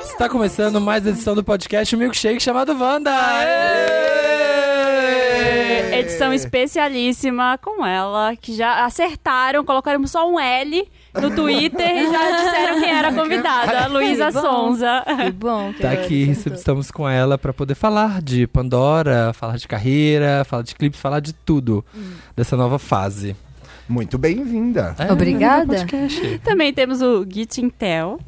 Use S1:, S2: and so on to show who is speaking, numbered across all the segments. S1: Está Tá começando mais edição do podcast Milkshake chamado Wanda! Aê!
S2: É, Edição especialíssima com ela, que já acertaram, colocaram só um L no Twitter e já disseram quem era a convidada, a Luísa
S3: Que bom.
S2: Sonza.
S3: Que bom. Que
S1: Tá aqui, estamos com ela para poder falar de Pandora, falar de carreira, falar de clipes, falar de tudo dessa nova fase.
S4: Muito bem-vinda.
S1: É,
S3: Obrigada.
S1: podcast.
S2: Também temos o Gui Tintel.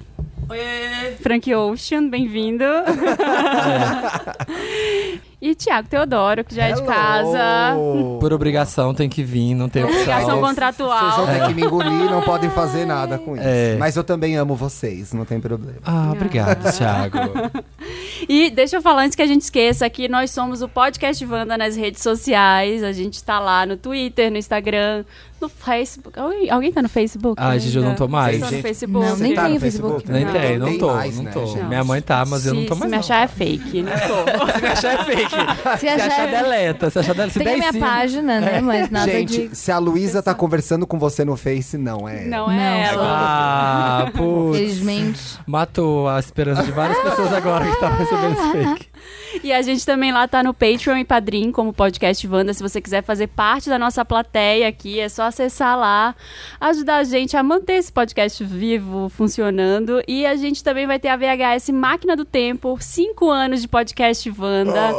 S2: Frank Ocean, bem-vindo. e Tiago Teodoro, que já é de casa.
S1: Por obrigação tem que vir, não tem opção.
S2: Obrigação
S4: Vocês
S2: contratual.
S4: vão ter que me engolir, não podem fazer nada com isso.
S1: É.
S4: Mas eu também amo vocês, não tem problema.
S1: Ah, obrigado, Thiago.
S2: E deixa eu falar antes que a gente esqueça que nós somos o Podcast Wanda nas redes sociais. A gente tá lá no Twitter, no Instagram, no Facebook. Alguém, alguém tá no Facebook?
S1: Ai, gente, eu não tô mais.
S2: Vocês estão no Facebook?
S4: Gente,
S3: não,
S4: Você
S3: nem
S4: tá
S3: tem
S4: no
S3: o Facebook.
S1: Nem
S2: Não,
S1: tem, não
S4: tem
S1: tô,
S4: mais,
S1: não
S4: né,
S1: tô.
S4: gente?
S1: Minha mãe tá, mas eu não
S2: Se-
S1: tô mais
S2: Se me
S1: não.
S2: achar é fake, não tô.
S1: Se me achar é fake.
S3: Se
S1: Se achar É.
S3: achar,
S1: deleta, se achar deleta. Se
S3: tem
S1: der
S3: a minha
S1: sim,
S3: página, né? Mas nada
S4: Gente,
S3: de...
S4: se a Luísa tá conversando com você no Face, não é.
S2: não é
S3: Não.
S2: ela.
S1: Ah, putz.
S3: Felizmente.
S1: Matou a esperança de várias pessoas agora que estavam recebendo esse fake.
S2: E a gente também lá tá no Patreon e Padrim, como Podcast Wanda. Se você quiser fazer parte da nossa plateia aqui, é só acessar lá, ajudar a gente a manter esse podcast vivo, funcionando. E a gente também vai ter a VHS Máquina do Tempo, cinco anos de Podcast Wanda.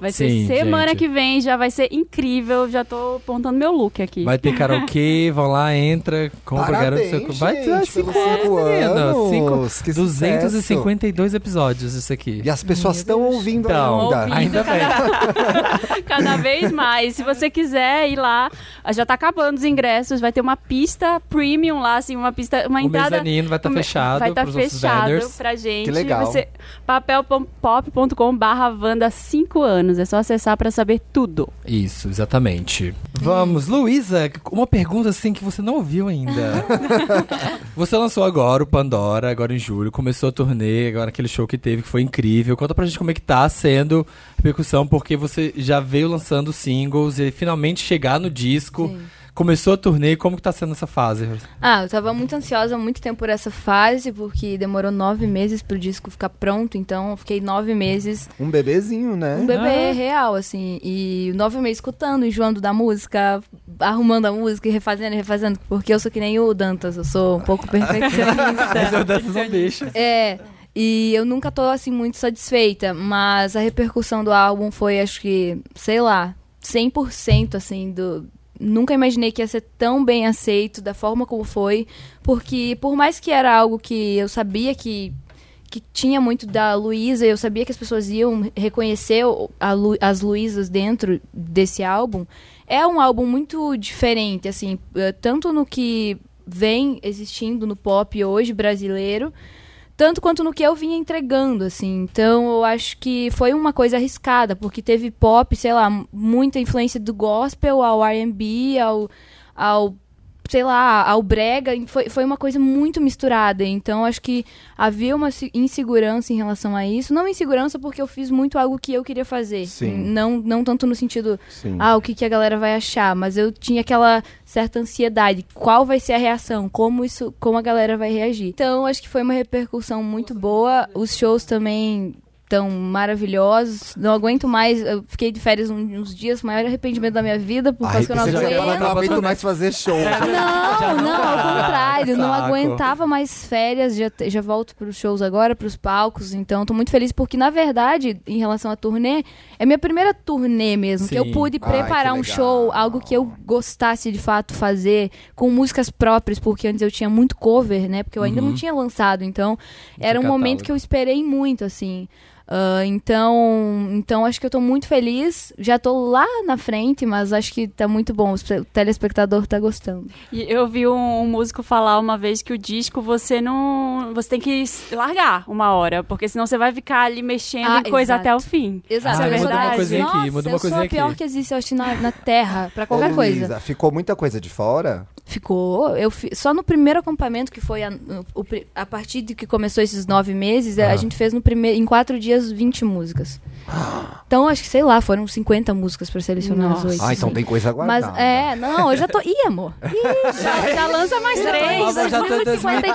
S2: Vai ser
S1: Sim,
S2: semana
S1: gente.
S2: que vem, já vai ser incrível. Já tô apontando meu look aqui.
S1: Vai ter karaokê, vão lá, entra, compra, garante
S4: Parabéns,
S1: seu... Vai ter
S4: gente,
S1: cinco
S4: pelos cinco
S1: anos,
S4: anos.
S1: menina. Cinco,
S4: Que sucesso.
S1: 252 episódios isso aqui.
S4: E as pessoas estão ouvindo
S1: Então,
S4: ainda.
S2: Ouvindo
S1: Ainda
S2: cada, cada vez mais. Se você quiser ir lá, já tá acabando os ingressos, vai ter uma pista premium lá, assim, uma pista, uma
S1: o
S2: entrada.
S1: mezanino vai estar fechado
S2: vai tá
S1: pros nossos
S2: fechado
S1: vendors.
S2: pra gente.
S4: Que legal.
S2: Vai ser papelpop.com barra Wanda 5 anos. É só acessar pra saber tudo.
S1: Isso, exatamente. Vamos, Luísa, uma pergunta assim que você não ouviu ainda. você lançou agora o Pandora, agora em julho, começou a turnê, agora aquele show que teve que foi incrível. Conta pra gente como é que tá sendo a repercussão, porque você já veio lançando singles e finalmente chegar no disco.
S3: Sim.
S1: Começou a turnê, como que tá sendo essa fase?
S3: Ah, eu tava muito ansiosa há muito tempo por essa fase, porque demorou nove meses pro disco ficar pronto, então eu fiquei nove meses
S4: Um bebezinho, né?
S3: um bebê
S1: Ah.
S3: real, assim. E nove meses escutando, enjoando da música, arrumando a música e refazendo e refazendo, porque eu sou que nem o Dantas, eu sou um pouco perfeccionista.
S1: Mas eu dessas não deixa.
S3: É. E eu nunca tô, assim, muito satisfeita, mas a repercussão do álbum foi, acho que, sei lá, 100%, assim, do... Nunca imaginei que ia ser tão bem aceito da forma como foi, porque por mais que era algo que eu sabia que, que tinha muito da Luísa, eu sabia que as pessoas iam reconhecer o- a Lu- as Luísas dentro desse álbum, é um álbum muito diferente, assim, eh, tanto no que vem existindo no pop hoje brasileiro, tanto quanto no que eu vinha entregando, assim. Então, eu acho que foi uma coisa arriscada, porque teve pop, sei lá, m- muita influência do gospel ao R&B, ao, ao sei lá, ao brega. e Foi, foi uma coisa muito misturada. Então, acho que havia uma se- insegurança em relação a isso. Não insegurança porque eu fiz muito algo que eu queria fazer.
S4: Sim.
S3: Não, não tanto no sentido
S4: Sim.
S3: ah, o que, que a galera vai achar? Mas eu tinha aquela certa ansiedade. Qual vai ser a reação? Como isso, como a galera vai reagir? Então, acho que foi uma repercussão muito boa. Os shows também estão maravilhosos. Não aguento mais. Eu fiquei de férias um- uns dias, maior arrependimento da minha vida por
S4: Ai,
S3: causa que eu não
S4: você já ia falar,
S3: aguento.
S4: não aguento mais fazer show.
S3: Não, não, ao contrário, não
S1: Saco.
S3: aguentava mais férias, já, te- já volto pros shows agora, pros palcos, então tô muito feliz porque, na verdade, em relação à turnê, é minha primeira turnê mesmo, que
S1: Sim.
S3: eu pude
S4: Ai,
S3: preparar
S4: que
S3: um
S4: legal.
S3: show, algo que eu gostasse de fato fazer, com músicas próprias, porque antes eu tinha muito cover, né, porque eu ainda
S1: Uhum.
S3: não tinha lançado, então era um
S1: catálogo.
S3: momento que eu esperei muito, assim. Ah, então, então acho que eu tô muito feliz. Já tô lá na frente, mas acho que tá muito bom. O telespectador tá gostando.
S2: E eu vi um, um músico falar uma vez que o disco você não. Você tem que s- largar uma hora, porque senão você vai ficar ali mexendo
S3: Ah,
S2: em coisa
S3: exato.
S2: até o fim.
S3: Exato,
S2: Ah,
S3: é
S2: muda uma
S3: verdade.
S2: coisinha
S1: aqui,
S3: Nossa,
S1: muda uma
S3: eu
S1: coisinha
S3: sou a
S1: aqui.
S3: pior que existe, eu acho, na, na Terra, pra qualquer
S4: Ô,
S3: coisa.
S4: Luísa, ficou muita coisa de fora?
S3: Ficou. Eu fi- Só no primeiro acampamento, que foi a, no- o pri- a partir de que começou esses nove meses, a
S1: Ah.
S3: gente fez no primeiro, em quatro dias 20 músicas. Então, acho que, sei lá, foram 50 músicas pra selecionar
S2: Nossa.
S3: as oito.
S4: Ah, então
S3: assim.
S4: tem coisa
S3: Mas
S4: guardada.
S3: é, não, eu já tô. Ih, amor. Ih, já, já lança mais três.
S1: Nossa, já tá em
S3: 2053.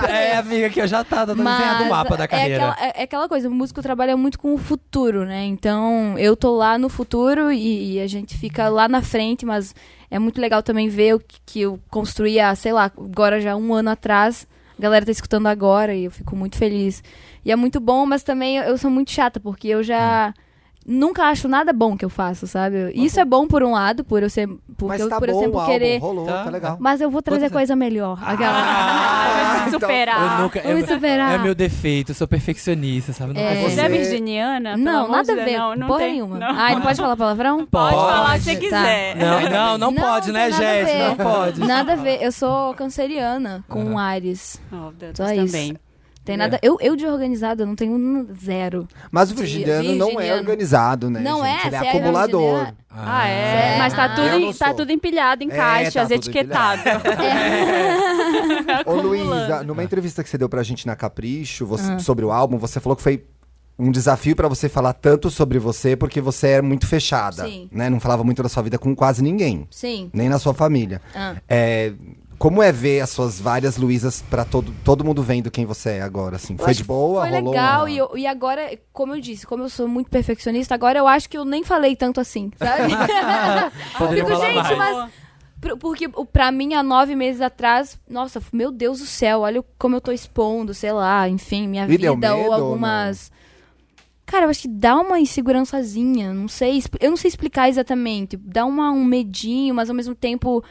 S1: 2000... É, amiga, que eu já tá dando desenhado o mapa da
S3: É
S1: carreira.
S3: aquela, é- é aquela coisa, o músico trabalha muito com o futuro, né? Então, eu tô lá no futuro e, e a gente fica lá na frente, mas é muito legal também ver o que, que eu construí há, sei lá, agora já um ano atrás. A galera tá escutando agora e eu fico muito feliz. E é muito bom, mas também eu, eu sou muito chata, porque eu já. Nunca acho nada bom que eu faço, sabe? Isso é bom por um lado, por eu ser. Porque
S4: Mas
S3: eu,
S4: tá
S3: por eu
S4: bom o
S3: sempre
S4: álbum,
S3: querer.
S4: rolou, tá,
S1: Tá.
S4: legal.
S3: Mas eu vou trazer
S1: Quantos-
S3: coisa melhor. Aquela.
S2: Ah, vai se
S4: então-
S2: superar.
S1: Eu nunca-
S3: Vou me
S1: eu-
S3: superar.
S1: É meu defeito, eu sou perfeccionista, sabe? Não
S3: É.
S1: consigo.
S2: Você é
S4: Você-
S2: virginiana? Pelo
S3: Não,
S2: amor
S3: nada
S2: de
S3: a
S2: Deus,
S3: ver.
S2: Não, não
S3: porra
S2: tem-
S3: nenhuma.
S2: não.
S3: Ai, não pode falar palavrão?
S1: Pode.
S2: Pode falar o que você
S3: Tá.
S2: quiser.
S1: Não, não, não,
S3: Não,
S1: pode,
S3: tem
S1: né,
S3: nada a
S1: Jéssica?
S3: ver.
S1: Não pode.
S3: Nada a ver. Eu sou canceriana com
S1: Aham.
S3: Ares.
S2: Oh, Deus,
S3: Só isso.
S2: também.
S3: Tem
S1: É.
S3: nada. Eu, eu de organizada, eu não tenho um zero.
S4: Mas o virginiano não é
S3: Virginiano.
S4: organizado, né?
S3: Não
S4: gente?
S3: é,
S4: Ele é
S3: se é
S4: acumulador.
S3: virginiano-
S2: Ah, é.
S3: é.
S2: Mas tá
S3: Ah.
S2: tudo,
S4: Eu não
S2: em- tá
S4: sou.
S2: tudo empilhado em
S4: É,
S2: caixas,
S4: tá tudo
S2: etiquetado.
S3: é
S4: Ô Luísa, numa entrevista que você deu pra gente na Capricho,
S3: Ah.
S4: você- sobre o álbum, você falou que foi um desafio pra você falar tanto sobre você, porque você é muito fechada,
S3: Sim.
S4: né? Não falava muito da sua vida com quase ninguém,
S3: Sim.
S4: nem na sua família.
S3: Ah.
S4: É, como é ver as suas várias Luísas pra todo, todo mundo vendo quem você é agora, assim? Foi de boa?
S3: Foi
S4: rolou
S3: legal.
S4: uma-
S3: E, eu- e agora, como eu disse, como eu sou muito perfeccionista, agora eu acho que eu nem falei tanto assim, sabe?
S1: Ah, Poderia
S3: Fico,
S1: falar
S3: gente,
S1: mais.
S3: mas- Pro- Porque o- pra mim, há nove meses atrás, nossa, f- meu Deus do céu, olha o- como eu tô expondo, sei lá, enfim, minha
S4: E deu
S3: vida
S4: medo
S3: ou
S4: ou
S3: algumas. Cara, eu acho que dá uma insegurançazinha, não sei, expl- eu não sei explicar exatamente, dá uma, um medinho, mas ao mesmo tempo,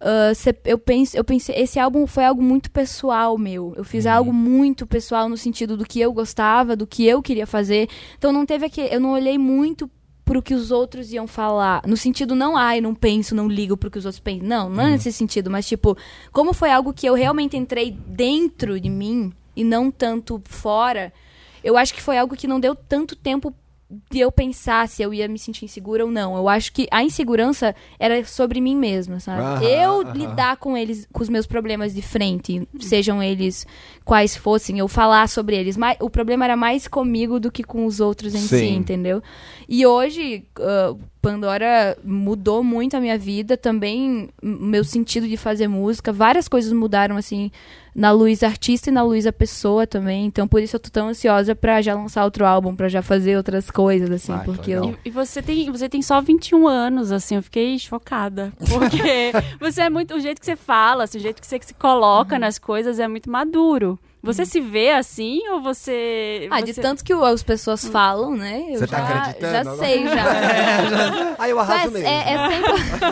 S3: ah, cê- eu, penso, eu pensei, esse álbum foi algo muito pessoal meu, eu fiz algo muito pessoal no sentido do que eu gostava, do que eu queria fazer, então não teve aquele, eu não olhei muito pro que os outros iam falar. No sentido, não, ai, não penso, não ligo pro que os outros pensam. Não,
S4: Uhum.
S3: não é nesse sentido, mas tipo, como foi algo que eu realmente entrei dentro de mim e não tanto fora, eu acho que foi algo que não deu tanto tempo de eu pensar se eu ia me sentir insegura ou não. Eu acho que a insegurança era sobre mim mesma, sabe?
S4: Aham,
S3: eu
S4: aham.
S3: lidar com eles, com os meus problemas de frente, sejam eles quais fossem, eu falar sobre eles. Mas o problema era mais comigo do que com os outros em si,
S4: Sim.
S3: entendeu? E hoje, ah, Pandora mudou muito a minha vida, também m- meu sentido de fazer música. Várias coisas mudaram, assim, na Luísa Artista e na Luísa Pessoa também. Então, por isso eu tô tão ansiosa pra já lançar outro álbum, pra já fazer outras coisas, assim,
S4: Ai, que
S3: porque
S4: legal.
S3: eu.
S2: E, e você tem, você tem só 21 anos, assim, eu fiquei chocada. Porque você é muito. O jeito que você fala, assim, o jeito que você se coloca
S3: Uhum.
S2: nas coisas é muito maduro. Você se vê assim ou você.
S3: Ah,
S2: você...
S3: de tanto que o- as pessoas falam, né? Eu
S4: Você
S3: já,
S4: tá acreditando
S3: já
S4: agora?
S3: sei, já.
S4: Ah, eu arraso
S3: Mas
S4: mesmo.
S3: é, é sempre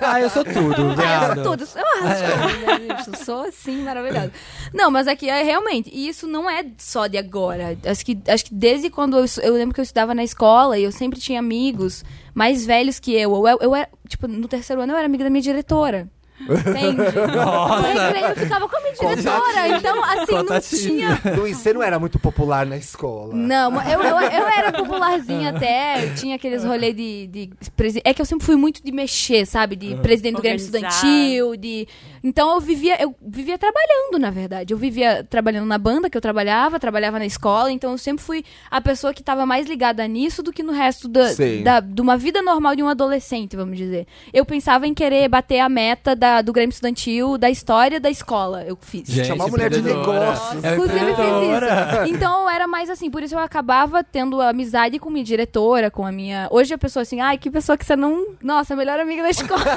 S1: Ah, eu sou tudo,
S3: Ah, eu
S1: viado.
S3: sou tudo. Eu
S1: É.
S3: acho que eu- eu sou assim, maravilhosa. Não, mas aqui é realmente. E isso não é só de agora. Acho que, acho que desde quando eu, estu- eu lembro que eu estudava na escola e eu sempre tinha amigos mais velhos que eu. Eu, eu, eu era, tipo, no terceiro ano eu era amiga da minha diretora. Entende?
S1: Nossa.
S3: Eu, eu ficava com a minha diretora. Então, assim, não
S1: Contatinho.
S3: tinha
S4: Luiz, você não era muito popular na escola.
S3: não, eu, eu, eu era popularzinha até, eu tinha aqueles rolês de, de presi- É que eu sempre fui muito de mexer, sabe? De presidente do Grêmio
S2: Organizar.
S3: Estudantil, de. Então eu vivia, eu vivia trabalhando, na verdade. Eu vivia trabalhando na banda que eu trabalhava, trabalhava na escola, então eu sempre fui a pessoa que estava mais ligada nisso do que no resto da,
S4: Sim.
S3: da- de uma vida normal de um adolescente, vamos dizer. Eu pensava em querer bater a meta da- do Grêmio Estudantil, da história da escola. Eu fiz.
S1: Gente,
S4: Chamar a mulher de
S1: empreendedora.
S4: negócios.
S1: É
S3: Inclusive fiz
S1: empreendedora.
S3: isso. Então eu era mais assim, por isso eu acabava tendo amizade com minha diretora, com a minha. Hoje a pessoa assim, ai, que pessoa que você não. Nossa, a melhor amiga da escola do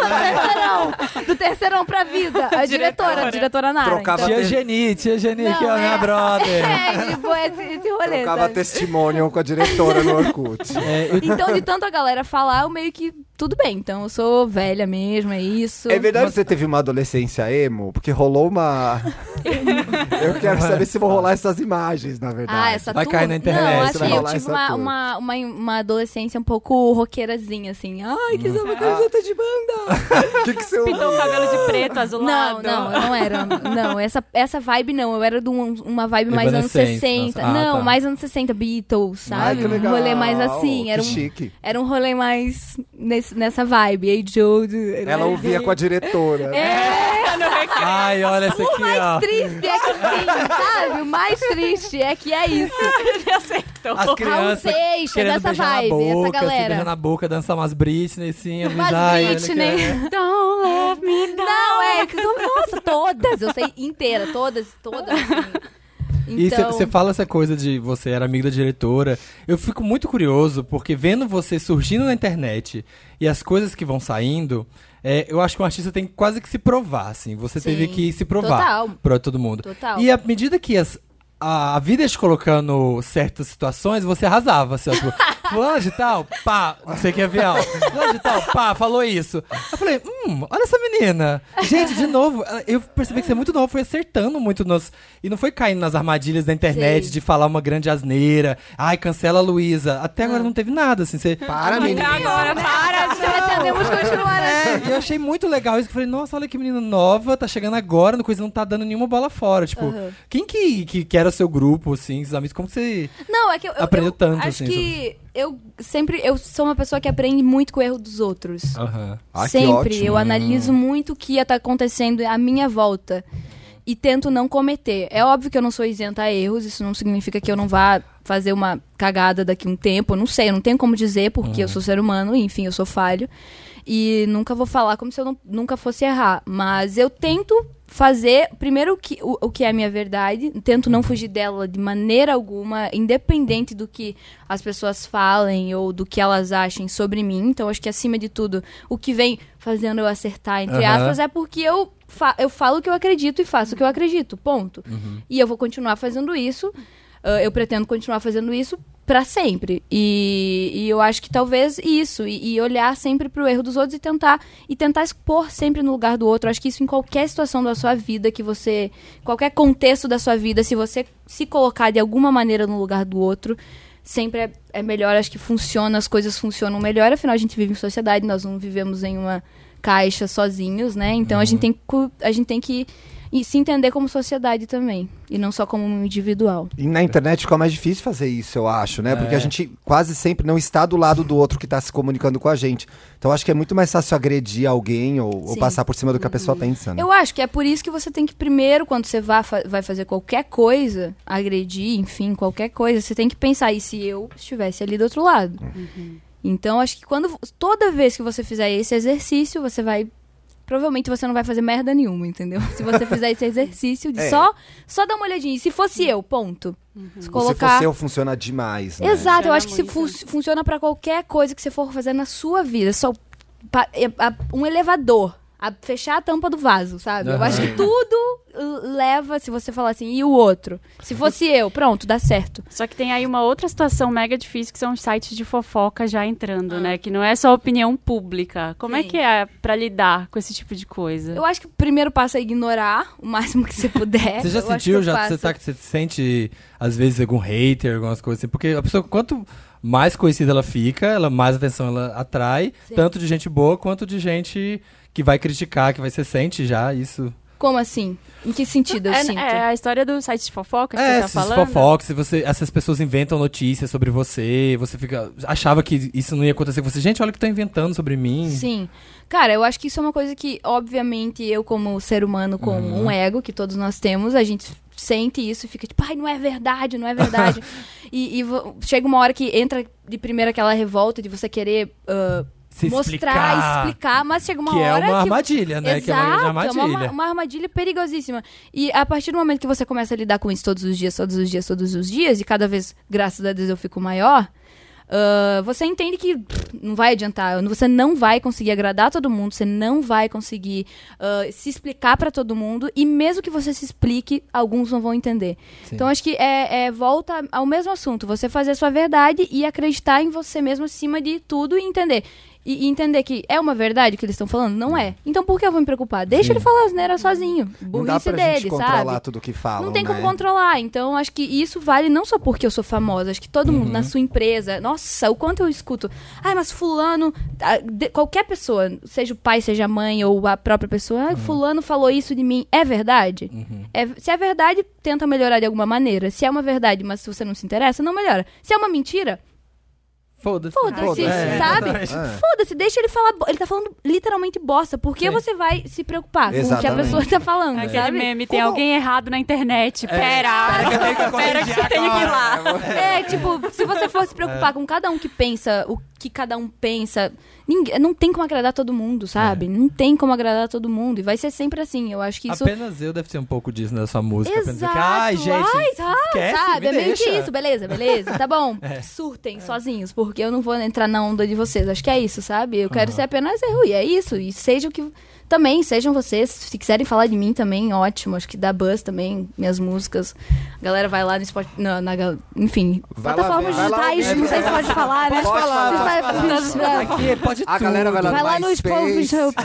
S3: terceirão. Do terceirão pra vida. A diretora, a diretora Nara.
S4: Trocava
S3: então-
S1: Tia Geni, tia Geni,
S3: Não,
S1: que é a minha
S3: é.
S1: brother.
S3: É, tipo, esse, esse rolê.
S4: Trocava
S3: sabe?
S4: testemunho com a diretora no Orkut.
S1: É, eu-
S3: Então, de tanto a galera falar, eu meio que. Tudo bem, então eu sou velha mesmo, é isso.
S4: É verdade que você teve uma adolescência emo? Porque rolou uma. Eu quero saber se vão rolar essas imagens, na verdade.
S3: Ah, essa
S1: Vai
S3: turma.
S1: cair na internet,
S3: Não,
S1: vai
S3: acho que eu
S4: rolar
S3: tive
S4: essa
S3: uma,
S4: turma.
S3: uma, uma, uma adolescência um pouco roqueirazinha, assim. Ai,
S4: Uhum.
S3: que samba camiseta de banda!
S4: O que, que você
S2: Pintou o cabelo de preto,
S3: Não,
S2: azulado.
S3: não, eu não era. Não, essa, essa vibe não. Eu era de um- uma vibe mais anos
S1: Evanescence,
S3: 60.
S1: nossa. Ah,
S3: não,
S1: tá.
S3: mais anos 60, Beatles,
S4: Ai,
S3: sabe?
S4: que legal.
S3: Um rolê mais assim.
S4: Que
S3: Era um,
S4: chique.
S3: era um rolê mais nesse- nessa vibe. Hey Jude.
S4: Ela ouvia com a diretora.
S3: É, a
S2: no recreio.
S1: Ai, olha essa aqui, ó.
S3: triste é que sim, sabe? O mais triste é que é isso.
S2: Ele aceitou.
S1: As crianças
S3: Seixas,
S1: querendo
S3: essa
S1: beijar
S3: vibe,
S1: na
S3: essa
S1: boca, se
S3: galera.
S1: beijar na boca, dançar umas Britney, assim. eu
S3: Mas
S1: fiz, ai, olha que- é.
S3: Britney.
S2: Don't let me down.
S3: Não, é. que são- Nossa, todas. Eu sei inteira. Todas, todas. Assim.
S1: E
S3: Então,
S1: você fala essa coisa de você era amigo da diretora. Eu fico muito curioso, porque vendo você surgindo na internet e as coisas que vão saindo, é, eu acho que um artista tem quase que se provar, assim. Você
S3: Sim.
S1: teve que se provar
S3: Total.
S1: para todo mundo.
S3: Total.
S1: E à medida que as- a, a vida ia te colocando certas situações, você arrasava. Assim, ó, tipo, fulano de tal, pá, não sei o que é avião. Fulano de tal, pá, falou isso. Eu falei, hum, olha essa menina. Gente, de novo, ela- eu percebi que você é muito novo, foi acertando muito nos... E não foi caindo nas armadilhas da internet
S3: Sim.
S1: de falar uma grande asneira. Ai, cancela a Luísa. Até agora não teve nada, assim. Você...
S4: Para,
S2: Até
S4: menina.
S2: agora, para,
S3: pretendemos continuar assim.
S1: É, e eu achei muito legal isso. que Eu falei, nossa, olha que menina nova, tá chegando agora, no coisa não tá dando nenhuma bola fora. Tipo,
S3: Aham.
S1: quem que, que, que era seu grupo, assim, seus amigos? Como que você
S3: Não, é que eu, eu-
S1: aprendeu
S3: eu
S1: tanto,
S3: acho
S1: assim? sobre-
S3: que eu sempre... Eu sou uma pessoa que aprende muito com o erro dos outros.
S1: Aham.
S4: Ah, que
S3: Sempre.
S4: ótimo.
S3: Eu analiso muito o que ia estar acontecendo à minha volta. E tento não cometer. É óbvio que eu não sou isenta a erros, isso não significa que eu não vá fazer uma cagada daqui a um tempo. Eu não sei, eu não tenho como dizer, porque eu sou ser humano, enfim, eu sou falho. E nunca vou falar como se eu não- nunca fosse errar. Mas eu tento fazer, primeiro, o que, o, o que é a minha verdade. Tento não fugir dela de maneira alguma, independente do que as pessoas falem ou do que elas achem sobre mim. Então, acho que, acima de tudo, o que vem fazendo eu acertar, entre
S1: Aham.
S3: aspas, é porque eu, fa- eu falo o que eu acredito e faço o que eu acredito. Ponto. E eu vou continuar fazendo isso. ah, eu pretendo continuar fazendo isso pra sempre. E, e eu acho que talvez isso. E, e olhar sempre pro erro dos outros e tentar e tentar expor sempre no lugar do outro. Eu acho que isso em qualquer situação da sua vida que você. Qualquer contexto da sua vida, se você se colocar de alguma maneira no lugar do outro. Sempre é, é melhor, acho que funciona, as coisas funcionam melhor, afinal a gente vive em sociedade, nós não vivemos em uma caixa sozinhos, né? Então
S4: Uhum.
S3: a gente tem que cu- a gente tem que e se entender como sociedade também e não só como um individual.
S4: E na internet fica mais difícil fazer isso, eu acho, né? Porque
S1: É.
S4: a gente quase sempre não está do lado do outro que está se comunicando com a gente. Então acho que é muito mais fácil agredir alguém ou, ou
S3: Sim.
S4: passar por cima do que a pessoa pensa, né?
S3: Eu acho que é por isso que você tem que primeiro quando você vá fa- vai fazer qualquer coisa, agredir, enfim, qualquer coisa, você tem que pensar e se eu estivesse ali do outro lado.
S4: Uhum.
S3: Então acho que quando toda vez que você fizer esse exercício, você vai provavelmente você não vai fazer merda nenhuma, entendeu? Se você fizer esse exercício de
S4: É. Uhum.
S3: só só dar uma olhadinha, e se fosse eu, ponto. Se
S4: Se
S3: colocar
S4: fosse eu, funciona demais, né?
S3: Exato, eu
S2: Funciona
S3: acho que se
S2: muito. né?
S3: fun- funciona pra qualquer coisa que você for fazer na sua vida. Só pa- é- a- um elevador. a- fechar a tampa do vaso, sabe? Eu
S1: Aham.
S3: acho que tudo uh, leva, se você falar assim, e o outro? Se fosse eu, pronto, dá certo.
S2: Só que tem aí uma outra situação mega difícil que são os sites de fofoca já entrando, né? Que não é só opinião pública. Como é
S3: Ah. Sim.
S2: que é pra lidar com esse tipo de coisa?
S3: Eu acho que o primeiro passo é ignorar o máximo que você puder.
S1: Você já
S3: É, Eu acho que
S1: sentiu,
S3: eu
S1: já você,
S3: faço.
S1: tá, você sente, às vezes, algum hater, algumas coisas assim? Porque a pessoa, quanto mais conhecida ela fica, ela mais atenção ela atrai, tanto de gente boa quanto de gente que vai criticar, que vai ser sente já, isso.
S3: Como assim? Em que sentido eu
S2: é,
S3: sinto?
S2: é a história do site de fofoca que
S1: é,
S2: você tá
S1: esses
S2: falando?
S1: fofocos, se você, essas pessoas inventam notícias sobre você, você fica. Achava que isso não ia acontecer com você. Gente, olha o que estão inventando sobre mim.
S3: Sim. Cara, eu acho que isso é uma coisa que, obviamente, eu, como ser humano, com
S1: Uhum.
S3: um ego que todos nós temos, a gente sente isso e fica tipo, ai, não é verdade, não é verdade. e e vo- chega uma hora que entra de primeira aquela revolta de você querer ah,
S1: Se
S3: mostrar, explicar, mas chega uma
S1: que é
S3: hora
S1: uma
S3: que
S1: armadilha, né? que é uma grande
S3: Exato,
S1: armadilha.
S3: é uma, uma armadilha perigosíssima. E a partir do momento que você começa a lidar com isso todos os dias, todos os dias, todos os dias, e cada vez, graças a Deus, eu fico maior, ah, você entende que pff, não vai adiantar. Você não vai conseguir agradar todo mundo, você não vai conseguir ah, se explicar pra todo mundo, e mesmo que você se explique, alguns não vão entender.
S1: Sim.
S3: Então acho que é, é volta ao mesmo assunto, você fazer a sua verdade e acreditar em você mesmo acima de tudo e entender. E e entender que é uma verdade o que eles estão falando? Não é. Então por que eu vou me preocupar? Deixa
S1: Sim.
S3: ele falar asneira sozinho.
S4: Não dá
S3: Burrice
S4: pra
S3: dele,
S4: gente controlar
S3: sabe?
S4: tudo que falam,
S3: Não tem como
S4: né?
S3: controlar. Então, acho que isso vale não só porque eu sou famosa, acho que todo mundo na sua empresa. Nossa, o quanto eu escuto. Ai, mas Fulano. ah, de- qualquer pessoa, seja o pai, seja a mãe ou a própria pessoa. Ai, Fulano falou isso de mim. É verdade? É- se é verdade, tenta melhorar de alguma maneira. Se é uma verdade, mas se você não se interessa, não melhora. Se é uma mentira.
S1: Foda-se.
S3: Foda-se,
S4: Foda-se.
S1: É,
S3: sabe?
S1: exatamente.
S4: É.
S3: Foda-se, deixa ele falar. bo- Ele tá falando literalmente bosta. Por que
S1: Sim.
S3: você vai se preocupar com o que a
S4: Exatamente.
S3: pessoa tá falando?
S2: Aquele
S3: sabe?
S2: meme, tem
S3: Como-
S2: alguém errado na internet. Pera! Pera que eu tenho que ir lá.
S3: É, tipo, se você for se
S1: É.
S3: preocupar com cada um que pensa, o que cada um pensa, ninguém, não tem como agradar todo mundo,
S1: É.
S3: sabe? Não tem como agradar todo mundo. E vai ser sempre assim. Eu acho que isso.
S1: Apenas eu deve ter um pouco disso nessa música. apenas
S3: Exato.
S1: que, Ai, gente,
S3: Ai, tá,
S1: esquece,
S3: sabe?
S1: me
S3: É meio que
S1: deixa."
S3: isso, beleza, beleza. Tá bom.
S4: É.
S3: Surtem sozinhos, porque eu não vou entrar na onda de vocês. Acho que é isso, sabe? Eu quero ser apenas eu, e é isso. E seja o que. Também, sejam vocês. Se quiserem falar de mim também, ótimo. Acho que dá buzz também, minhas músicas. A galera vai lá no Spotify. Na, na gal- enfim,
S4: Vai lá
S3: plataformas
S4: ver, vai lá
S3: digitais,
S4: ver.
S3: não sei se pode falar, né?
S4: Pode falar,
S3: Vai-
S1: Aqui, pode
S4: A galera vai lá
S3: Vai lá no
S4: MySpace.
S3: Spotify.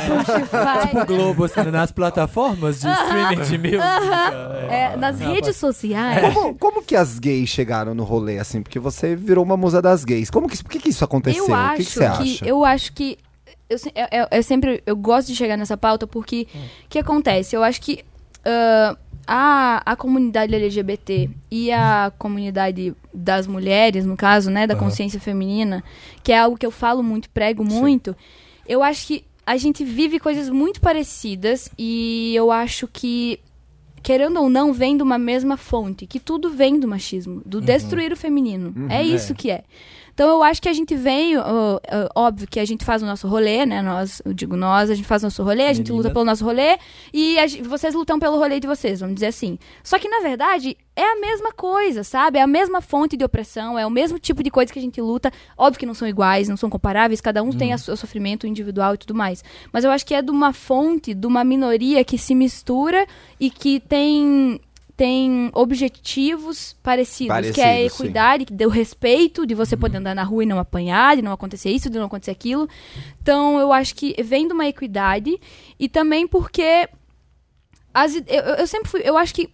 S1: O Globo, assim, nas plataformas de streaming de mil.
S3: É, nas redes sociais.
S4: Como, como que as gays chegaram no rolê, assim? Porque você virou uma musa das gays. Como que, por que, que isso aconteceu?
S3: Eu
S4: o
S3: acho
S4: que, que você acha?
S3: eu acho que eu, se- eu- eu- eu sempre eu gosto de chegar nessa pauta porque
S4: Hum.
S3: o que acontece? Eu acho que ah, a, a comunidade LGBT e a comunidade das mulheres, no caso, né, da
S1: Aham.
S3: consciência feminina, que é algo que eu falo muito, prego muito, eu acho que a gente vive coisas muito parecidas e eu acho que querendo ou não, vem de uma mesma fonte, que tudo vem do machismo,
S4: Uhum.
S3: do destruir o feminino. é isso que é. Então eu acho que a gente vem, ó, ó, óbvio que a gente faz o nosso rolê, né? Nós, eu digo nós, a gente faz o nosso rolê, a gente
S1: Meninas.
S3: luta pelo nosso rolê e a gen- vocês lutam pelo rolê de vocês, vamos dizer assim. Só que na verdade é a mesma coisa, sabe? É a mesma fonte de opressão, é o mesmo tipo de coisa que a gente luta. Óbvio que não são iguais, não são comparáveis, cada um tem a su- o seu sofrimento individual e tudo mais. Mas eu acho que é de uma fonte, de uma minoria que se mistura e que tem tem objetivos parecidos, que é a
S4: Parecidos, sim. Uhum.
S3: equidade, que deu respeito de você poder andar na rua e não apanhar, de não acontecer isso, de não acontecer aquilo. Então, eu acho que vem de uma equidade e também porque as id- eu, eu- eu sempre fui, eu acho que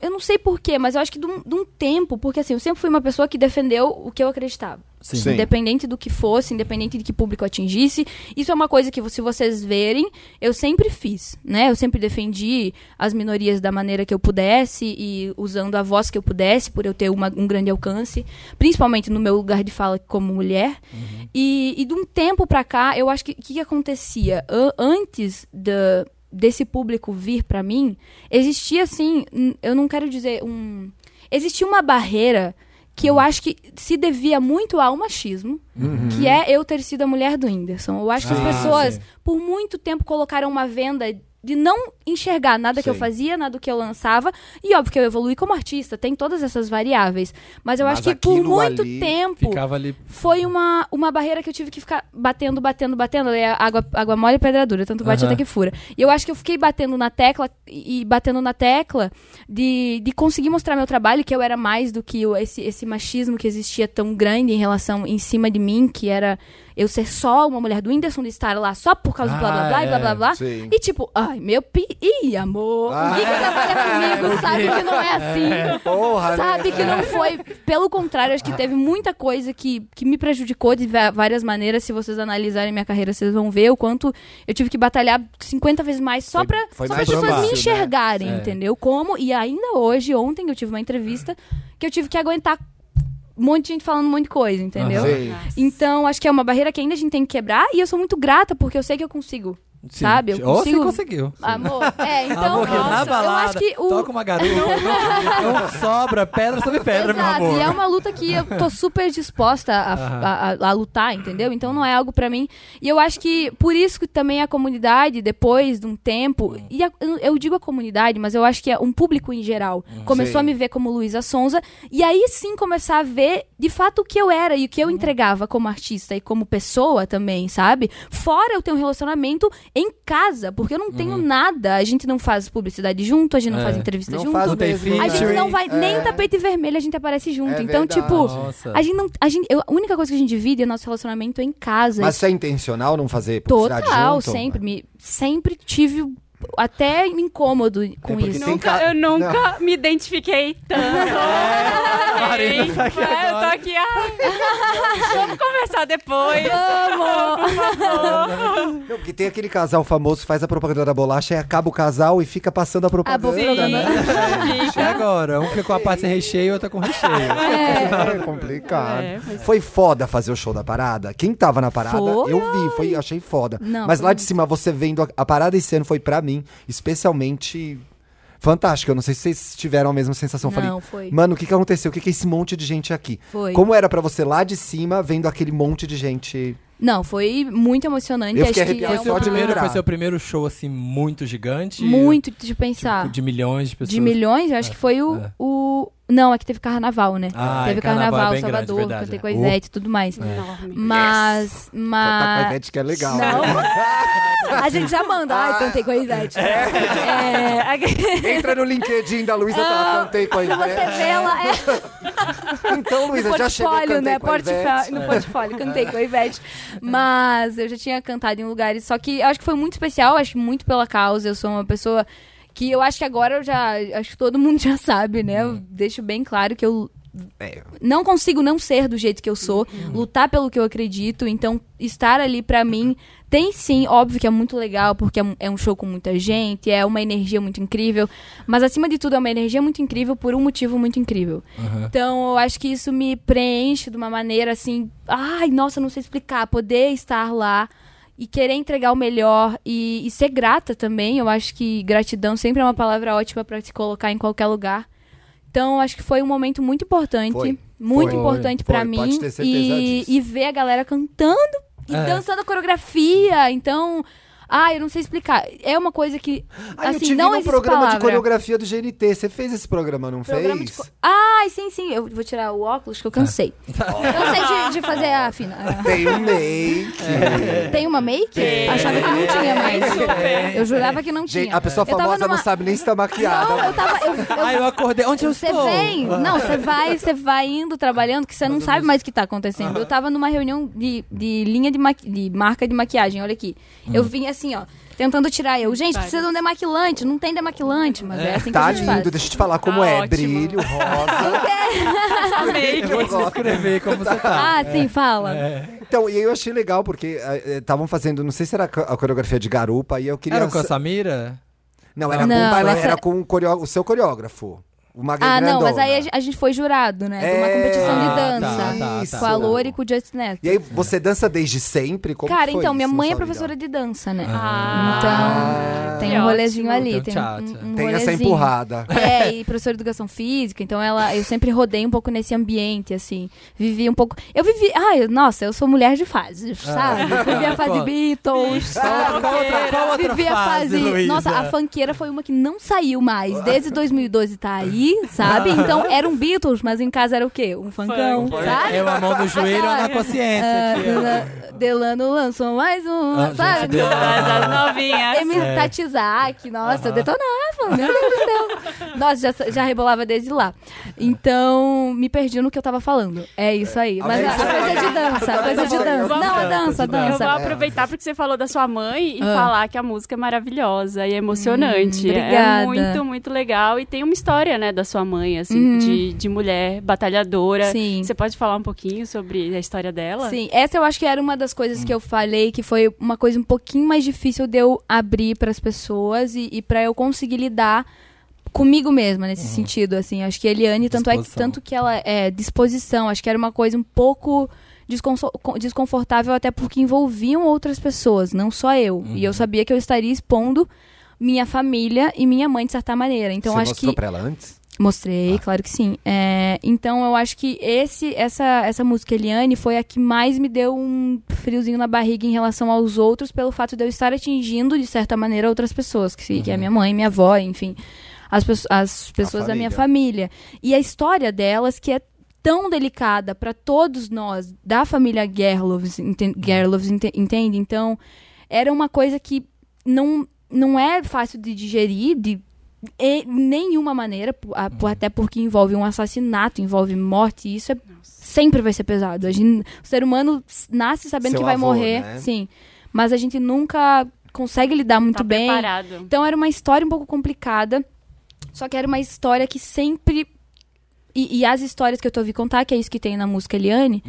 S3: eu não sei porquê, mas eu acho que de um, de um tempo, porque assim, eu sempre fui uma pessoa que defendeu o que eu acreditava.
S1: Sim.
S4: Sim.
S3: Independente do que fosse, independente de que público atingisse. Isso é uma coisa que, se vocês verem, eu sempre fiz, né? Eu sempre defendi as minorias da maneira que eu pudesse e usando a voz que eu pudesse, por eu ter uma- um grande alcance, principalmente no meu lugar de fala como mulher. E, e de um tempo pra cá, eu acho que o que, que acontecia? An- antes da- desse público vir pra mim, existia assim, hum, eu não quero dizer um. Existia uma barreira que eu acho que se devia muito ao machismo, que é eu ter sido a mulher do Whindersson. Eu acho que as
S1: Uhum. Ah,
S3: pessoas,
S1: sim.
S3: por muito tempo, colocaram uma venda de não enxergar nada que eu
S4: Sei.
S3: fazia, nada que eu lançava. E óbvio que eu evoluí como artista, tem todas essas variáveis. Mas eu
S4: Mas
S3: acho que por
S4: aquilo
S3: muito
S4: ali
S3: tempo
S1: Ficava ali.
S3: foi uma, uma barreira que eu tive que ficar batendo, batendo, batendo. É água, água mole e pedra dura, tanto bate
S1: Aham.
S3: até que fura. E eu acho que eu fiquei batendo na tecla e e batendo na tecla de, de conseguir mostrar meu trabalho, que eu era mais do que o- esse, esse machismo que existia tão grande em relação em cima de mim, que era eu ser só uma mulher do Whindersson, de estar lá só por causa do blá blá
S1: Ah,
S3: blá e blá
S1: é,
S3: blá blá.
S4: sim.
S3: E tipo, ai, meu pi. Ih, amor,
S4: Ah.
S3: ninguém que trabalha comigo sabe que não é assim.
S4: Porra, né?
S3: Sabe que não foi. Pelo contrário, acho que teve muita coisa que, que me prejudicou de va- várias maneiras. Se vocês analisarem minha carreira, vocês vão ver o quanto eu tive que batalhar 50 vezes mais só
S4: Foi-
S3: pra
S4: foi
S3: só para
S4: mais
S3: pessoas
S4: difícil,
S3: me
S4: né?
S3: enxergarem,
S1: É.
S3: entendeu? Como. E ainda hoje, ontem, eu tive uma entrevista que eu tive que aguentar um monte de gente falando um monte de coisa, entendeu?
S1: Aham.
S4: Sim.
S3: Então, acho que é uma barreira que ainda a gente tem que quebrar. E eu sou muito grata porque eu sei que eu consigo.
S1: Sim.
S3: Sabe, eu
S1: Ou
S3: consigo-
S1: você conseguiu.
S3: Amor, é, então.
S1: amor, que na
S3: nossa, eu acho
S1: balada,
S3: que o.
S1: toca uma garupa, não, não sobra pedra sobre pedra,
S3: Exato,
S1: meu amor.
S3: E é uma luta que eu tô super disposta a,
S1: Aham.
S3: a- a- a lutar, entendeu? Então não é algo pra mim. E eu acho que por isso que também a comunidade, depois de um tempo,
S1: Hum.
S3: e a- eu- eu digo a comunidade, mas eu acho que é um público em geral,
S1: Hum.
S3: começou a
S4: Sim.
S3: me ver como Luísa Sonza, e aí sim começar a ver de fato o que eu era e o que
S1: Uhum.
S3: eu entregava como artista e como pessoa também, sabe? Fora eu ter um relacionamento em casa, porque eu não tenho nada, a gente não faz publicidade junto, a gente não
S1: Uhum. É.
S3: faz entrevista
S4: Não
S3: junto.
S4: faz
S1: Não tem
S4: mesmo,
S1: feat,
S3: A
S1: Sim.
S3: gente não vai.
S4: É.
S3: Nem tapete vermelho a gente aparece junto.
S4: É
S3: então,
S4: verdade.
S3: tipo,
S1: Nossa.
S3: a gente não. A, gente, eu- a única coisa que a gente divide é nosso relacionamento em casa.
S4: Mas
S3: Isso
S4: isso é intencional não fazer publicidade
S3: Total,
S4: junto?
S3: sempre. me- sempre tive até incômodo com
S4: É porque
S3: isso.
S4: tem
S2: Nunca-
S4: ca-
S2: eu nunca me identifiquei tanto. É,
S1: Marina tá aqui
S2: eu tô
S1: agora.
S2: aqui, ai, vamos conversar depois. Vamos! Por favor.
S4: Não, porque tem aquele casal famoso que faz a propaganda da bolacha e acaba o casal e fica passando a propaganda. né?
S2: Sim,
S3: tá-
S1: E agora? Um fica com a parte sem recheio, outra com recheio.
S4: É, complicado.
S2: É, mas-
S4: Foi foda fazer o show da parada. Quem tava na parada,
S3: Foi,
S4: eu vi, foi, achei foda.
S3: Não,
S4: Mas
S3: foi
S4: lá de cima, você vendo a, a parada esse ano foi pra mim, especialmente fantástica. Eu não sei se vocês tiveram a mesma sensação. Eu Falei,
S3: Não, foi.
S4: mano, o que, que aconteceu? O que, que é esse monte de gente aqui?
S3: Foi.
S4: Como era pra você lá de cima, vendo aquele monte de gente?
S3: Não, foi muito emocionante.
S4: Eu
S3: Acho
S4: fiquei
S3: que
S4: arrepiado
S3: é
S4: só
S3: uma...
S4: de
S1: Primeiro,
S4: lembrar.
S1: foi seu primeiro show, assim, muito gigante?
S3: Muito de
S1: Tipo,
S3: pensar.
S1: de milhões de pessoas?
S3: de milhões, eu acho que foi o,
S1: é.
S3: o. Não, é que teve carnaval, né?
S1: Ah,
S3: teve
S1: é, carnaval é bem grande,
S3: Salvador,
S1: verdade,
S3: cantei
S1: é.
S3: com a Ivete e tudo mais.
S2: Enorme.
S3: Mas.
S4: Tá com a
S3: Mas.
S4: Ivete que é legal.
S3: A gente já manda.
S4: Ah.
S3: Ai, cantei com a Ivete. É, a-
S4: Entra no LinkedIn da Luísa, tá? Cantei com a
S3: Se Ah, você
S4: Ivete.
S3: vê ela, é
S4: Então,
S3: no
S4: Luísa, já chegou
S3: portfólio,
S4: cantei
S3: né?
S4: com a Ivete.
S3: Portfólio, no portfólio, cantei com a Ivete. Mas eu já tinha cantado em lugares, só que eu acho que foi muito especial, acho que muito pela causa. Eu sou uma pessoa que eu acho que agora eu já. Acho que todo mundo já sabe, né?
S4: Hum.
S3: Eu deixo bem claro que eu
S4: É,
S3: não consigo não ser do jeito que eu sou, lutar pelo que eu acredito, então estar ali pra mim tem sim, óbvio que é muito legal, porque é um- é um show com muita gente, é uma energia muito incrível, mas acima de tudo é uma energia muito incrível por um motivo muito incrível. Então eu acho que isso me preenche de uma maneira assim, ai, nossa, não sei explicar, poder estar lá e querer entregar o melhor e, e ser grata também, eu acho que gratidão sempre é uma palavra ótima pra se colocar em qualquer lugar. Então, acho que foi um momento muito importante.
S4: Foi.
S3: Muito
S4: Foi.
S3: importante
S4: Foi.
S3: pra
S4: Pode
S3: mim.
S4: ter certeza
S3: e,
S4: disso.
S3: e ver a galera cantando e
S1: É.
S3: dançando a coreografia. Então, ah, eu não sei explicar. É uma coisa que.
S4: Aí eu
S3: assim,
S4: tive
S3: não
S4: um
S3: existe
S4: programa de
S3: palavra.
S4: coreografia do GNT. Você fez esse programa, não
S3: Programa de
S4: fez?
S3: co- Ai, sim, sim. Eu vou tirar o óculos que
S4: Ah.
S3: eu cansei. Cansei de, de fazer a fina.
S4: Tem um make.
S3: a- Tem uma make? Achava que não tinha mais. Eu jurava que não
S4: Gente,
S3: tinha.
S4: a pessoa
S3: Eu tava
S4: famosa
S3: numa-
S4: não sabe nem se tá maquiada.
S3: Não, assim eu tava. eu- eu
S1: Aí Ah, eu acordei. Onde eu
S3: Você
S1: estou?
S3: vem, não, você vai, você vai indo trabalhando que você não sabe mais o que tá acontecendo. Eu tava numa reunião de, de linha de, maqui- de marca de maquiagem, olha aqui.
S4: Hum.
S3: Eu vim assim, ó, tentando tirar eu. Gente, precisa de um demaquilante, não tem demaquilante, mas é, assim que
S4: Tá
S3: a gente faz.
S4: lindo, deixa eu te falar como
S2: Tá
S4: é.
S2: ótimo.
S4: Brilho, rosa.
S2: Amei.
S1: Eu vou te descrever como você tá.
S3: Ah,
S4: É.
S3: sim, fala.
S4: então, e aí eu achei legal, porque estavam fazendo, não sei se era co- a coreografia de garupa, e eu queria.
S1: Era com a Samira?
S4: Não, era
S3: Não,
S4: com, o baila-
S3: essa-
S4: era com o, coreo- o seu coreógrafo. O Magno
S3: Ah, não, mas aí a gen- a gente foi jurado, né? De uma
S4: É,
S3: competição
S1: ah,
S3: de
S1: tá,
S3: dança.
S1: tá,
S4: isso.
S1: tá.
S3: Com a Lore e com o Just Neto.
S4: E aí, você dança desde sempre? Como
S3: Cara,
S4: foi
S3: então,
S4: isso?
S3: minha
S4: Não
S3: mãe é
S4: sabe,
S3: professora de dança, né?
S4: Ah.
S3: então, tem um
S2: Que
S3: rolezinho
S2: ótimo.
S3: ali.
S1: Tem
S3: Tem,
S1: um
S3: um,
S1: teatro.
S3: um
S4: não. Ah, Tem essa
S3: rolezinho.
S4: empurrada.
S3: É, e professora de educação física, então ela, eu sempre rodei um pouco nesse ambiente, assim. Vivi um pouco. Eu vivi. Ai, nossa, eu sou mulher de fases, sabe? Eu vivi a fase
S1: Qual-
S3: Beatles.
S1: Ah. Qual, qual outra, qual outra
S3: Vivi a
S1: fase,
S3: fase.
S1: Luísa?
S3: Nossa, a fanqueira foi uma que não saiu mais. Desde 2012 tá aí,
S1: Ah.
S3: sabe? Então era um Beatles, mas em casa era o quê? Um funkão, sabe? Ah.
S1: É uma mão no joelho ou na
S3: Aquela-
S1: consciência. aqui, ó.
S3: Ah, Delano lançou mais um,
S1: Ah, gente,
S3: sabe?
S1: Delano.
S2: As novinhas.
S3: Emily Tatizak, É, nossa, eu detonava, meu Deus do céu. Nossa, já, já rebolava desde lá. Então, me perdi no que eu tava falando. É isso aí. Mas
S4: É
S3: a,
S4: isso
S3: a coisa de dança, a coisa de dança. Não, a dança, a
S2: Eu vou
S3: dança.
S2: aproveitar porque você falou da sua mãe e
S3: é. Ah.
S2: falar que a música é maravilhosa e emocionante.
S3: Hum,
S2: é
S3: obrigada.
S2: muito, muito legal. E tem uma história, né, da sua mãe, assim, de, de mulher batalhadora.
S3: Uhum. Sim.
S2: Você pode falar um pouquinho sobre a história dela?
S3: Sim, essa eu acho que era uma das coisas que eu falei que foi uma coisa um pouquinho mais difícil de eu abrir pras pessoas e, e para eu conseguir lidar comigo mesma nesse
S4: Uhum.
S3: sentido, assim. Acho que a Eliane, tanto é que,
S1: Disposição.
S3: tanto que ela é disposição, acho que era uma coisa um pouco desconso- co- desconfortável até porque envolviam outras pessoas, não só eu. E
S4: Uhum.
S3: eu sabia que eu estaria expondo minha família e minha mãe de certa maneira. Então
S4: você
S3: acho
S4: mostrou
S3: que
S4: pra ela antes?
S3: Mostrei, claro que sim. É, então eu acho que esse, essa, essa música Eliane foi a que mais me deu um friozinho na barriga em relação aos outros, pelo fato de eu estar atingindo, de certa maneira, outras pessoas, que, se- que é minha mãe, minha avó, enfim. As, pesso- as pessoas da minha família. E a história delas, que é tão delicada para todos nós, da família Gerloves, enten- Gerloves, ente- entende? Então, era uma coisa que não, não é fácil de digerir, de e- nenhuma maneira, po- a-
S4: Hum.
S3: po- até porque envolve um assassinato, envolve morte, e isso é, sempre vai ser pesado. A gente- o ser humano s- nasce sabendo
S4: Seu
S3: que vai
S4: avô,
S3: morrer,
S4: né?
S3: sim. Mas a gente nunca consegue lidar muito
S2: tá
S3: bem.
S2: preparado.
S3: Então era uma história um pouco complicada, só que era uma história que sempre. E, e as histórias que eu tô ouvindo contar, que é isso que tem na música Eliane,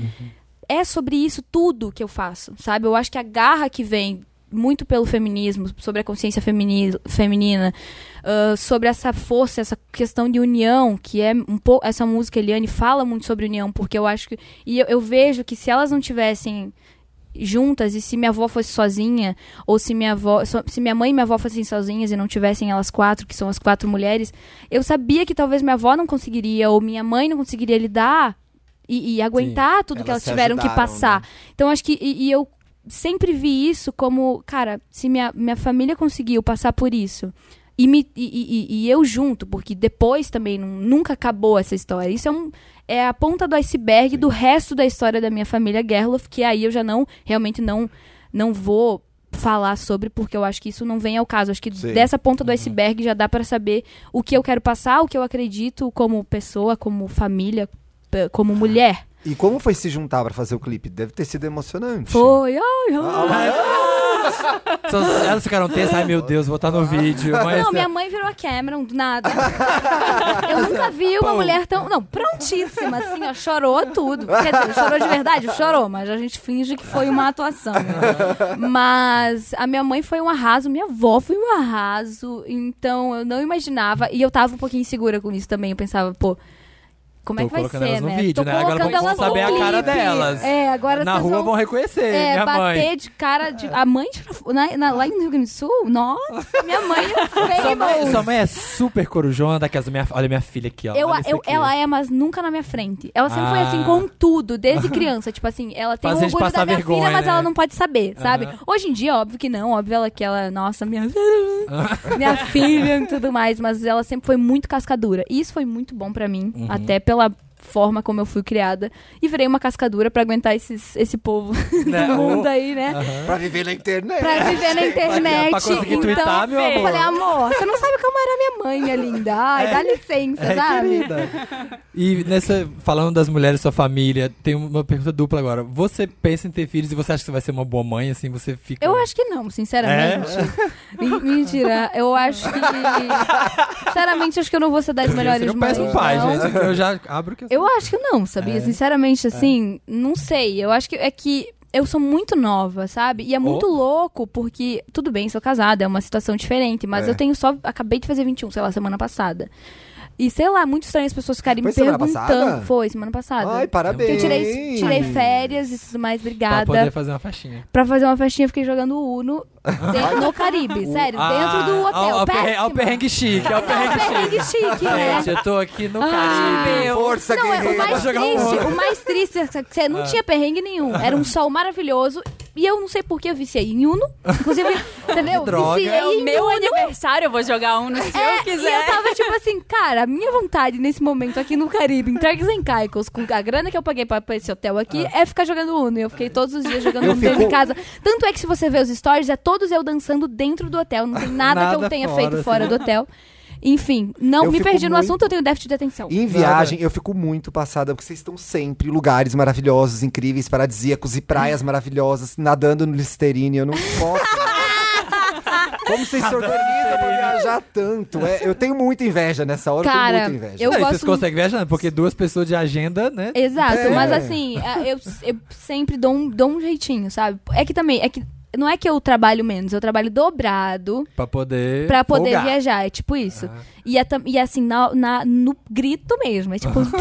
S3: é sobre isso tudo que eu faço, sabe? Eu acho que a garra que vem muito pelo feminismo, sobre a consciência femini feminina, ah, sobre essa força, essa questão de união, que é um pouco. Essa música Eliane fala muito sobre união, porque eu acho que. E eu- eu vejo que se elas não tivessem juntas e se minha avó fosse sozinha ou se minha avó so- se minha mãe e minha avó fossem sozinhas e não tivessem elas quatro que são as quatro mulheres eu sabia que talvez minha avó não conseguiria ou minha mãe não conseguiria lidar e, e aguentar tudo que
S4: elas
S3: elas
S4: se
S3: tiveram que
S4: ajudaram,
S3: passar
S4: né?
S3: então acho que e, e eu sempre vi isso como cara se minha, minha família conseguiu passar por isso e, me, e, e- e- e eu junto, porque depois também nu- nunca acabou essa história. Isso é, um, é a ponta do iceberg do resto da história da minha família Gerloff, que aí eu já não, realmente não, não vou falar sobre, porque eu acho que isso não vem ao caso. Acho que
S4: Sim.
S3: dessa ponta do iceberg já dá pra saber o que eu quero passar, o que eu acredito como pessoa, como família, p- como mulher.
S4: E como foi se juntar pra fazer o clipe? Deve ter sido emocionante.
S3: Foi, ai, ai.
S1: Só- elas ficaram tensas, ai meu Deus, vou estar no vídeo. Mas, assim,
S3: Não, minha mãe virou a Cameron, do nada. Eu nunca vi uma
S1: Pão.
S3: mulher tão. Não, prontíssima, assim, ó, chorou tudo. Quer dizer, chorou de verdade? Chorou, mas a gente finge que foi uma atuação. né? Mas a minha mãe foi um arraso, minha avó foi um arraso. Então eu não imaginava. E eu tava um pouquinho insegura com isso também. Eu pensava, pô. Como é
S1: Tô
S3: que vai
S1: colocando
S3: ser,
S1: elas no
S3: né?
S1: vídeo,
S3: Tô
S1: né? Agora vão-
S3: colocando
S1: vão
S3: elas no
S1: saber a cara
S3: clipe.
S1: delas.
S3: É, agora
S1: na
S3: vocês
S1: rua
S3: vão
S1: vão reconhecer
S3: é,
S1: minha
S3: bater
S1: mãe.
S3: de cara de. A mãe tira fo- na- na- lá no Rio Grande do Sul? Nossa, minha mãe é
S1: Sua mãe,
S3: famous.
S1: sua mãe é super corujona, daquelas minha, olha minha filha aqui, ó.
S3: Eu,
S1: olha isso
S3: eu,
S1: aqui.
S3: ela é, mas nunca na minha frente. Ela sempre foi
S1: Ah.
S3: assim com tudo, desde criança. Tipo assim, ela tem
S1: Faz
S3: o
S1: a gente
S3: orgulho
S1: passar
S3: da minha
S1: vergonha,
S3: filha, mas
S1: né?
S3: ela não pode saber, sabe?
S1: Aham.
S3: Hoje em dia, óbvio que não. Óbvio ela que ela, nossa, minha, minha filha e tudo mais. Mas ela sempre foi muito cascadura. E isso foi muito bom pra mim,
S1: Uhum.
S3: até pela forma como eu fui criada. E virei uma cascadura pra aguentar esses, esse povo
S1: Né?
S3: do mundo
S1: Ô,
S3: aí, né?
S4: Pra viver na internet.
S3: pra viver na internet.
S1: É. pra conseguir
S3: então,
S1: twittar, meu
S3: eu
S1: amor.
S3: falei, amor, você não sabe como era minha mãe, minha linda. Ai, dá licença,
S1: É,
S3: sabe?
S1: querida. E nessa, falando das mulheres da sua família, tem uma pergunta dupla agora. Você pensa em ter filhos e você acha que você vai ser uma boa mãe, assim? Você fica.
S3: Eu acho que né? não, sinceramente.
S1: É?
S3: Me- Mentira, eu acho que. Sinceramente, acho que eu não vou ser das melhores
S1: Eu
S3: mães.
S1: peço um pai,
S3: não.
S1: gente. Eu já abro que
S3: Eu acho que não, sabia?
S1: É.
S3: Sinceramente, assim, não sei. Eu acho que é que eu sou muito nova, sabe? E é muito
S1: Oh.
S3: louco, porque, tudo bem, sou casada, é uma situação diferente,
S4: É.
S3: mas eu tenho só. Acabei de fazer 21, sei lá, semana passada. E sei lá, é muito estranho as pessoas ficarem
S4: Foi
S3: me
S4: semana
S3: perguntando.
S4: passada?
S3: Foi, semana passada.
S4: Ai, parabéns.
S3: que eu tirei, tirei férias e tudo mais,
S1: Pra
S3: obrigada.
S1: poder fazer uma faixinha.
S3: Pra fazer uma festinha, eu fiquei jogando Uno dentro, no Caribe, sério, dentro do hotel.
S1: Olha Ah, o perrengue,
S3: Péssimo.
S1: ao perrengue É. chique, ao perrengue chique.
S3: Perrengue chique, né?
S1: Gente, eu tô aqui no
S3: Ah.
S1: Caribe.
S4: Força,
S3: Não, é, o
S4: guerreira.
S3: mais
S1: jogar um
S3: triste,
S1: Uno.
S3: o mais triste é que você não tinha perrengue nenhum. Era um sol maravilhoso. E eu não sei por que eu viciei em Uno. Inclusive, entendeu?
S1: droga.
S3: Viciei
S1: É o é.
S3: em
S2: Meu
S3: Uno.
S2: aniversário, eu vou jogar um no se eu
S3: E eu
S2: quiser.
S3: tava tipo assim, cara, a minha vontade nesse momento aqui no Caribe, em Turks and Caicos, com a grana que eu paguei pra, pra esse hotel aqui, é ficar jogando Uno. E eu fiquei todos os dias jogando
S4: Eu
S3: Uno dentro de
S4: fico-
S3: casa. Tanto é que se você ver os stories, é todos eu dançando dentro do hotel. Não tem nada, que
S1: Nada
S3: eu tenha
S1: fora,
S3: feito
S1: assim.
S3: fora do hotel. Enfim, não
S4: Eu
S3: me
S4: fico
S3: perdi no
S4: muito-
S3: assunto, eu tenho déficit de atenção.
S4: E Em viagem, eu fico muito passada, porque vocês estão sempre em lugares maravilhosos, incríveis, paradisíacos e praias maravilhosas, nadando no Listerine, eu não posso. Como vocês se organizam pra viajar tanto? É, eu tenho muita inveja nessa hora, eu
S3: Cara,
S4: tenho muita inveja.
S3: eu
S1: Não, e vocês
S3: gosto
S1: conseguem viajar, né? porque duas pessoas de agenda, né?
S3: Exato,
S4: É.
S3: mas assim, a- eu, eu sempre dou um, dou um jeitinho, sabe? É que também, é que não é que eu trabalho menos, eu trabalho dobrado
S1: Pra poder.
S3: pra poder
S1: folgar.
S3: viajar, é tipo isso.
S4: Ah.
S3: E, é, tam- e é assim, na, na- no grito mesmo, é tipo, não,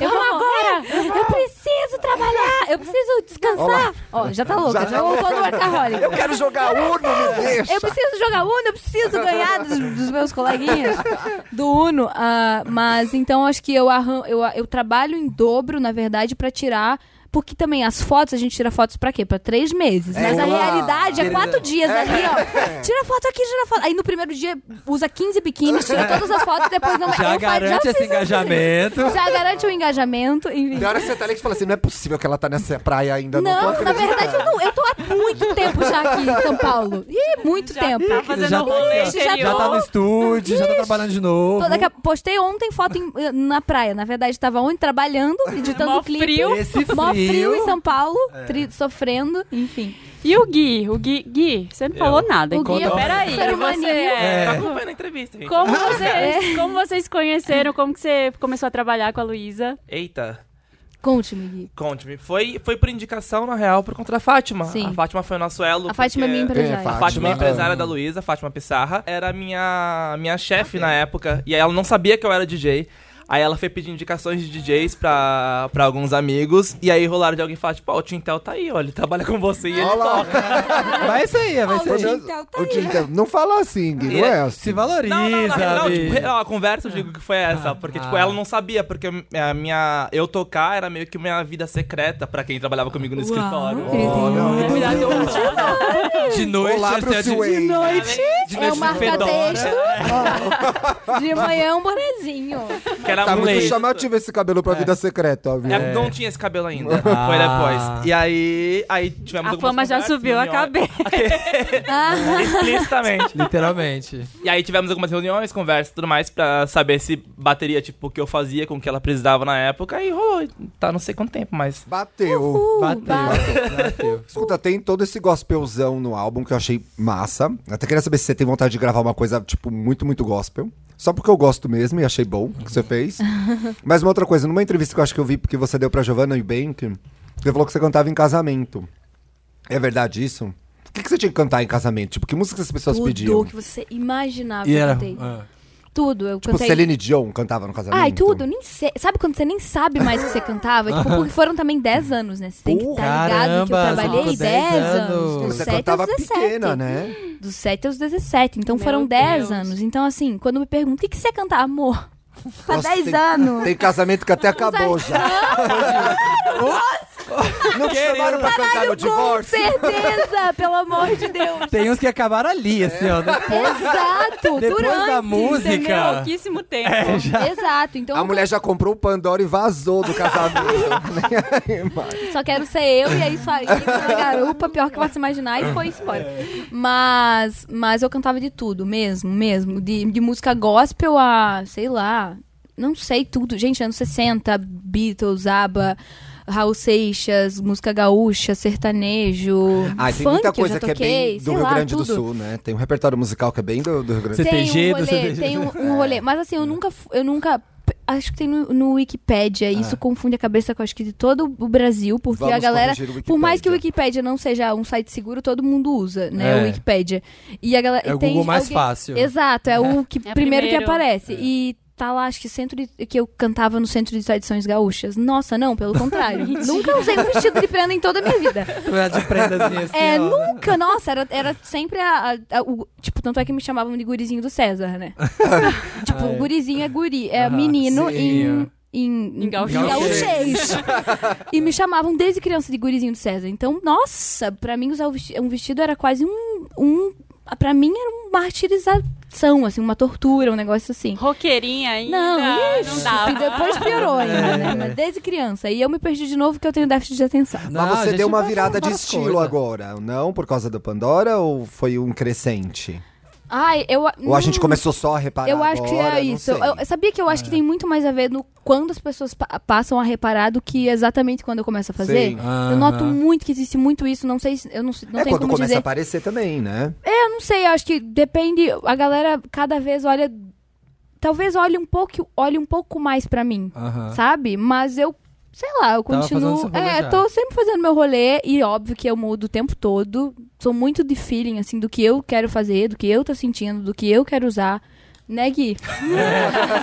S3: eu vou agora, eu preciso trabalhar, eu preciso descansar. Ó, já tá louca,
S4: Já
S3: já,
S4: tá
S3: voltou do workaholic.
S4: Eu quero jogar Uno, me deixa!
S3: Eu preciso jogar Uno, eu preciso ganhar dos, dos meus coleguinhas do Uno. Ah, mas então acho que eu, arran eu, eu trabalho em dobro, na verdade, pra tirar. Porque também as fotos, a gente tira fotos pra quê? Pra três meses.
S4: É,
S3: Mas a
S4: vamos lá.
S3: realidade é quatro dias ali, ó. Tira foto aqui, tira foto. Aí no primeiro dia usa 15 biquínis, tira todas as fotos, depois não
S1: Já
S3: eu fa-
S1: garante
S3: já
S1: esse
S3: fiz isso,
S1: engajamento.
S3: gente. Já garante o engajamento, enfim.
S4: Tem hora que você tá ali que você fala assim, não é possível que ela tá nessa praia ainda, não, tô
S3: Não, na
S4: acreditando.
S3: verdade, eu, não, eu tô há muito tempo já aqui em São Paulo. Ih, muito
S2: Já
S3: tempo.
S2: Tá fazendo
S1: já, tá
S2: rolê
S1: aqui, ó,
S2: exterior.
S1: já tá no estúdio, já tá trabalhando de novo.
S3: Tô daqui a- postei ontem foto em- eh, na praia. Na verdade, tava ontem trabalhando, editando
S2: Mó
S3: o clipe.
S2: frio.
S1: Esse
S3: Mó frio
S1: frio.
S3: em São Paulo, tri- sofrendo, enfim.
S2: E o Gui? O Gui, Gui você não
S5: Eu-
S2: falou nada.
S3: O
S2: então.
S3: Gui, é um
S1: Conta-
S3: peraí.
S2: Sério, você é-
S5: Tá acompanhando a entrevista, gente.
S1: Tá
S2: Como
S1: então.
S3: É.
S2: vocês, como vocês conheceram? Como que você começou a trabalhar com a Luísa?
S5: Eita.
S3: Conte-me, Gui.
S5: Conte-me. Foi, foi por indicação, na real, por conta da Fátima.
S3: Sim.
S5: A Fátima foi o nosso elo.
S3: A Fátima é minha
S4: porque-
S3: empresária.
S4: É,
S5: A
S4: Fátima.
S5: Fátima é
S4: Ah.
S5: empresária da Luísa, Fátima Pissarra. Era minha, minha chefe na época. E aí ela não sabia que eu era DJ. Aí ela foi pedir indicações de DJs pra, pra alguns amigos. E aí rolaram de alguém falar, tipo, ó, o Tintel tá aí, ó. Ele trabalha com você e ele
S4: Olha lá.
S5: toca.
S1: Vai isso aí, vai isso
S4: Meu
S1: aí.
S4: Deus, o Tintel- Não fala assim, Gui, não é assim.
S1: Se valoriza,
S5: Não, não, não, não,
S1: Bi.
S5: tipo, não, a conversa eu digo que foi essa, porque tipo,
S1: ah.
S5: ela não sabia, porque a minha eu tocar era meio que minha vida secreta pra quem trabalhava comigo no escritório.
S4: Olha,
S5: Cuidado, eu-
S1: De noite,
S4: Olá,
S1: às
S3: assim,
S4: Bruce
S1: sete-
S4: Wayne.
S5: Né?
S1: de
S3: É
S1: noite
S3: o
S1: no
S3: marca-texto. De manhã é um bonezinho.
S5: que era
S4: Tá
S5: um
S4: muito
S5: leite.
S4: chamativo esse cabelo
S1: É.
S4: pra vida secreta, ó, viu?
S5: É, Não tinha esse cabelo ainda. Foi
S1: Ah.
S5: depois. E aí, aí tivemos
S2: A
S5: algumas
S2: fama já
S5: conversas,
S2: subiu a
S5: reuniões-
S2: cabeça.
S5: Explicitamente.
S1: Literalmente.
S5: E aí tivemos algumas reuniões, conversas e tudo mais pra saber se bateria, tipo, o que eu fazia com o que ela precisava na época. E rolou. Tá não sei quanto tempo, mas.
S4: Bateu.
S3: Uh,
S1: Bateu, bateu.
S4: Escuta, tem todo esse gospelzão no álbum que eu achei massa. Até queria saber se você tem vontade de gravar uma coisa, tipo, muito, muito gospel. Só porque eu gosto mesmo e achei bom o que você fez. Mas uma outra coisa, numa entrevista que eu acho que eu vi que você deu pra Giovanna Eubank, você falou que você cantava em casamento. É verdade isso? O que, que você tinha que cantar em casamento? Tipo, que música as pessoas pediam?
S3: Tudo que você imaginava.
S1: E
S3: eu
S1: era.
S3: cantei.
S1: ah.
S3: Tudo. Eu
S4: Tipo,
S3: cantei.
S4: Celine então. Dion cantava no casamento?
S3: é Ai, tudo, nem sei. Sabe quando você nem sabe mais o que você cantava? tipo, porque foram também 10 anos, né? Você tem que estar ligado que eu
S1: Caramba, você
S3: trabalhei
S1: ficou
S3: 10
S1: 10
S3: anos.
S1: anos.
S3: Dos
S4: Você
S3: 7
S4: cantava
S3: aos 17.
S4: pequena, né?
S3: Dos 7 aos 17. Então
S2: Meu
S3: foram 10
S2: Deus.
S3: anos. Então, assim, quando me perguntam, o que, que você canta, amor? Há
S4: Nossa,
S3: 10
S4: tem-
S3: anos.
S4: Tem casamento que até acabou já. Não te chamaram pra cantar no
S3: Com
S4: divórcio?
S3: certeza, pelo amor de Deus.
S1: Tem uns que acabaram ali,
S3: É.
S1: assim, ó.
S3: Exato,
S1: Depois
S3: durante.
S1: da
S2: Entendeu?
S1: música.
S2: Pouquíssimo tempo.
S3: Exato, então
S4: A mulher já comprou o Pandora e vazou do casamento. Nem aí mais.
S3: só quero ser eu e é isso aí. Na garupa, pior que você imaginar, e foi spoiler. Mas, mas eu cantava de tudo, mesmo, mesmo. De, de música gospel a, sei lá, não sei tudo. Gente, anos 60, Beatles, ABBA, Raul Seixas, música gaúcha, sertanejo,
S4: Ah, tem
S3: funk
S4: muita
S3: eu
S4: coisa
S3: já
S4: que é
S3: toquei,
S4: bem do
S3: sei
S4: Rio
S3: lá,
S4: Grande
S3: tudo.
S4: do Sul, né? Tem um repertório musical que é bem do, do Rio Grande do Sul.
S1: CTG
S3: tem um
S1: do
S3: rolê,
S1: CTG.
S3: tem um, um rolê. Mas assim,
S1: É.
S3: eu nunca. fu- Eu nunca acho que tem no, no
S1: Ah.
S3: Wikipédia. e Isso confunde a cabeça com acho que de todo o Brasil, porque
S4: Vamos
S3: a galera.
S4: corrigir o
S3: Por mais que o
S4: Wikipédia.
S3: Wikipédia não seja um site seguro, todo mundo usa, né?
S1: É.
S3: O Wikipédia. E a galera.
S1: É
S3: e
S1: o
S3: tem
S1: Google mais
S3: alguém-
S1: fácil. É.
S3: Exato, é o que,
S2: É o
S3: primeiro que
S2: primeiro.
S3: aparece. E tá lá, acho que centro de- que eu cantava no centro de tradições gaúchas. Nossa, não, pelo contrário. nunca usei um vestido de prenda em toda a minha vida.
S1: De prendazinha, assim,
S3: É,
S1: ó.
S3: nunca, nossa, era, era sempre a, a- a- o- Tipo, tanto é que me chamavam de gurizinho do César, né? tipo,
S1: Ah, é.
S3: gurizinho é guri, é
S1: Aham,
S3: menino
S1: sim,
S3: em.
S2: Em
S3: Em
S2: gauchês.
S3: em gauchês. e me chamavam desde criança de gurizinho do César. Então, nossa, pra mim usar um vesti- um vestido era quase um. um pra mim era uma martirização, assim, uma tortura, um negócio assim.
S2: Roqueirinha ainda.
S3: Não, ixi,
S2: não dava.
S3: e depois piorou ainda, né? Mas desde criança. E eu me perdi de novo que eu tenho déficit de atenção.
S1: Não,
S4: Mas
S1: a
S4: você
S1: gente
S4: deu uma
S1: vai
S4: virada de
S1: várias
S4: estilo
S1: coisas.
S4: agora, não? Por causa do Pandora ou foi um crescente?
S3: Ai, eu.
S4: Ou a gente
S3: Hum.
S4: começou só a reparar
S3: Eu acho que
S4: agora?
S3: é
S4: Não
S3: isso.
S4: sei. Ah.
S3: Eu, eu sabia que eu acho que tem muito mais a ver no quando as pessoas pa- passam a reparar do que exatamente quando eu começo a fazer.
S4: Sim.
S1: Aham.
S3: Eu noto muito que existe muito isso, não sei, se- eu não, se- não
S4: é
S3: tenho
S4: quando
S3: como
S4: começa a
S3: dizer.
S4: aparecer também, né?
S3: Eu não sei, eu acho que depende, a galera cada vez olha talvez olhe um pouco, olhe um pouco mais pra mim,
S1: Aham.
S3: sabe? Mas eu Sei lá, eu
S1: Tava
S3: continuo.
S1: fazendo seu rolê
S3: É,
S1: já.
S3: tô sempre fazendo meu rolê e óbvio que eu mudo o tempo todo. Sou muito de feeling, assim, do que eu quero fazer, do que eu tô sentindo, do que eu quero usar. Né,
S1: O
S3: Gui?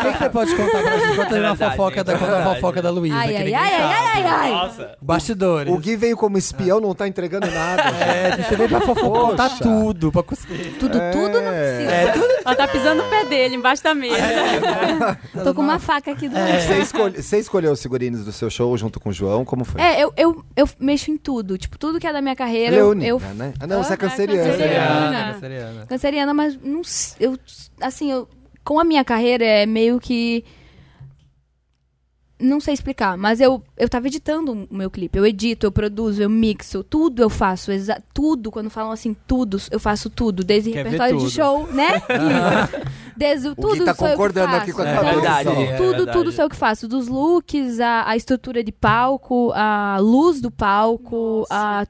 S1: que que você pode contar pra gente? Conta
S5: É
S1: uma
S5: verdade,
S1: fofoca
S5: gente,
S1: da,
S5: é
S1: conta uma
S5: verdade.
S1: fofoca da Luísa.
S3: Ai,
S1: que
S3: ai,
S1: ninguém
S3: ai,
S1: sabe.
S3: ai, ai, ai.
S5: Nossa.
S1: Bastidores.
S4: O Gui veio como espião, não tá entregando nada.
S1: É, você veio pra fofoca, contar
S4: Poxa.
S1: tudo. Pra... cuspir.
S3: Tudo, tudo não precisa.
S1: É, tudo
S2: Ela tá pisando o pé dele embaixo da
S3: É.
S2: mesa.
S3: Tô com uma faca aqui do
S4: Você, escolhe- você escolheu os figurinos do seu show junto com o João? Como foi?
S3: É, eu, eu, eu mexo em tudo. Tipo, tudo que é da minha carreira. eu-
S4: Leonina,
S3: eu,
S4: né? Ah, não, você é
S2: Ah,
S4: canceriana.
S2: canceriana.
S1: Seriana, seriana.
S3: Canceriana, mas não. s- Eu. Assim, eu. Com a minha carreira é meio que. Não sei explicar, mas eu, eu tava editando o meu clipe. Eu edito, eu produzo, eu mixo, tudo eu faço. exa- tudo, quando falam assim, tudo, eu faço tudo. Desde
S1: Quer ver
S3: repertório de
S1: tudo.
S3: show, né? Gui? Desde o
S4: Gui
S3: tudo.
S4: tá
S3: sou eu que
S4: concordando aqui
S3: faço.
S4: com a
S1: É
S4: cabeça.
S5: verdade.
S4: ó.
S1: É
S3: Tudo,
S5: verdade.
S3: tudo sou eu que faço. Dos looks, a, a estrutura de palco, a luz do palco, a.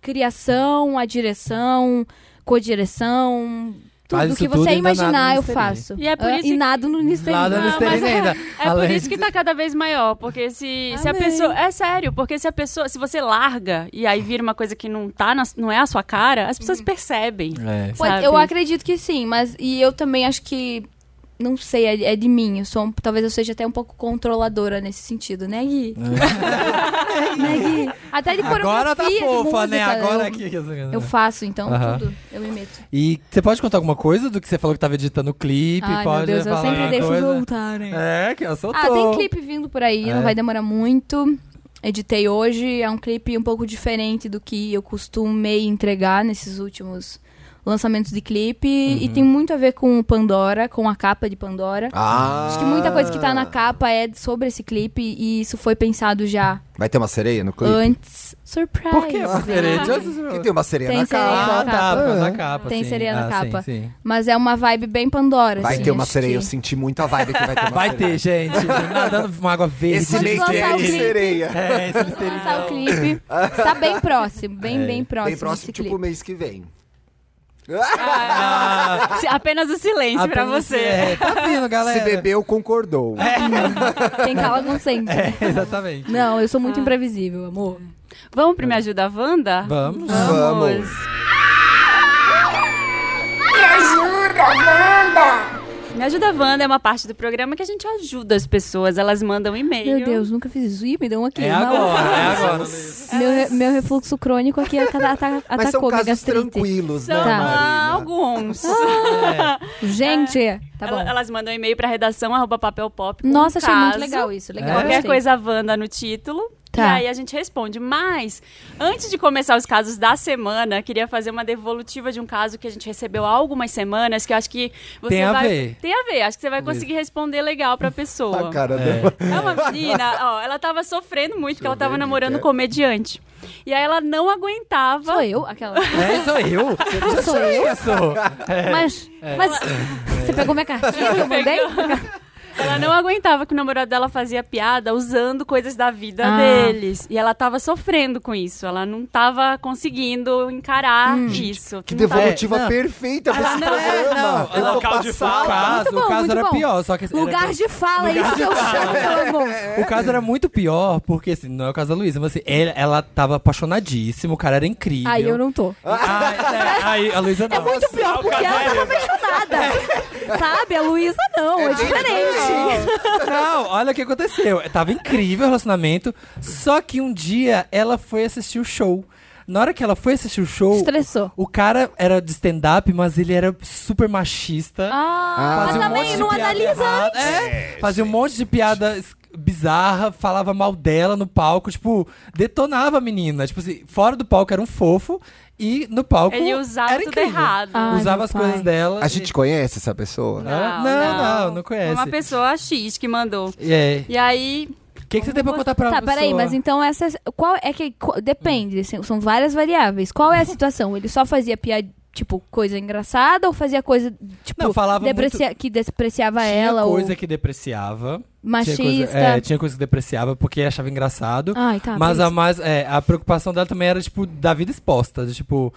S3: criação, a direção, codireção, tudo
S1: Faz
S3: o
S1: isso
S3: que
S1: tudo
S3: você
S1: e ainda nada
S3: imaginar
S1: no
S3: eu
S1: Listerine.
S3: faço.
S2: E é por
S3: Ah,
S2: isso
S3: e
S2: que-
S3: nada no Ah, Listerine.
S1: Nada no
S2: Não, mas
S1: Listerine
S2: é-
S1: ainda.
S2: É por
S1: Além
S2: isso que tá cada vez maior, porque se, se a
S3: Amei.
S2: pessoa. É sério, porque se a pessoa. Se você larga e aí vira uma coisa que não, tá na- não é a sua cara, as
S3: Uhum.
S2: pessoas percebem.
S1: É.
S3: Pode-
S2: sabe?
S3: eu acredito que sim, mas e eu também acho que não sei, é, é de mim. Eu sou, um- talvez eu seja até um pouco controladora nesse sentido, né, Gui? né, Gui? Até de
S1: É. Agora tá
S3: coreografia, de
S1: fofa, né?
S3: música,
S1: Agora
S3: eu,
S1: aqui.
S3: Eu faço, então,
S1: Aham.
S3: tudo. Eu me meto.
S1: E você pode contar alguma coisa do que você falou que tava editando o clipe?
S3: Ai,
S1: pode
S3: meu Deus, eu
S1: falar
S3: sempre
S1: alguma
S3: deixo
S1: coisa?
S3: voltarem.
S1: É, que eu sou
S3: Ah, tem clipe vindo por aí,
S1: É.
S3: não vai demorar muito. Editei hoje, é um clipe um pouco diferente do que eu costumei entregar nesses últimos lançamentos de clipe.
S4: Uhum.
S3: E tem muito a ver com o Pandora, com a capa de Pandora.
S4: Ah.
S3: Acho que muita coisa que tá na capa é sobre esse clipe e isso foi pensado já
S4: Vai ter uma sereia no
S3: Ah.
S4: clipe? é
S3: antes. Surprise!
S1: Por quê? Uma sereia de-
S4: Que tem uma sereia
S3: Tem
S4: na
S3: sereia
S4: capa.
S1: Ah, tá,
S3: na capa.
S1: por causa da capa.
S3: Tem
S1: sim.
S3: sereia na
S1: Ah,
S3: capa.
S1: Sim, sim.
S3: Mas é uma vibe bem Pandora.
S4: Vai
S3: assim,
S4: ter uma
S3: acho
S4: sereia, eu
S3: que...
S4: senti muito a vibe que vai ter uma
S1: Vai
S4: sereia.
S1: ter, gente. Nadando uma água verde.
S4: Esse
S3: Pode
S4: mês
S3: lançar
S4: tem
S3: o clipe.
S4: sereia.
S1: É, esse
S3: Vou
S1: Listerine.
S3: lançar o clipe. Está bem próximo, bem,
S1: É.
S3: bem próximo.
S4: assim. Bem próximo,
S3: esse
S4: tipo,
S3: clipe.
S4: mês que vem.
S1: Ah,
S2: Se- Apenas o silêncio pra
S1: apenas-
S2: você.
S1: É, tá vindo, galera.
S4: Se bebeu, concordou.
S3: Quem cala consente.
S1: É, exatamente.
S3: Não, eu sou muito imprevisível, amor.
S2: Vamos pro Me Ajuda Wanda?
S1: Vamos.
S4: Vamos.
S6: Me ajuda, Wanda!
S2: Me Ajuda Wanda é uma parte do programa que a gente ajuda as pessoas, elas mandam e-mail.
S3: Meu Deus, nunca fiz isso. Ih, me deu um aqui.
S1: É
S3: uma-
S1: agora, é agora.
S3: Meu, re- meu refluxo crônico aqui ata- ata-
S4: Mas são
S3: atacou minha
S4: casos
S3: gastrite.
S4: tranquilos,
S2: São
S4: né,
S3: Tá.
S2: ah,
S4: Marina?
S2: alguns.
S3: Gente, tá bom.
S2: Ela- Elas mandam e-mail pra redação arroba papelpop. com
S3: Nossa,
S2: um
S3: achei muito
S2: caso.
S3: legal isso. Legal.
S1: É.
S2: Qualquer
S3: gostei.
S2: coisa Wanda no título. E
S3: Tá.
S2: aí a gente responde. Mas, antes de começar os casos da semana, queria fazer uma devolutiva de um caso que a gente recebeu há algumas semanas, que eu acho que você
S1: Tem a
S2: vai.
S1: ver.
S2: Tem a ver, acho que você vai conseguir responder legal pra pessoa.
S4: A Tá, cara dela.
S2: É uma menina, ó, ela tava sofrendo muito, porque ela tava
S4: ver
S2: namorando
S4: aqui.
S2: um comediante. E aí ela não aguentava.
S3: Sou eu, aquela.
S1: É, sou eu. Já
S3: Sou eu?
S1: Isso. É.
S3: Mas, mas você pegou minha cartinha que eu mandei?
S2: Ela não aguentava que o namorado dela fazia piada usando coisas da vida
S3: Ah.
S2: deles. E ela tava sofrendo com isso. Ela não tava conseguindo encarar
S3: Hum.
S2: isso.
S4: Que
S2: Não tava-
S4: devolutiva
S1: É, não. é,
S4: perfeita pra esse programa.
S1: ela- um
S4: Eu tô
S5: Caldo de
S1: O
S5: fala.
S4: passada.
S1: caso,
S3: bom,
S1: o caso
S3: muito
S1: era
S3: bom.
S1: pior, só que era-
S3: Lugar de fala, isso que eu chamo, meu amor.
S1: O caso era muito pior, porque assim, não é o caso da Luísa, mas assim, ela, ela tava apaixonadíssima, o cara era incrível.
S3: Aí eu não tô.
S1: Ai, é, aí a Luísa não.
S3: É muito pior porque ela tava apaixonada. Sabe? A Luísa não, é diferente.
S1: Não, olha o que aconteceu. Tava incrível o relacionamento, só que um dia ela foi assistir o show. Na hora que ela foi assistir o show,
S3: Estressou.
S1: o cara era de stand-up, mas ele era super machista.
S3: Ah,
S1: Fazia
S3: mas
S1: um monte
S3: também
S1: de
S3: não
S1: piada
S3: analisa
S1: errada. É, fazia um monte de piada es- bizarra, falava mal dela no palco, tipo, detonava a menina. Tipo assim, fora do palco era um fofo e no palco.
S2: Ele usava
S1: era
S2: tudo
S1: incrível.
S2: errado.
S3: Ai,
S1: usava
S3: meu
S1: as
S3: pai.
S1: coisas dela.
S4: A gente conhece essa pessoa?
S1: Hã? Não, não, não, conhece.
S2: Uma pessoa X que mandou.
S1: E aí?
S2: E aí,
S1: O é. que, que você tem pra contar pra
S3: Tá,
S1: pessoa?
S3: peraí, mas então essa. Qual é que. qu- Depende, assim, são várias variáveis. Qual é a situação? Ele só fazia piada, tipo, coisa engraçada ou fazia coisa, tipo,
S1: Não, falava
S3: deprecia- que despreciava ela
S1: Tinha coisa
S3: ou
S1: que depreciava.
S3: machista?
S1: Tinha coisa, é, tinha coisa que depreciava porque achava engraçado.
S3: Ai, tá.
S1: mas a
S3: beleza.
S1: mais, é, a preocupação dela também era, tipo, da vida exposta. de, tipo,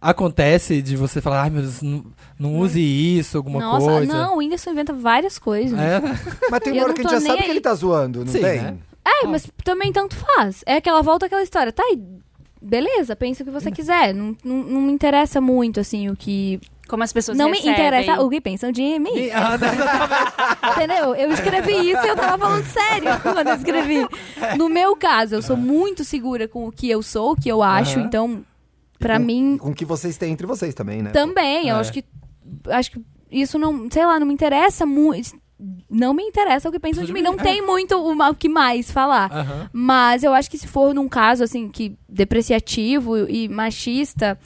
S1: acontece de você falar, ai meu Deus, não, não use isso, alguma
S3: é? Nossa,
S1: coisa.
S3: não, o Whindersson inventa várias coisas. É,
S1: É,
S4: Mas tem
S3: Eu
S4: uma hora
S3: não
S4: que a gente
S3: tô
S4: já
S3: nem
S4: sabe que
S3: aí.
S4: ele tá zoando, não
S1: Sim,
S4: tem?
S1: né?
S3: mas também tanto faz. É aquela volta àquela história. Tá, e beleza, pensa o que você quiser. Não, não, não me interessa muito, assim, o que.
S2: como as pessoas
S3: não
S2: recebem.
S3: me interessa o que pensam de mim.
S1: Ah, não,
S3: Entendeu? Eu escrevi isso e eu tava falando sério quando eu escrevi. No meu caso, eu sou muito segura com o que eu sou, o que eu acho,
S1: Aham. Uhum.
S3: então, pra
S4: Com-
S3: mim,
S4: Com o que vocês têm entre vocês também, né?
S3: também. Eu
S1: É.
S3: acho que. Acho que isso não. Sei lá, não me interessa muito. Não me interessa o que pensam de mim. Não
S1: É.
S3: tem muito o ma- o que mais falar.
S1: Aham.
S3: Mas eu acho que se for num caso, assim, que depreciativo e machista,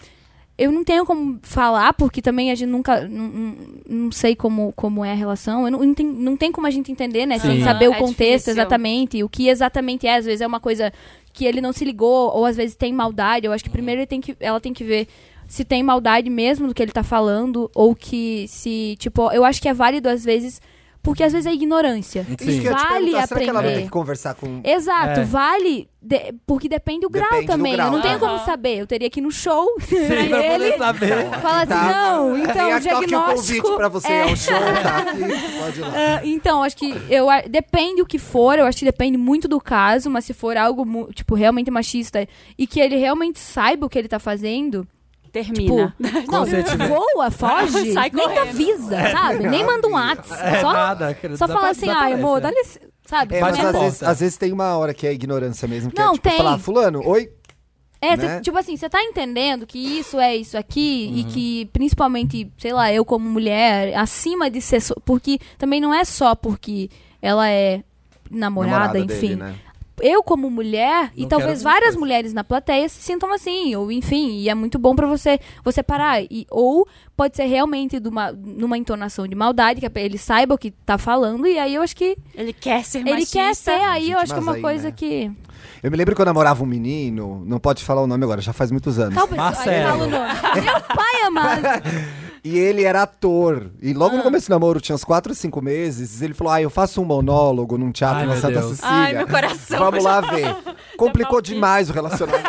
S3: eu não tenho como falar, porque também a gente nunca. Não, não- não sei como, como é a relação. Eu não, não, tem, não tem como a gente entender, né? Sem
S1: Sim.
S3: saber o
S2: É
S3: contexto
S2: difícil.
S3: exatamente, o que exatamente é. Às vezes é uma coisa que ele não se ligou, ou às vezes tem maldade. Eu
S1: Uhum.
S3: acho que primeiro ele tem que, ela tem que ver se tem maldade mesmo do que ele tá falando, ou que se, tipo, eu acho que é válido às vezes Porque às vezes é ignorância.
S1: Sim.
S4: que eu ia te
S3: Vale
S4: perguntar, Será que
S2: É.
S4: ela vai ter
S3: aprender. Então,
S4: que conversar com...
S3: Exato,
S1: É.
S3: vale. de- porque depende do grau
S4: Depende do
S3: também.
S4: grau,
S3: eu não tenho
S4: né?
S3: como saber. Eu teria que ir no show pra
S1: Sim, pra poder
S3: ele.
S1: saber.
S3: Fala assim,
S4: Tá.
S3: não, então,
S4: Tem aqui,
S3: o
S4: ó, aqui o
S3: diagnóstico.
S4: convite pra você,
S3: é-
S4: é um show, tá aqui, pode ir lá.
S3: Ah, então, acho que eu a- depende o que for, eu acho que depende muito do caso, mas se for algo mu- tipo realmente machista e que ele realmente saiba o que ele tá fazendo, tipo,
S2: Termina.
S3: não,
S1: você tiver-
S3: voa, foge,
S2: Sai
S3: nem
S2: correndo.
S3: avisa,
S4: É
S3: sabe? Nem manda um WhatsApp,
S1: É
S3: só
S1: nada. querido,
S3: só
S1: dá
S3: fala
S1: pra-
S3: assim,
S1: dá pra
S3: ai,
S1: essa."
S3: amor, dá licença, sabe?
S4: né?" É, mas
S1: Não
S4: às
S1: importa.
S4: vezes, às vezes tem uma hora que é ignorância mesmo, que é
S3: Não,
S4: tipo
S3: tem.
S4: falar, fulano, oi,
S3: É,
S4: né? Uhum.
S3: cê- tipo assim, você tá entendendo que isso é isso aqui e que principalmente, sei lá, eu como mulher, acima de ser. so- Porque também não é só porque ela é namorada,
S4: namorada
S3: enfim.
S4: dele, né?
S3: Eu como mulher e
S1: Não quero
S3: talvez
S1: essas
S3: várias
S1: coisas.
S3: mulheres na plateia se sintam assim, ou enfim, e é muito bom pra você você parar e ou pode ser realmente de uma- numa entonação de maldade que a pe- ele saiba o que tá falando e aí eu acho que
S2: Ele quer ser
S3: ele
S2: É machista.
S3: quer ser aí, eu
S4: Gente,
S3: acho que é
S4: mas
S3: uma
S4: aí,
S3: coisa
S4: né?
S3: que
S4: Eu me lembro que eu namorava um menino, não pode falar o nome agora, já faz muitos anos.
S3: talvez aí
S1: Marcelo.
S3: fala o nome. Meu pai amado.
S4: E ele era ator. E logo
S3: Ah.
S4: no começo do namoro, tinha uns 4 ou 5 meses, ele falou: Ah, eu faço um monólogo num teatro
S1: Ai,
S4: na
S1: meu
S4: Santa
S1: Deus.
S4: Cecília.
S2: Ai, meu coração.
S4: Vamos lá ver. Complicou
S2: palpite.
S4: demais o relacionamento.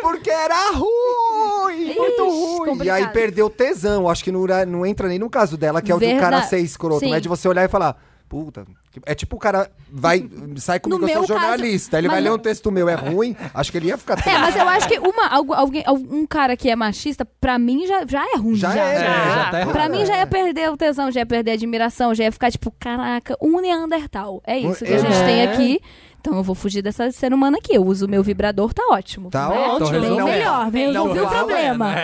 S4: Porque era ruim, muito ruim. E aí
S3: complicado.
S4: perdeu o tesão. Acho que não, era- não entra nem no caso dela, que é o de o cara
S3: Verdade.
S4: ser escroto.
S3: Sim.
S4: Não é de você olhar e falar. Puta, que- é tipo o cara vai, sai comigo, eu
S3: meu
S4: sou
S3: caso-
S4: jornalista. ele
S3: mas
S4: vai ler
S3: não-
S4: um texto meu, é ruim. Acho que ele ia ficar triste.
S3: É, mas eu acho que uma, algu- alguém, um cara que é machista, pra mim já, já é ruim.
S4: Já, é,
S1: já.
S4: já tá
S1: Pra
S4: errado.
S3: Pra mim já ia perder o tesão, já ia perder a admiração, já ia ficar tipo, caraca, um Neandertal. É isso que a gente
S4: É.
S3: tem aqui. Então eu vou fugir dessa ser humano aquaqui. Eu uso o meu vibrador, tá ótimo.
S4: Tá
S3: Né?
S4: ótimo.
S3: Bem
S1: Não é.
S3: melhor, bem
S4: Não
S3: resolvi o
S4: fala,
S3: problema.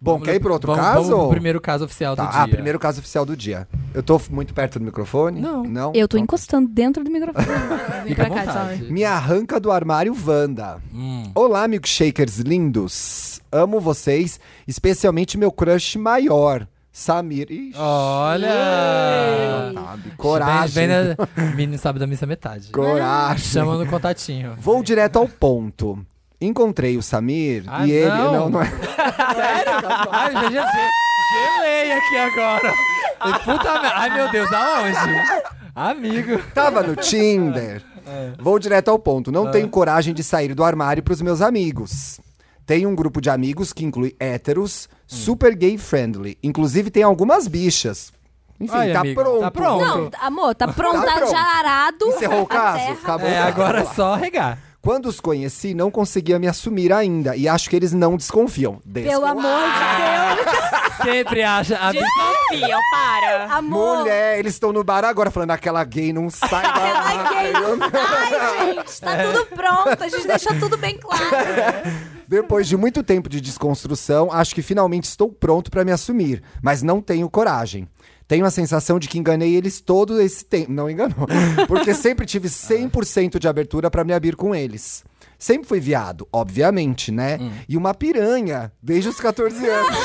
S4: Bom,
S1: Vamos-
S4: quer ir pro outro
S1: vamos-
S4: caso?
S1: Vamos pro primeiro caso oficial
S4: Tá,
S1: do dia.
S4: ah, primeiro caso oficial do dia. Eu tô f- muito perto do microfone? Não. Não?
S3: Eu tô
S4: Então,
S3: encostando dentro do microfone. Vim
S1: Fica
S3: pra
S1: à
S3: cá, sorry.
S1: vontade.
S4: Me arranca do armário, Wanda.
S1: Hum.
S4: Olá, milkshakers lindos. Amo vocês, especialmente meu crush maior, Samir. Ixi,
S1: Olha!
S4: sabe, coragem.
S1: Ah. Vem, vem na... Menino sabe da missa metade.
S4: Coragem.
S1: Chama no contatinho.
S4: Vou direto ao ponto. Encontrei o Samir
S1: Ah,
S4: e ele.
S1: não.
S4: Não, não é.
S1: Ai, Ah, já, já, já- gelei aqui agora. Puta merda. Ai, meu Deus, aonde? Amigo.
S4: Tava no Tinder. Vou direto ao ponto. Não tenho coragem de sair do armário pros meus amigos. Tenho um grupo de amigos que inclui héteros, super gay friendly. Inclusive tem algumas bichas. Enfim,
S1: Ai,
S4: tá,
S1: amigo,
S4: pronto.
S1: tá pronto.
S3: Não, amor, tá pronto,
S4: Tá
S3: tá
S4: pronto.
S3: já arado.
S4: Encerrou o
S3: a
S4: caso?
S3: terra.
S4: Acabou. o
S1: É,
S4: caso.
S1: agora é só regar.
S4: Quando os conheci, não conseguia me assumir ainda. E acho que eles não desconfiam.
S3: Pelo
S4: Desconfiam.
S3: amor
S4: Ah,
S3: de Deus.
S1: Sempre acha. A...
S2: Desconfia, para.
S3: Amor.
S4: Mulher, eles estão no bar agora falando aquela gay não sai da
S3: Ai,
S4: armário."
S3: gente, ai, gente, tá tudo pronto, a gente deixa tudo bem claro.
S4: Depois de muito tempo de desconstrução, acho que finalmente estou pronto para me assumir, mas não tenho coragem. Tenho a sensação de que enganei eles todo esse tempo. Não enganou. Porque sempre tive 100% de abertura para me abrir com eles. Sempre fui viado, obviamente, né? E uma piranha, desde os 14 anos.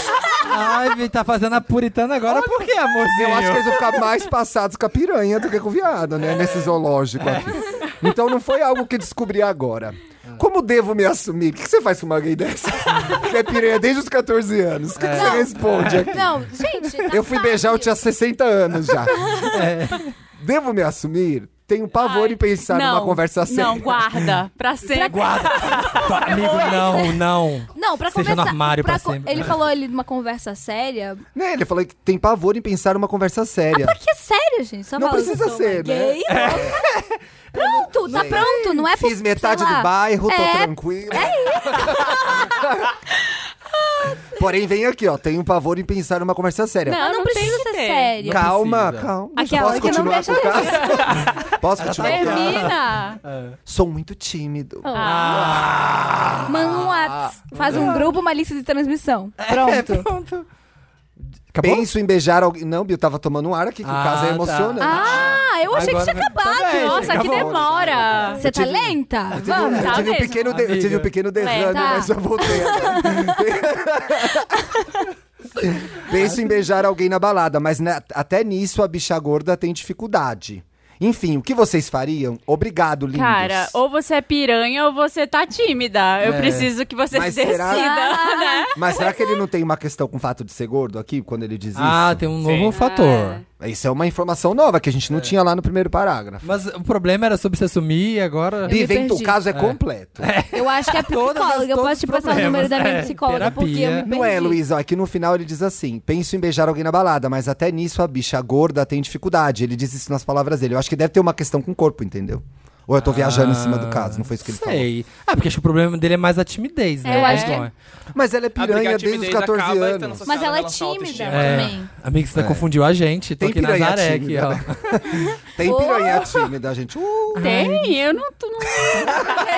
S1: Ai, Vi, tá fazendo a puritana agora por quê, amorzinho?
S4: Eu acho que eles vão ficar mais passados com a piranha do que com o viado, né? Nesse zoológico aqui. Então não foi algo que descobri agora. Como devo me assumir? O que você faz com uma gay dessa? Que é piranha desde os 14 anos. O que, que você responde aqui?
S3: Não, gente, tá
S4: Eu fui beijar, eu tinha 60 anos já. Devo me assumir? Tenho pavor em
S1: Tá
S4: pensar
S2: não,
S4: numa conversa séria.
S2: Não, guarda. Pra sempre.
S1: Guarda. Tô- Amigo, não, não.
S3: Não, pra
S1: Seja
S3: começar.
S1: no armário pra né?
S3: co-
S1: sempre.
S3: Ele falou ali de uma conversa séria.
S4: Né, ele falou que tem pavor em pensar numa conversa séria.
S3: Que é séria, gente. Só
S4: Não
S3: fala,
S4: precisa
S3: sou
S4: ser, né?" É.
S3: uma gay. Pronto, tá pronto. Não é por-
S4: Fiz metade
S3: sei lá.
S4: do bairro, tô
S3: É.
S4: tranquilo. É isso. Porém, vem aqui, ó. Tenho pavor em pensar numa conversa séria.
S3: Não, não,
S2: Não tem
S3: precisa
S2: que
S3: ser
S2: ter.
S3: séria.
S4: Calma,
S1: precisa. tá
S4: calma.
S3: Aquela
S4: Posso
S3: que não
S4: continuar
S3: deixa
S4: com o caso? Posso continuar com o caso?
S2: Termina. Ah.
S4: Sou muito tímido.
S1: Ah.
S3: Manda um WhatsApp. Ah. Faz
S4: Ah.
S3: um grupo, uma lista de transmissão. Pronto.
S1: É, Pronto. Acabou?
S4: Penso em beijar alguém. Não, Bill, tava tomando ar aqui, que o
S1: Ah,
S4: caso é
S1: tá.
S4: emocionante.
S3: Ah, eu achei
S1: Agora
S3: que tinha
S1: vai-
S3: acabado.
S1: Também,
S2: Nossa, que
S1: acabou.
S2: demora.
S3: Você tá lenta? Vamos.
S4: Eu
S2: Tá
S4: tive, um
S2: mesmo.
S4: pequeno de- eu tive um
S1: Amiga.
S4: pequeno derrame,
S2: Ué,
S3: tá.
S4: mas já voltei. Penso em beijar alguém na balada, mas na- até nisso a bicha gorda tem dificuldade. Enfim, o que vocês fariam? Obrigado, lindos.
S2: Cara, ou você é piranha ou você tá tímida. Eu
S1: É.
S2: preciso que você
S4: Mas
S2: se decida,
S4: será-
S3: Ah.
S2: né?
S4: Mas será que ele não tem uma questão com o fato de ser gordo aqui, quando ele diz
S1: Ah, tem um novo
S5: Sim.
S3: Ah,
S1: fator.
S4: isso? Isso é uma informação nova que a
S1: É.
S4: gente não tinha lá no primeiro parágrafo.
S1: Mas o problema era sobre se assumir e agora.
S4: Bi, vem, tu-
S3: perdi.
S4: o caso é, completo.
S3: Eu acho que é
S1: Todas as-
S3: psicóloga. Eu
S1: todos
S3: posso te
S1: os
S3: passar o número da minha
S1: problemas. É,
S3: psicóloga, porque eu me
S1: terapia.
S3: perdi.
S4: Não é, Luiz? Ó, É que no final ele diz assim: penso em beijar alguém na balada, mas até nisso a bicha gorda tem dificuldade. Ele diz isso nas palavras dele. Eu acho que deve ter uma questão com o corpo, entendeu? Ou eu tô viajando em cima do caso, não foi isso que ele falou.
S1: Sei. Ah, porque acho que o problema dele é mais a timidez, né?
S3: eu acho
S1: Não é.
S4: Mas ela é
S5: A briga,
S4: piranha
S5: a
S4: desde os
S5: timidez
S4: 14
S5: acaba
S1: então
S5: e tá
S4: anos.
S5: no social,
S3: Mas ela é
S5: lança a
S3: tímida
S5: autoestima.
S3: também.
S1: Amiga, você tá confundiu a gente. Tô
S4: É. Tem
S1: aqui na
S4: piranha
S1: Zaré, aqui,
S4: tímida,
S1: ó.
S4: né?
S1: Oh!
S4: Tem piranha tímida, gente. Uh!
S2: Tem, eu não, tô- não,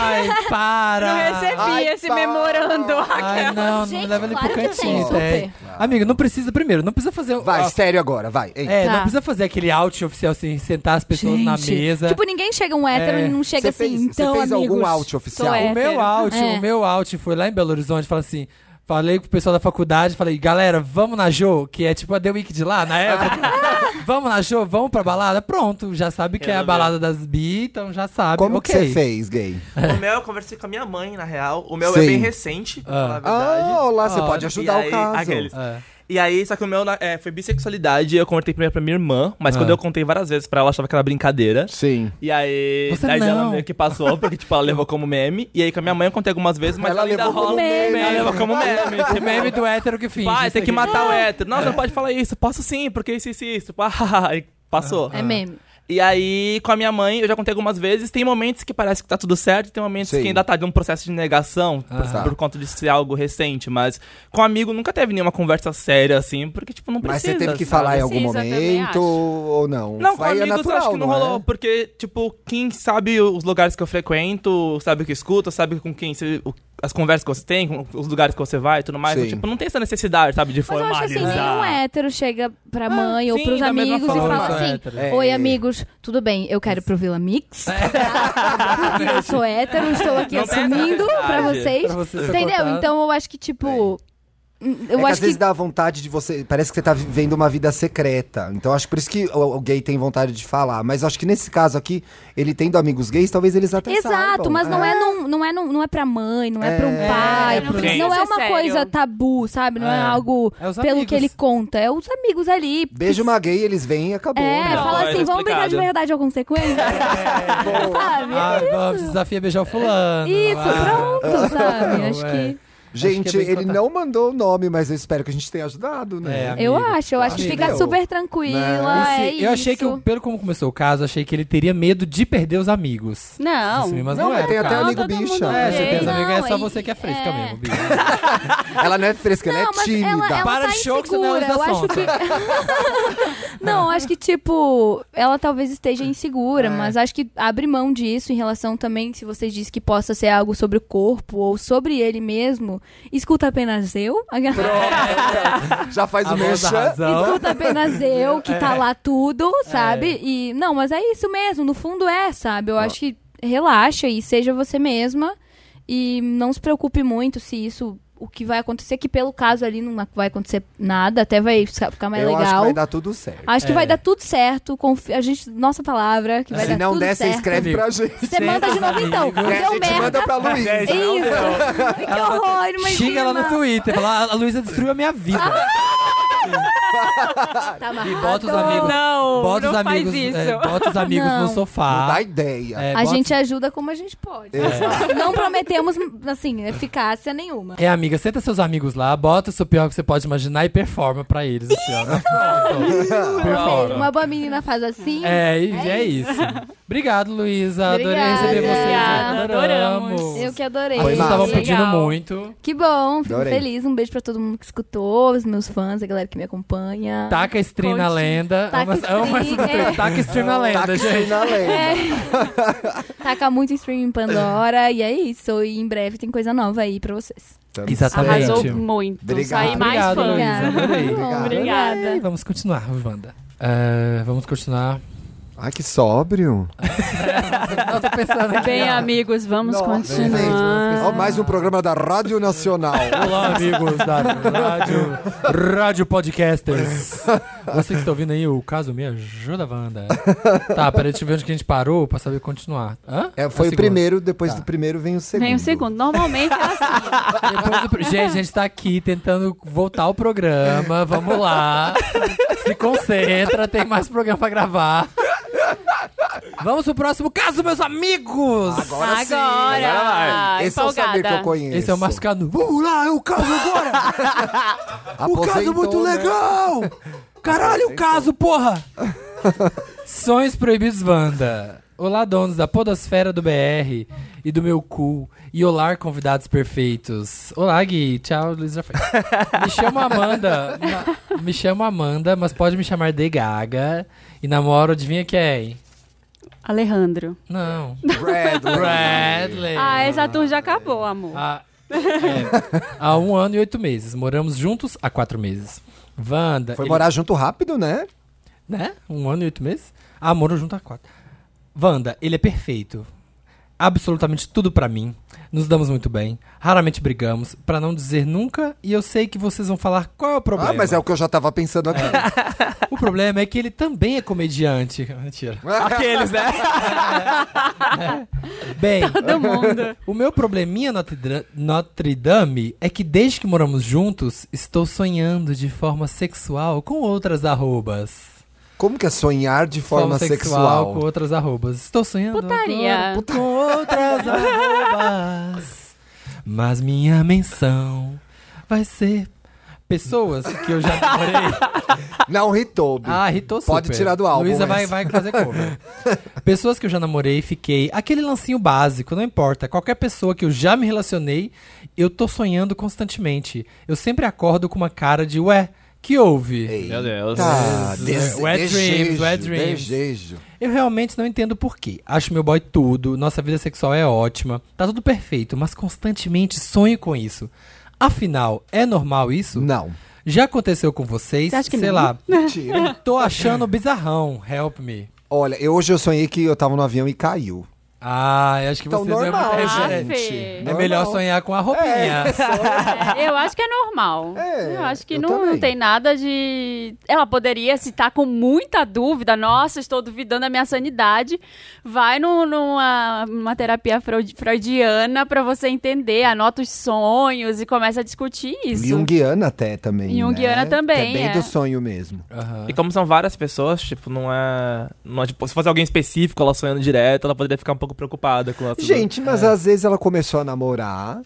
S1: Ai, para!
S2: não recebi
S4: Ai,
S2: esse
S4: pá.
S2: memorando.
S1: Ai, não, não
S3: Gente,
S1: leva ele
S3: claro
S1: pro
S3: que tem,
S1: cantinho.
S3: super.
S1: tem. Amiga, não precisa primeiro, não precisa fazer.
S4: Vai,
S1: ah,
S4: sério agora, vai. Ei.
S1: é,
S3: Tá.
S1: não precisa fazer aquele out oficial assim, sentar as pessoas na
S3: Gente,
S1: mesa.
S3: Tipo, ninguém chega um hétero
S1: É,
S3: e não
S4: Você
S3: chega assim,
S4: fez, você
S3: então,
S4: fez
S3: amigos.
S4: algum out oficial?
S3: é.
S1: o meu out,
S3: É.
S1: o meu out foi lá em Belo Horizonte, fala assim. Falei com o pessoal da faculdade, falei, galera, vamos na Jô, que é tipo a The Week de lá, na época.
S3: Ah.
S1: vamos na Jô, vamos pra balada. Pronto, já sabe que é a
S5: Resolveu.
S1: balada das bi, então já sabe.
S4: Como
S1: ok.
S4: que você fez, gay?
S5: O meu, eu conversei com a minha mãe, na real. O meu
S4: Sim.
S5: é bem recente, pra falar a verdade.
S4: Ah, olá, você
S1: Ah,
S4: pode
S1: e
S4: ajudar
S5: aí,
S4: o caso.
S5: aqueles.
S1: É.
S5: E aí, só que o meu na- é, foi bissexualidade. Eu contei primeiro pra minha irmã, mas
S1: Ah.
S5: quando eu contei várias vezes pra ela, ela achava que era brincadeira.
S4: Sim.
S5: E aí,
S1: Você
S5: daí ela
S1: não.
S5: meio que passou, porque tipo, ela levou como meme. E aí com a minha mãe eu contei algumas vezes, mas ela, ainda rola. Ela levou como meme.
S1: O É meme do hétero que finge.
S5: Pai,
S1: isso
S5: tem que
S1: aqui.
S5: matar o hétero. Nossa, não pode falar isso. Posso sim, porque isso, isso, isso. Ah, e passou.
S3: É meme.
S5: E aí, com a minha mãe, eu já contei algumas vezes. Tem momentos que parece que tá tudo certo, tem momentos
S4: Sim.
S5: que ainda tá de um processo de negação, por,
S4: Ah.
S5: por conta de ser algo recente. Mas com um amigo nunca teve nenhuma conversa séria assim, porque, tipo, não
S4: Mas
S5: precisa.
S4: você teve que
S5: sabe?
S4: falar em algum
S2: Precisa, também
S4: momento
S2: acho.
S4: ou não?
S5: Não, com
S4: Vai, é
S5: amigos
S4: natural,
S5: eu acho que não,
S4: é?
S5: rolou, porque, tipo, quem sabe os lugares que eu frequento, sabe o que escuta, sabe com quem você, o- as conversas que você tem, com os lugares que você vai e tudo mais.
S4: Sim.
S5: Então, tipo, não tem essa necessidade, sabe, de
S3: Mas eu acho que assim,
S5: formalizar.
S3: nenhum hétero chega pra mãe ou
S5: sim,
S3: pros
S5: da mesma
S3: amigos e
S5: forma,
S3: fala
S1: sou
S3: assim:
S1: hétero.
S4: É.
S3: Oi, amigos, tudo bem, eu quero ir pro Vila Mix. Porque eu sou hétero, estou aqui
S5: Não tem essa
S3: assumindo pra
S5: necessidade.
S3: vocês.
S1: Pra você ser
S3: Entendeu?
S1: cotado.
S3: Então eu acho que, tipo.
S4: É
S3: Eu
S4: que às
S3: acho que.
S4: vezes dá vontade de você. Parece que você tá vivendo uma vida secreta. Então acho que por isso que o, o gay tem vontade de falar. Mas acho que nesse caso aqui, ele tendo amigos gays, talvez eles até
S3: Exato,
S4: saibam.
S3: mas não é, num, não, é num, não é pra mãe, não é, pra um
S4: né, É,
S3: pai.
S1: não
S3: não,
S5: precisa
S3: é
S2: ser
S3: uma
S2: sério.
S3: coisa tabu, sabe? Não é,
S1: É.
S3: algo
S1: É os
S3: pelo
S1: amigos.
S3: que ele conta. É os amigos ali.
S4: Beijo uma gay, eles vêm e acabou.
S3: É,
S4: né?
S5: Não,
S3: fala é
S5: é
S3: assim, vamos brincar de
S5: explicado.
S3: verdade ou consequência? sabe?
S1: Ah, vamos, desafia beijar o fulano.
S3: Isso,
S1: Ah.
S3: pronto, sabe? Acho
S1: Ué.
S3: que.
S4: Gente,
S1: Acho que é bem
S4: ele
S1: contar.
S4: não mandou o nome, mas eu espero que a gente tenha ajudado,
S1: É,
S4: né?
S1: amigo.
S3: Eu acho, eu acho que
S4: Amigo.
S3: fica super tranquila.
S1: Esse-
S3: é
S1: eu achei que,
S3: isso.
S1: eu- pelo como começou o caso, achei que ele teria medo de perder os amigos.
S2: Não.
S1: Sim, mas
S4: Não,
S1: não,
S4: mas
S1: é.
S4: tem até
S1: cara.
S4: amigo
S2: todo mundo
S4: bicha.
S1: É, você tem os
S3: Não,
S1: amigos, é só
S3: aí-
S1: você que é fresca
S3: é.
S1: mesmo, bicho.
S4: Ela não é fresca, ela
S3: Não,
S4: é
S3: mas
S4: tímida.
S3: ela, ela
S1: Para
S3: tá
S1: de show que é senão
S3: insegura.
S1: eles
S3: Eu
S1: dão
S3: acho que. não, eu acho que, tipo, ela talvez esteja
S1: É.
S3: insegura, mas acho que abre mão disso em relação também, se você diz que possa ser algo sobre o corpo ou sobre ele mesmo, escuta apenas eu. é um
S4: Já faz
S1: A
S4: o
S1: voz da
S4: merchan.
S1: razão.
S3: escuta apenas eu, que
S1: É.
S3: tá lá tudo, sabe? E. Não, mas é isso mesmo, no fundo é, sabe? Eu acho que relaxa e seja você mesma. E não se preocupe muito se isso. O que vai acontecer, que pelo caso ali não vai acontecer nada, até vai ficar mais
S4: eu
S3: legal.
S4: acho que vai dar tudo certo.
S3: Acho que
S1: É.
S3: vai dar tudo certo. Confi... A gente, nossa palavra, que vai
S4: Se
S3: dar
S4: não
S3: tudo
S4: der, você
S3: certo.
S4: escreve pra gente.
S3: Você manda de novo então.
S1: Amigos.
S4: E a
S3: Deu
S4: gente
S3: merda. É,
S4: manda pra Luiz.
S3: Isso. que horror, imagina. Ah!
S1: Xinga ela no Twitter, fala, "Ah, a Luísa destruiu a minha vida.
S3: Tá
S1: e
S3: amarrado.
S1: bota os amigos.
S2: Não,
S1: bota os
S2: não faz
S1: amigos,
S2: isso.
S1: é, bota os amigos
S3: Não.
S1: no
S4: Não dá
S1: sofá.
S4: ideia.
S1: É,
S3: A
S1: bota-
S3: gente ajuda como a gente pode. Não prometemos, assim, eficácia nenhuma.
S1: É, amiga, senta seus amigos lá, bota o seu pior que você pode imaginar e performa pra eles. Assim, ó. Pronto. Performa.
S3: é Uma boa menina faz assim.
S1: É, e é, isso. Obrigado, Luísa. Adorei
S3: Obrigada.
S1: receber vocês.
S2: Obrigada,
S1: Adoramos.
S2: adoramos.
S3: Eu que adorei.
S1: Vocês
S4: Foi massa.
S1: estavam pedindo
S2: Legal.
S1: muito.
S3: Que bom, fico
S4: Adorei.
S3: feliz. Um beijo pra todo mundo que escutou, os meus fãs, a galera que me acompanha.
S1: Taca stream na
S2: Conte.
S1: lenda.
S3: Taca
S1: Ama-
S3: stream,
S1: ama essa-
S3: é.
S1: Taca stream na lenda,
S4: Táxi
S1: tá gente.
S4: Tá na lenda.
S3: Taca muito em streaming Pandora. e é isso. E em breve tem coisa nova aí pra vocês.
S4: Tamo
S1: Exatamente.
S2: Arrasou
S1: Gente.
S2: muito.
S4: Obrigado.
S2: Saí mais
S1: Obrigado,
S2: fã.
S1: Luísa. Adorei.
S3: Obrigada.
S2: Obrigada.
S1: Ai, Vamos continuar, Wanda. É, vamos continuar.
S4: Ai, que sóbrio.
S1: Eu tô pensando aqui.
S2: Bem,
S1: ó.
S2: amigos, vamos continuar.
S4: Ó, mais um programa da Rádio Nacional.
S1: Olá, amigos da Rádio, Rádio Podcasters. Você que está ouvindo aí o caso Me Ajuda, Wanda. Tá, peraí, deixa eu ver onde que a gente parou pra saber continuar. Hã? um
S4: É,
S1: A
S4: foi o
S1: segunda.
S4: primeiro, depois
S1: Tá.
S4: do primeiro vem o segundo.
S2: Vem o segundo. Normalmente é assim.
S1: Depois do pr- Gente, a gente tá aqui tentando voltar ao programa. Vamos lá. Se concentra, tem mais programa pra gravar. Vamos pro próximo caso, meus amigos!
S4: Agora sim.
S2: Agora.
S4: Agora vai.
S2: Ah,
S4: Esse é o saber que
S2: empolgada.
S4: eu conheço.
S1: Esse é o Márcio Canu. Vamos lá, é o caso agora! O caso é
S4: Aposentou,
S1: muito
S4: né?
S1: legal! Caralho, o caso, porra! Sonhos Proibidos Wanda. Olá, donos da podosfera do BR e do meu cu. E olá, convidados perfeitos. Olá, Gui. Tchau, Luiz já foi. Me chamo Amanda. ma- Me chamo Amanda, mas pode me chamar de Gaga. E namoro, adivinha quem?
S2: Alejandro.
S1: Não. É,
S4: Bradley.
S1: Bradley.
S2: Ah, essa tour já acabou, amor.
S1: Há, é, há um ano e oito meses. Moramos juntos há quatro meses. Wanda.
S4: Foi
S1: ele-
S4: morar junto rápido, né?
S1: Né? Um ano e oito meses? Ah, moram junto há quatro. Wanda, ele é perfeito. Absolutamente tudo pra mim. Nos damos muito bem. Raramente brigamos. Pra não dizer nunca. E eu sei que vocês vão falar qual é o problema.
S4: Ah, mas é o que eu já tava pensando aqui.
S1: O problema é que ele também é comediante. Mentira.
S5: Aqueles, né?
S1: Bem,
S2: Todo mundo.
S1: O meu probleminha Notre Dra- Notre Dame é que desde que moramos juntos, estou sonhando de forma sexual com outras arrobas.
S4: Como que é sonhar de forma sexual?
S1: com outras arrobas. Estou sonhando
S2: Putaria.
S1: agora com outras arrobas. Mas minha menção vai ser pessoas que eu já namorei.
S4: Não, Ritobe.
S1: Ah, irritou super.
S4: Pode tirar do álbum
S1: Luísa
S4: essa.
S1: vai, vai fazer cover. Pessoas que eu já namorei, fiquei. Aquele lancinho básico, não importa. Qualquer pessoa que eu já me relacionei, eu tô sonhando constantemente. Eu sempre acordo com uma cara de, ué, que houve?
S4: É
S5: Meu Deus.
S4: Tá,
S1: Jesus.
S4: dese-
S1: né? Wet dreams,
S4: desejo,
S1: wet dreams.
S4: desejo.
S1: Eu realmente não entendo porquê. Acho meu boy tudo, nossa vida sexual é ótima, tá tudo perfeito, mas constantemente sonho com isso. Afinal, é normal isso?
S4: Não.
S1: Já aconteceu com vocês?
S2: Você acha que
S1: Sei
S2: não?
S1: lá,
S4: Mentira.
S1: tô achando bizarrão. Help me.
S4: Olha, eu- hoje eu sonhei que eu tava no avião e caiu.
S1: Ah, eu acho que
S4: Então,
S1: você não é
S4: normal,
S1: muito
S2: Ah,
S1: referente.
S4: gente.
S2: Fê.
S1: É melhor
S4: Normal.
S1: sonhar com a roupinha.
S2: É, eu acho que é normal.
S4: É,
S2: eu acho que
S4: eu
S2: não, não
S4: também.
S2: tem nada de. Ela poderia, se tá com muita dúvida, nossa, estou duvidando da minha sanidade, vai no- numa uma terapia freud- freudiana pra você entender, anota os sonhos e começa a discutir isso.
S4: Jungiana até também.
S2: Junguiana
S4: né?
S2: também,
S4: Que é bem
S2: é.
S4: do sonho mesmo.
S1: Aham.
S5: E como são várias pessoas, tipo, não é. Não é tipo, se fosse alguém específico, ela sonhando direto, ela poderia ficar um pouco preocupada com essa.
S4: Gente,
S1: É.
S4: mas às vezes ela começou a namorar.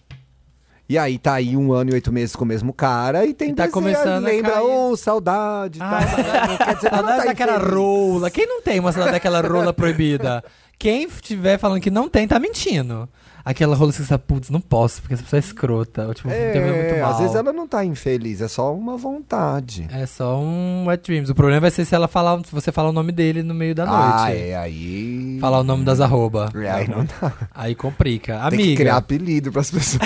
S4: E aí tá aí um ano e oito meses com o mesmo cara e tem
S1: E tá
S4: desejo,
S1: começando a
S4: lembra,
S1: cair.
S4: ô, saudade,
S1: Ah,
S4: tal.
S1: saudade-
S4: Quer dizer, ela não
S1: saudade
S4: tá
S1: daquela
S4: infeliz.
S1: rola. Quem não tem uma saudade daquela rola proibida? Quem estiver falando que não tem, tá mentindo. Aquela rola que você sabe, putz, não posso, porque essa pessoa é escrota. Ou, tipo, tem
S4: É,
S1: muito mal.
S4: às vezes ela não tá infeliz, é só uma vontade.
S1: É só um wet dreams. O problema vai ser se ela falar, se você falar o nome dele no meio da
S4: ah,
S1: noite.
S4: é aí.
S1: Falar o nome das arroba.
S4: É, aí não dá.
S1: Aí complica.
S4: Tem
S1: Amiga.
S4: que criar apelido pras pessoas.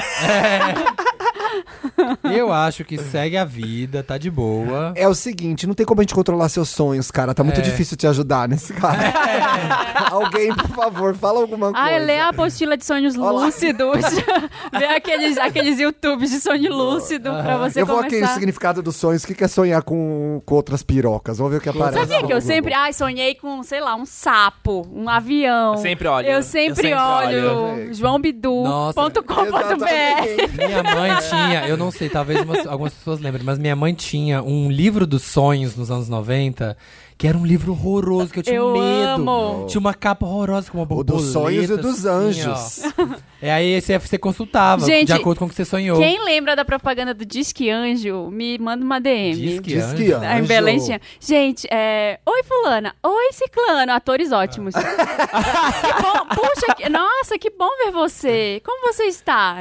S1: Eu acho que segue a vida, tá de boa.
S4: É o seguinte, não tem como a gente controlar seus sonhos, cara. Tá muito
S1: É.
S4: difícil te ajudar nesse cara. Alguém, por favor, fala alguma coisa.
S2: Ah, lê a apostila de sonhos
S4: Olá.
S2: lúcidos. Vê aqueles, aqueles YouTubes de sonho lúcido pra você
S4: eu vou aqui o
S2: começar.
S4: significado dos sonhos. O que que é sonhar com, com outras pirocas? Vamos ver o que aparece.
S2: Sabia
S4: no
S2: que eu
S4: Google.
S2: sempre, ai, sonhei com, sei lá, um sapo, um avião.
S5: Eu sempre olho.
S2: Eu sempre,
S5: Eu sempre
S2: olho joãobidu.com.br.
S4: Exatamente.
S1: Minha mãe tinha, eu não sei, talvez umas- algumas pessoas lembrem, mas minha mãe tinha um livro dos sonhos nos anos 90, que era um livro horroroso, que eu tinha
S2: Eu
S1: medo.
S2: amo.
S1: Tinha uma capa horrorosa com uma
S4: O
S1: borboleta.
S4: dos sonhos e o dos
S1: assim,
S4: anjos.
S1: ó. É aí você, você consultava,
S2: Gente,
S1: de acordo com o que você sonhou.
S2: Quem lembra da propaganda do Disque Anjo, me manda uma DM.
S1: Diz que
S4: Diz
S1: anjo.
S4: que
S2: Ah, Em
S4: anjo.
S2: Belém tinha. Gente, é... Oi, fulana. Oi, ciclano. Atores ótimos. que bom. Puxa, que- nossa, que bom ver você. Como você está?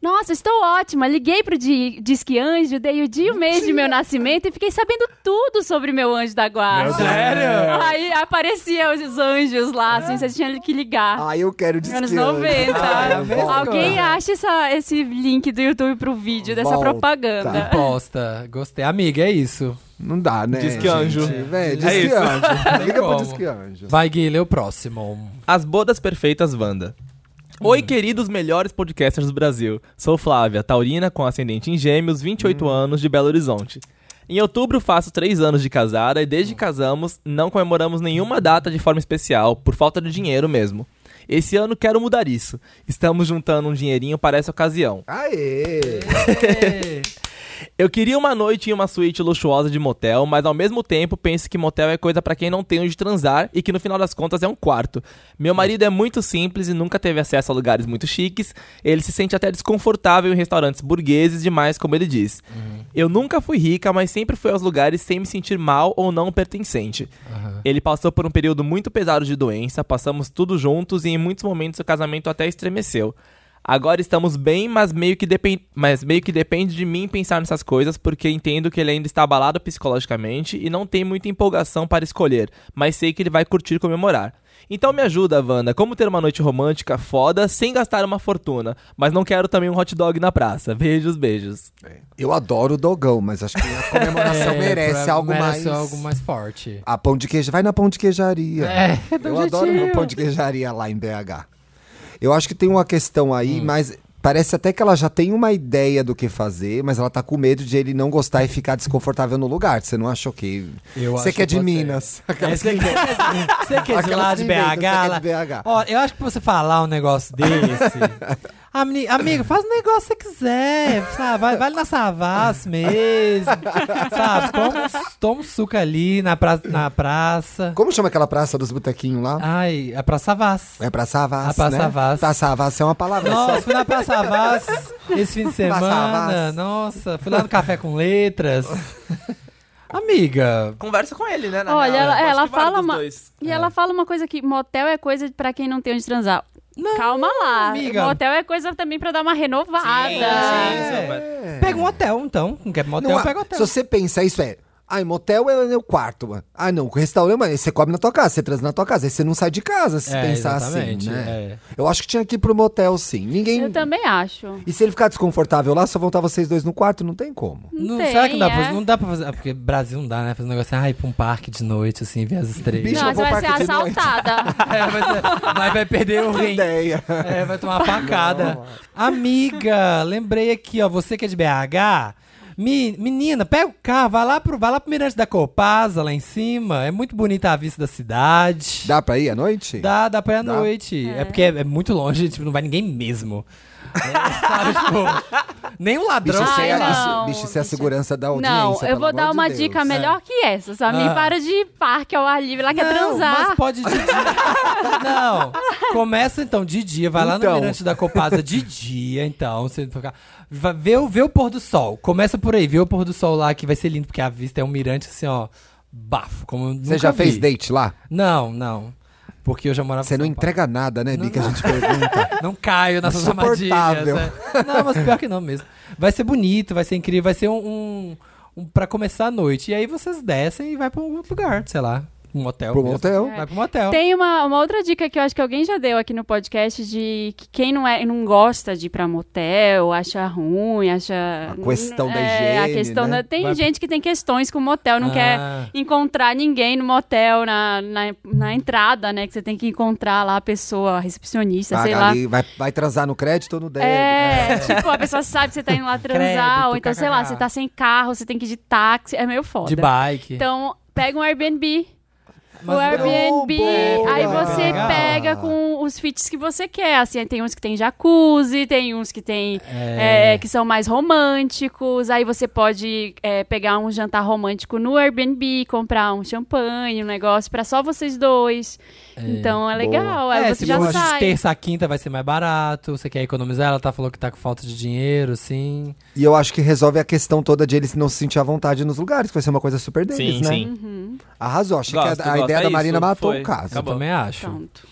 S2: Nossa, estou ótima. Liguei pro Di- Disque Anjo, dei o dia e o mês de meu nascimento e fiquei sabendo tudo sobre meu anjo da guarda.
S1: Sério?
S2: Aí apareciam os anjos lá, assim, você tinha que ligar.
S4: Ai, eu quero dizer.
S2: Anos é 90.
S4: Ah, eu volto.
S2: Alguém acha essa- esse link do YouTube pro vídeo dessa
S4: Volta.
S2: propaganda.
S1: Imposta. Gostei. Amiga, é isso.
S4: Tá, Não dá, né?
S5: Diz que
S4: gente?
S5: anjo.
S4: Véi, diz
S5: É
S4: que
S5: isso.
S4: anjo. Liga pro
S1: como.
S4: diz que anjo.
S1: Vai, Gui, lê o próximo. Um
S5: As Bodas Perfeitas Wanda. Oi, queridos melhores podcasters do Brasil. Sou Flávia, taurina com ascendente em gêmeos, 28 anos, de Belo Horizonte. Em outubro faço 3 anos de casada e desde que casamos não comemoramos nenhuma data de forma especial, por falta de dinheiro mesmo. Esse ano quero mudar isso. Estamos juntando um dinheirinho para essa ocasião.
S4: Aê!
S5: Eu queria uma noite em uma suíte luxuosa de motel, mas ao mesmo tempo penso que motel é coisa pra quem não tem onde transar e que no final das contas é um quarto. Meu marido é muito simples e nunca teve acesso a lugares muito chiques. Ele se sente até desconfortável em restaurantes burgueses demais, como ele diz. Eu nunca fui rica, mas sempre fui aos lugares sem me sentir mal ou não pertencente. Ele passou por um período muito pesado de doença, passamos tudo juntos e em muitos momentos o casamento até estremeceu. Agora estamos bem, mas meio que, depen mas meio que depende de mim pensar nessas coisas, porque entendo que ele ainda está abalado psicologicamente e não tem muita empolgação para escolher, mas sei que ele vai curtir e comemorar. Então me ajuda, Wanda, como ter uma noite romântica foda sem gastar uma fortuna, mas não quero também um hot dog na praça. Beijos, beijos.
S4: Eu adoro o dogão, mas acho que a comemoração
S1: É,
S4: merece
S1: pra-
S4: algo
S1: merece
S4: mais.
S1: algo mais É, forte.
S4: A pão de queijo. Vai na pão de queijaria. Eu adoro
S2: jeitinho.
S4: meu pão de queijaria lá em BH. Eu acho que tem uma questão
S1: Hum.
S4: aí, mas parece até que ela já tem uma ideia do que fazer, mas ela tá com medo de ele não gostar e ficar desconfortável no lugar. Você não achou que.
S1: Eu
S4: Você
S1: acho
S4: que é de
S1: você.
S4: Minas. Aquelas
S1: Você que é- você que é de lá
S4: Aquelas
S1: de
S4: que inventam,
S1: BH.
S4: você que é de
S1: lá-
S4: BH.
S1: Ó, eu acho que pra você falar um negócio desse. a meni- Amiga, faz um negócio que você quiser. Sabe? Vai, vai na Savas mesmo. Sabe? Toma, um- toma um suco ali na, pra- na praça.
S4: Como chama aquela praça dos botequinhos lá?
S1: Ai, é Praça Savas.
S4: É Praça Savas,
S1: A Praça
S4: né?
S1: Savas.
S4: Praça Savas é uma palavra
S1: Nossa, fui na Praça Vaz esse fim de
S4: Praça
S1: semana.
S4: Vaz.
S1: Nossa, fui lá no Café com Letras. Amiga,
S5: Conversa com ele, né?
S2: na Olha, real. ela- Eu acho ela que vale fala dos uma- dois. E ela fala uma coisa que motel é coisa pra quem não tem onde transar. Calma lá.
S1: amiga.
S2: Motel é coisa também pra dar uma renovada. tá.
S1: pega um hotel então. Não quer
S4: É. Não,
S1: motel,
S4: ah,
S1: pega hotel.
S4: Se você pensa isso, é. Ai, motel é o quarto. mano. Ah, não, restaurante, mas você come na tua casa, você transa na tua casa. Aí você não sai de casa se
S1: É,
S4: pensar assim,
S1: exatamente,
S4: né?
S1: é.
S4: Eu acho que tinha que ir pro motel, sim. Ninguém.
S2: Eu também acho.
S4: E se ele ficar desconfortável lá, só vão estar vocês dois no quarto? Não tem como.
S2: Não
S1: Não,
S2: tem,
S1: será que não dá, pra,
S2: é.
S4: um
S1: não dá pra fazer? Ah, porque Brasil não dá, né? Fazer um negócio assim, ah, ir pra um parque de noite, assim, ver as estrelas.
S4: Bicho,
S2: não,
S4: eu
S2: você vai
S4: vou pra
S2: ser
S4: aqui de noite.
S2: assaltada.
S1: É, mas, mas vai perder o rim.
S4: Ideia.
S1: É, vai tomar uma facada. Amiga, lembrei aqui, ó, você que é de BH. me- menina, pega o carro, vai lá pro, vai lá pro Mirante da Copasa, lá em cima. É muito bonita a vista da cidade.
S4: Dá pra ir à noite?
S1: Dá, dá pra ir à
S4: Dá?
S1: noite. É, porque é, é muito longe, tipo, não vai ninguém mesmo. É, sabe, tipo, nem um
S4: Bicho,
S1: ladrão.
S4: isso
S2: Ai,
S4: é, a-
S2: não,
S4: bicho, isso é a
S2: bicho.
S4: segurança da audiência.
S2: Não, eu
S4: pelo
S2: vou
S4: amor
S2: dar
S4: de
S2: uma
S4: Deus.
S2: dica melhor que essa. Samir,
S1: Ah.
S2: para de ir parque ao ar livre, lá quer
S1: Não,
S2: transar.
S1: Mas pode de dia. não. Começa então de dia, vai lá
S4: Então.
S1: no Mirante da Copasa de dia, então. Você fica... vai- vê, o- vê o pôr do sol. Começa por aí, vê o pôr do sol lá que vai ser lindo, porque a vista é um mirante assim, ó, bafo. Como eu
S4: Você
S1: É, nunca
S4: já fez
S1: vi.
S4: date lá?
S1: Não, não. Porque eu já morava em
S4: Você não
S1: São Paulo.
S4: entrega nada, né, Bi, que a gente pergunta.
S1: Não caio nessas armadilhas.
S4: Insuportável.
S1: né? Não, mas pior que não mesmo. Vai ser bonito, vai ser incrível, vai ser um, um, um- pra começar a noite. E aí vocês descem e vai pra um outro lugar, sei lá, um hotel.
S4: Pro
S1: mesmo.
S4: É motel?
S1: Vai pro
S4: Então-
S1: motel.
S2: É. Tem uma, uma outra dica que eu acho que alguém já deu aqui no podcast de que quem não, é, não gosta de ir pra motel, acha ruim, acha.
S4: A questão da
S2: É,
S4: higiene,
S2: A questão
S4: né?
S2: da- Tem
S1: Vai-
S2: gente que tem questões com motel, não
S1: Ah.
S2: quer encontrar ninguém no motel, na, na, na entrada, né? Que você tem que encontrar lá a pessoa, a recepcionista, sei
S4: Paga
S2: lá.
S4: ali, vai, vai transar no crédito ou no débito?
S2: É, tipo, a pessoa sabe que você tá indo lá transar,
S1: Crédito,
S2: ou então, sei lá,
S1: kkk.
S2: você tá sem carro, você tem que ir de táxi, é meio foda.
S1: De bike.
S2: Então, pega um Airbnb.
S1: Mas é
S2: o Airbnb,
S4: boa.
S2: aí você
S1: Legal.
S2: pega com os fits que você quer. Assim, tem uns que tem jacuzzi, tem uns que tem
S1: É.
S2: é, que são mais românticos. Aí você pode é, pegar um jantar romântico no Airbnb, comprar um champanhe, um negócio pra só vocês dois. Então é legal. Aí
S1: é,
S2: você
S1: se
S2: já
S1: for de
S2: sai.
S1: terça a quinta vai ser mais barato. Você quer economizar? Ela tá falou que tá com falta de dinheiro, sim.
S4: E eu acho que resolve a questão toda de eles não se sentir à vontade nos lugares, que vai ser uma coisa super deles,
S5: Sim,
S4: né?
S5: sim.
S4: Arrasou, achei
S5: Gosto,
S4: que a, a
S5: gosto.
S4: ideia
S5: É
S4: da Marina
S5: isso,
S4: matou
S5: foi.
S2: Então.
S4: o caso.
S5: Acabou.
S1: Também acho.
S2: Pronto.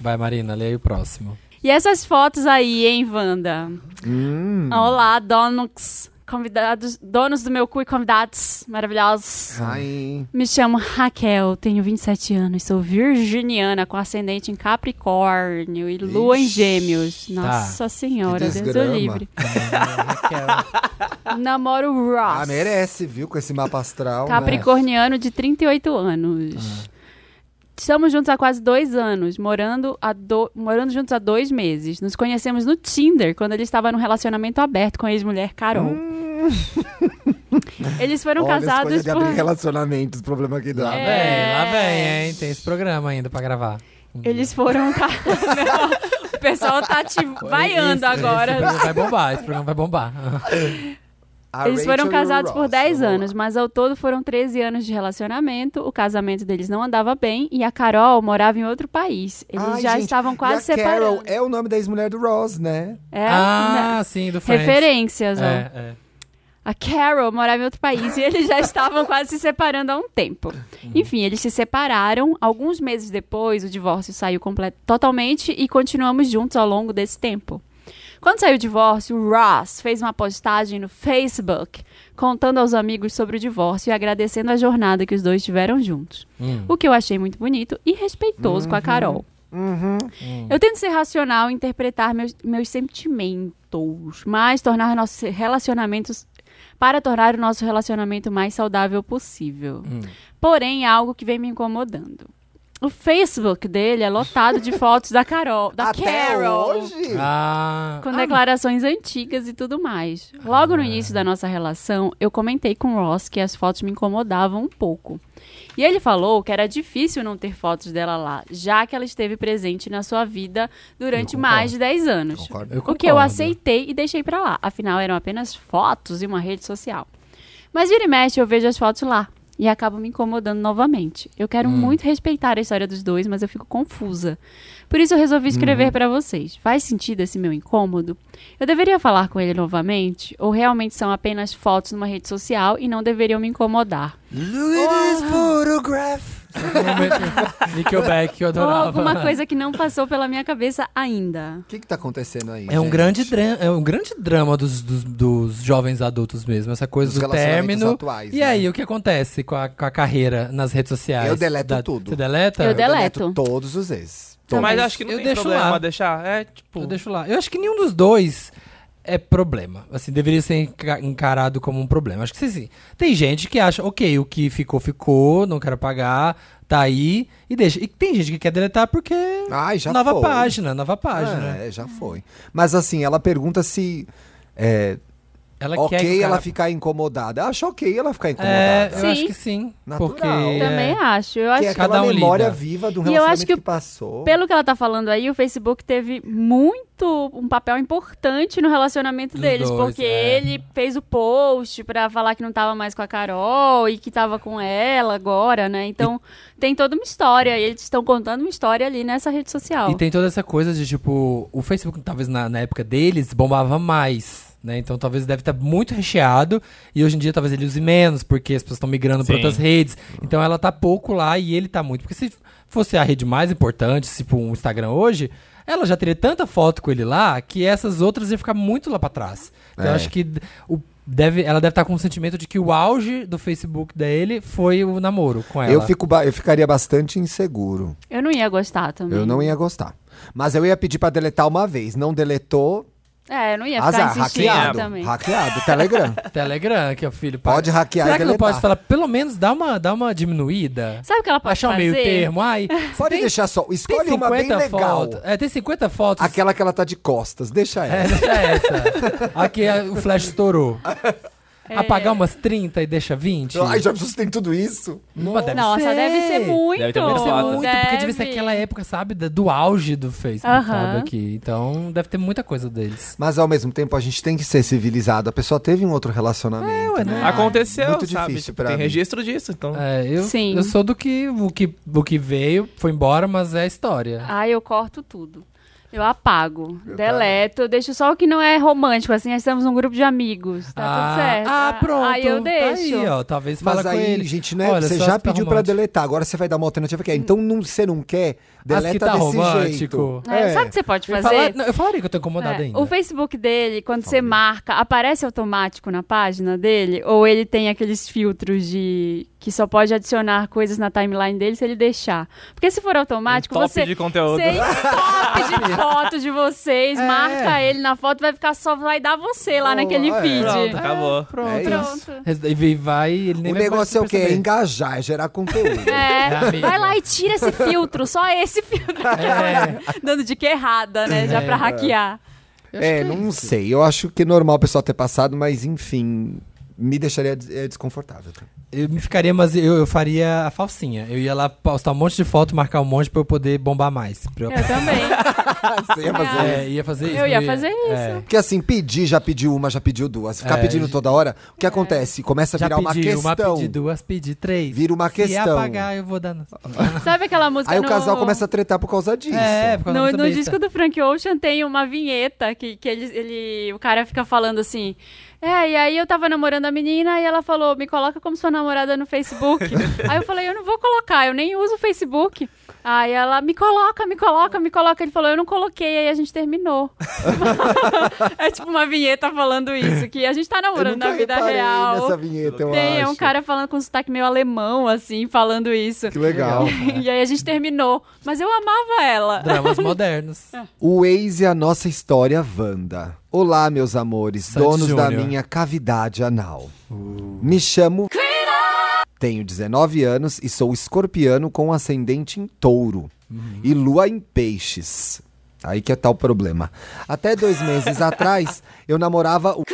S1: Vai, Marina, lê aí o próximo.
S2: E essas fotos aí, hein, Wanda?
S4: Hum.
S2: Olá, donos, convidados, donos do meu cu e convidados maravilhosos.
S4: Ai.
S2: Me chamo Raquel, tenho 27 anos, sou virginiana com ascendente em Capricórnio e lua em
S4: Ixi, tá.
S2: Gêmeos. Nossa
S4: que
S2: Senhora, Deus o
S4: desgrama.
S2: livre. Namoro o Ross.
S4: Ah, merece, viu? Com esse mapa astral. né?
S2: Capricorniano de 38
S4: Ah.
S2: anos. Estamos juntos há quase dois anos, morando, há do- morando juntos há dois meses. Nos conhecemos no Tinder, quando ele estava num relacionamento aberto com a ex-mulher Carol. Eles
S4: Né?
S2: foram
S4: Hum. Olha a escolha
S2: casados
S4: de abrir
S2: por...
S4: relacionamentos, o problema que dá.
S1: Lá
S2: É.
S1: vem, lá vem, hein? Tem esse programa ainda pra gravar.
S2: Eles foram... ca- Não, o pessoal tá te vaiando
S1: Esse- Esse
S2: agora.
S1: programa vai bombar, esse programa vai bombar.
S4: A
S2: Eles foram
S4: Rachel e o
S2: casados por
S4: Ross,
S2: 10
S4: vamos lá.
S2: anos, mas ao todo foram 13 anos de relacionamento. O casamento deles não andava bem e a Carol morava em outro país. Eles
S4: Ai,
S2: já
S4: gente,
S2: estavam quase
S4: e a Carol
S2: separados.
S4: é o nome da ex-mulher do Ross, né?
S2: É,
S1: ah, sim, do Friends.
S2: Referências, ó.
S1: É, é.
S2: A Carol morava em outro país e eles já estavam quase se separando há um tempo. Enfim, eles se separaram. Alguns meses depois, o divórcio saiu comple- totalmente e continuamos juntos ao longo desse tempo. Quando saiu o divórcio, o Ross fez uma postagem no Facebook contando aos amigos sobre o divórcio e agradecendo a jornada que os dois tiveram juntos.
S1: Hum.
S2: O que eu achei muito bonito e respeitoso com a Carol.
S4: Uhum.
S2: Eu tento ser racional e interpretar meus, meus sentimentos, mas tornar nossos relacionamentos. Para tornar o nosso relacionamento mais saudável possível.
S1: Hum.
S2: Porém, é algo que vem me incomodando. O Facebook dele é lotado de fotos da Carol, da
S4: Até
S2: Carol.
S4: hoje?
S1: Ah,
S2: Com declarações antigas e tudo mais. Logo no início da nossa relação, eu comentei com o Ross que as fotos me incomodavam um pouco. E ele falou que era difícil não ter fotos dela lá, já que ela esteve presente na sua vida durante
S1: Eu concordo.
S2: mais de 10 anos.
S1: Ah,
S4: Concordo.
S1: eu
S2: O que eu
S1: concordo.
S2: aceitei e deixei pra lá. Afinal, eram apenas fotos e uma rede social. Mas vira e mexe, eu vejo as fotos lá. E acabo me incomodando novamente. Eu
S1: Hum.
S2: quero muito respeitar a história dos dois, mas eu fico confusa. Por isso eu resolvi
S1: Uhum.
S2: escrever pra vocês. Faz sentido esse meu incômodo? Eu deveria falar com ele novamente? Ou realmente são apenas fotos numa rede social e não deveriam me incomodar?
S4: Look at this photograph.
S1: Nickelback, eu
S2: Ou
S1: adorava.
S2: alguma coisa que não passou pela minha cabeça ainda.
S4: O que que tá acontecendo aí,
S1: É um,
S4: gente?
S1: grande dra- é um grande drama dos, dos, dos jovens adultos mesmo, essa coisa
S4: Os
S1: do
S4: relacionamentos
S1: término.
S4: atuais,
S1: e
S4: né?
S1: aí, o que acontece com a, com a carreira nas redes sociais?
S4: Eu deleto tudo.
S1: Você deleta?
S2: Eu
S1: Eu,
S2: deleto.
S4: todos os ex.
S5: Então, Mas,
S4: Todos.
S5: acho que não
S1: eu
S5: tem
S1: deixo
S5: problema
S1: lá.
S5: deixar. É, tipo...
S1: deixo lá. Então, Eu acho que nenhum dos dois é problema. Assim, deveria ser enca- encarado como um problema. Acho que sim, sim. Tem gente que acha, ok, o que ficou, ficou, não quero pagar, tá aí, e deixa. E tem gente que quer deletar porque...
S4: Ai, Ah, já
S1: nova
S4: foi.
S1: página, nova página.
S4: É, já foi. Mas assim, ela pergunta se é
S1: Ela
S4: ok
S1: quer que o cara-
S4: ela ficar incomodada. Eu Acho ok ela ficar incomodada.
S1: É, eu
S2: Sim.
S1: acho que sim.
S4: Natural.
S1: Porque...
S2: Também acho. Eu acho
S4: que é
S2: que
S4: aquela
S1: cada um
S4: memória
S1: lida.
S4: viva do
S2: E eu acho
S4: relacionamento
S2: que
S4: que,
S2: o-
S4: passou.
S2: Pelo que ela tá falando aí, o Facebook teve muito um papel importante no relacionamento
S1: Dos
S2: deles,
S1: dois,
S2: porque
S1: é.
S2: ele fez o post pra falar que não tava mais com a Carol e que tava com ela agora, né? Então, tem toda uma história e eles estão contando uma história ali nessa rede social.
S1: E tem toda essa coisa de, tipo, o Facebook, talvez na, na época deles, bombava mais. Né? Então talvez deve estar muito recheado e hoje em dia talvez ele use menos, porque as pessoas estão migrando para
S5: Sim.
S1: outras redes. Então ela tá pouco lá e ele tá muito. Porque se fosse a rede mais importante, tipo um Instagram hoje, ela já teria tanta foto com ele lá que essas outras iam ficar muito lá para trás. Então eu
S4: É.
S1: acho que d- o- deve, ela deve estar com o sentimento de que o auge do Facebook dele foi o namoro com ela.
S4: Eu, fico ba- eu ficaria bastante inseguro.
S2: Eu não ia gostar também.
S4: Eu não ia gostar. Mas eu ia pedir pra deletar uma vez. Não deletou,
S2: É, eu não ia ficar
S4: azar.
S2: insistindo
S4: Hackeado.
S2: também.
S4: Hackeado. Telegram.
S1: Telegram, que é o filho.
S4: Pode hackear
S1: Será
S4: e
S1: que não
S4: deletar.
S1: pode falar, pelo menos dá uma, dá uma diminuída?
S2: Sabe o que ela pode
S1: Achar um
S2: fazer?
S1: meio termo? Ai,
S4: Pode
S1: tem-
S4: deixar só.
S1: tem
S4: Escolhe uma bem
S1: 50
S4: legal.
S1: fotos. É, tem 50 fotos.
S4: Aquela que ela tá de costas. Deixa
S1: É,
S4: ela.
S1: deixa essa. Aqui é, o flash estourou.
S2: É.
S1: Apagar umas 30 e deixa 20?
S4: Ai, já precisa tem tudo isso.
S1: Uma deve
S2: Nossa,
S1: ser.
S2: deve ser muito.
S5: Deve ter muita
S1: Deve ser
S5: foto.
S1: muito, porque deve ser
S2: Deve.
S1: aquela época, sabe? da- Do auge do Facebook,
S2: Aham.
S1: sabe? Aqui. Então, deve ter muita coisa deles.
S4: Mas ao mesmo tempo a gente tem que ser civilizado. A pessoa teve um outro relacionamento.
S1: ué,
S4: né?
S1: né?
S5: Aconteceu,
S4: Muito
S5: sabe?
S4: difícil
S5: Tipo,
S4: pra
S5: tem
S4: mim.
S5: registro disso, então...
S1: É, eu,
S2: Sim.
S1: eu sou do que o, que o que veio, foi embora, mas é a história.
S2: Ah, eu corto tudo. Eu apago, deleto, eu deixo só o que não é romântico, assim, nós estamos num grupo de amigos, tá tudo certo.
S1: Ah, pronto.
S2: Aí eu
S1: Tá
S2: deixo.
S1: aí, ó, talvez fala
S4: Mas
S1: com
S4: aí,
S1: ele.
S4: gente, né?
S1: Olha,
S4: você
S1: só
S4: já
S1: as que tá
S4: pediu pra
S1: romântico.
S4: deletar, agora você vai dar uma alternativa que é. Então não, você não quer, deleta
S1: As que tá
S4: desse
S1: romântico.
S4: jeito.
S2: É, Sabe o que você pode
S1: Eu
S2: fazer?
S1: fala- não, eu falaria que eu tô incomodado
S2: É,
S1: ainda.
S2: O Facebook dele, quando você marca, aparece automático na página dele? Ou ele tem aqueles filtros de. que só pode adicionar coisas na timeline dele se ele deixar? Porque se for automático,
S1: Um
S5: top
S2: Tipo, você.
S5: de conteúdo.
S2: Sei, top de foto de
S1: É.
S2: vocês, marca ele na foto, vai ficar só, vai dar você lá
S4: Oh,
S2: naquele
S4: é.
S2: feed.
S5: Pronto, acabou.
S1: Pronto.
S4: É
S2: Pronto.
S1: E vai, ele nem
S4: O
S1: vai
S4: negócio é o quê? É
S1: perceber.
S4: engajar, é gerar conteúdo.
S1: É,
S2: É,
S1: amiga.
S2: vai lá e tira esse filtro, só esse filtro.
S1: É,
S2: Dando dica errada, né? Já pra hackear.
S4: É, não sei. Eu acho que é normal o pessoal ter passado, mas enfim, me deixaria des- é, desconfortável.
S1: Eu me ficaria, mas eu, eu faria a falsinha. Eu ia lá postar um monte de foto, marcar um monte pra eu poder bombar mais. Pra eu-
S2: Eu também.
S4: Ah, Você ia fazer isso?
S1: É, ia fazer isso.
S2: Eu
S1: não
S2: ia fazer
S1: É.
S4: Porque assim, pedir, já pediu uma, já pediu duas. Ficar
S1: É.
S4: pedindo toda hora, o que acontece? Começa a
S1: Já
S4: virar uma
S1: pedi uma,
S4: questão.
S1: pedi duas, pedi três.
S4: Vira uma
S1: Se
S4: questão.
S1: apagar, eu vou dar... na-
S2: Sabe aquela música
S4: Aí o
S2: no-
S4: casal começa a tretar por causa disso.
S1: É, por causa
S2: No,
S1: dessa
S2: no
S1: besta.
S2: disco do Frank Ocean tem uma vinheta que, que ele, ele- o cara fica falando assim. É, e aí eu tava namorando a menina e ela falou: me coloca como sua namorada no Facebook. aí eu falei: eu não vou colocar, eu nem uso o Facebook. Aí ela, me coloca, me coloca, me coloca. Ele falou, eu não coloquei, aí a gente terminou. é tipo uma vinheta falando isso, que a gente tá
S4: Eu
S2: namorando
S4: nunca
S2: na vida
S4: reparei
S2: real.
S4: nessa vinheta, eu
S2: Tem, é um
S4: acho.
S2: cara falando com sotaque meio alemão, assim, falando isso.
S4: Que legal.
S2: E aí a gente terminou. Mas eu amava ela.
S1: Dramas modernos.
S4: O ex e a nossa história Wanda. Olá, meus amores,
S1: Sandy
S4: donos da
S1: Júnior.
S4: minha cavidade anal. Me chamo... Tenho 19 anos e sou escorpiano com ascendente em touro. E lua em peixes. Aí que é tal problema. Até dois meses atrás, eu namorava o...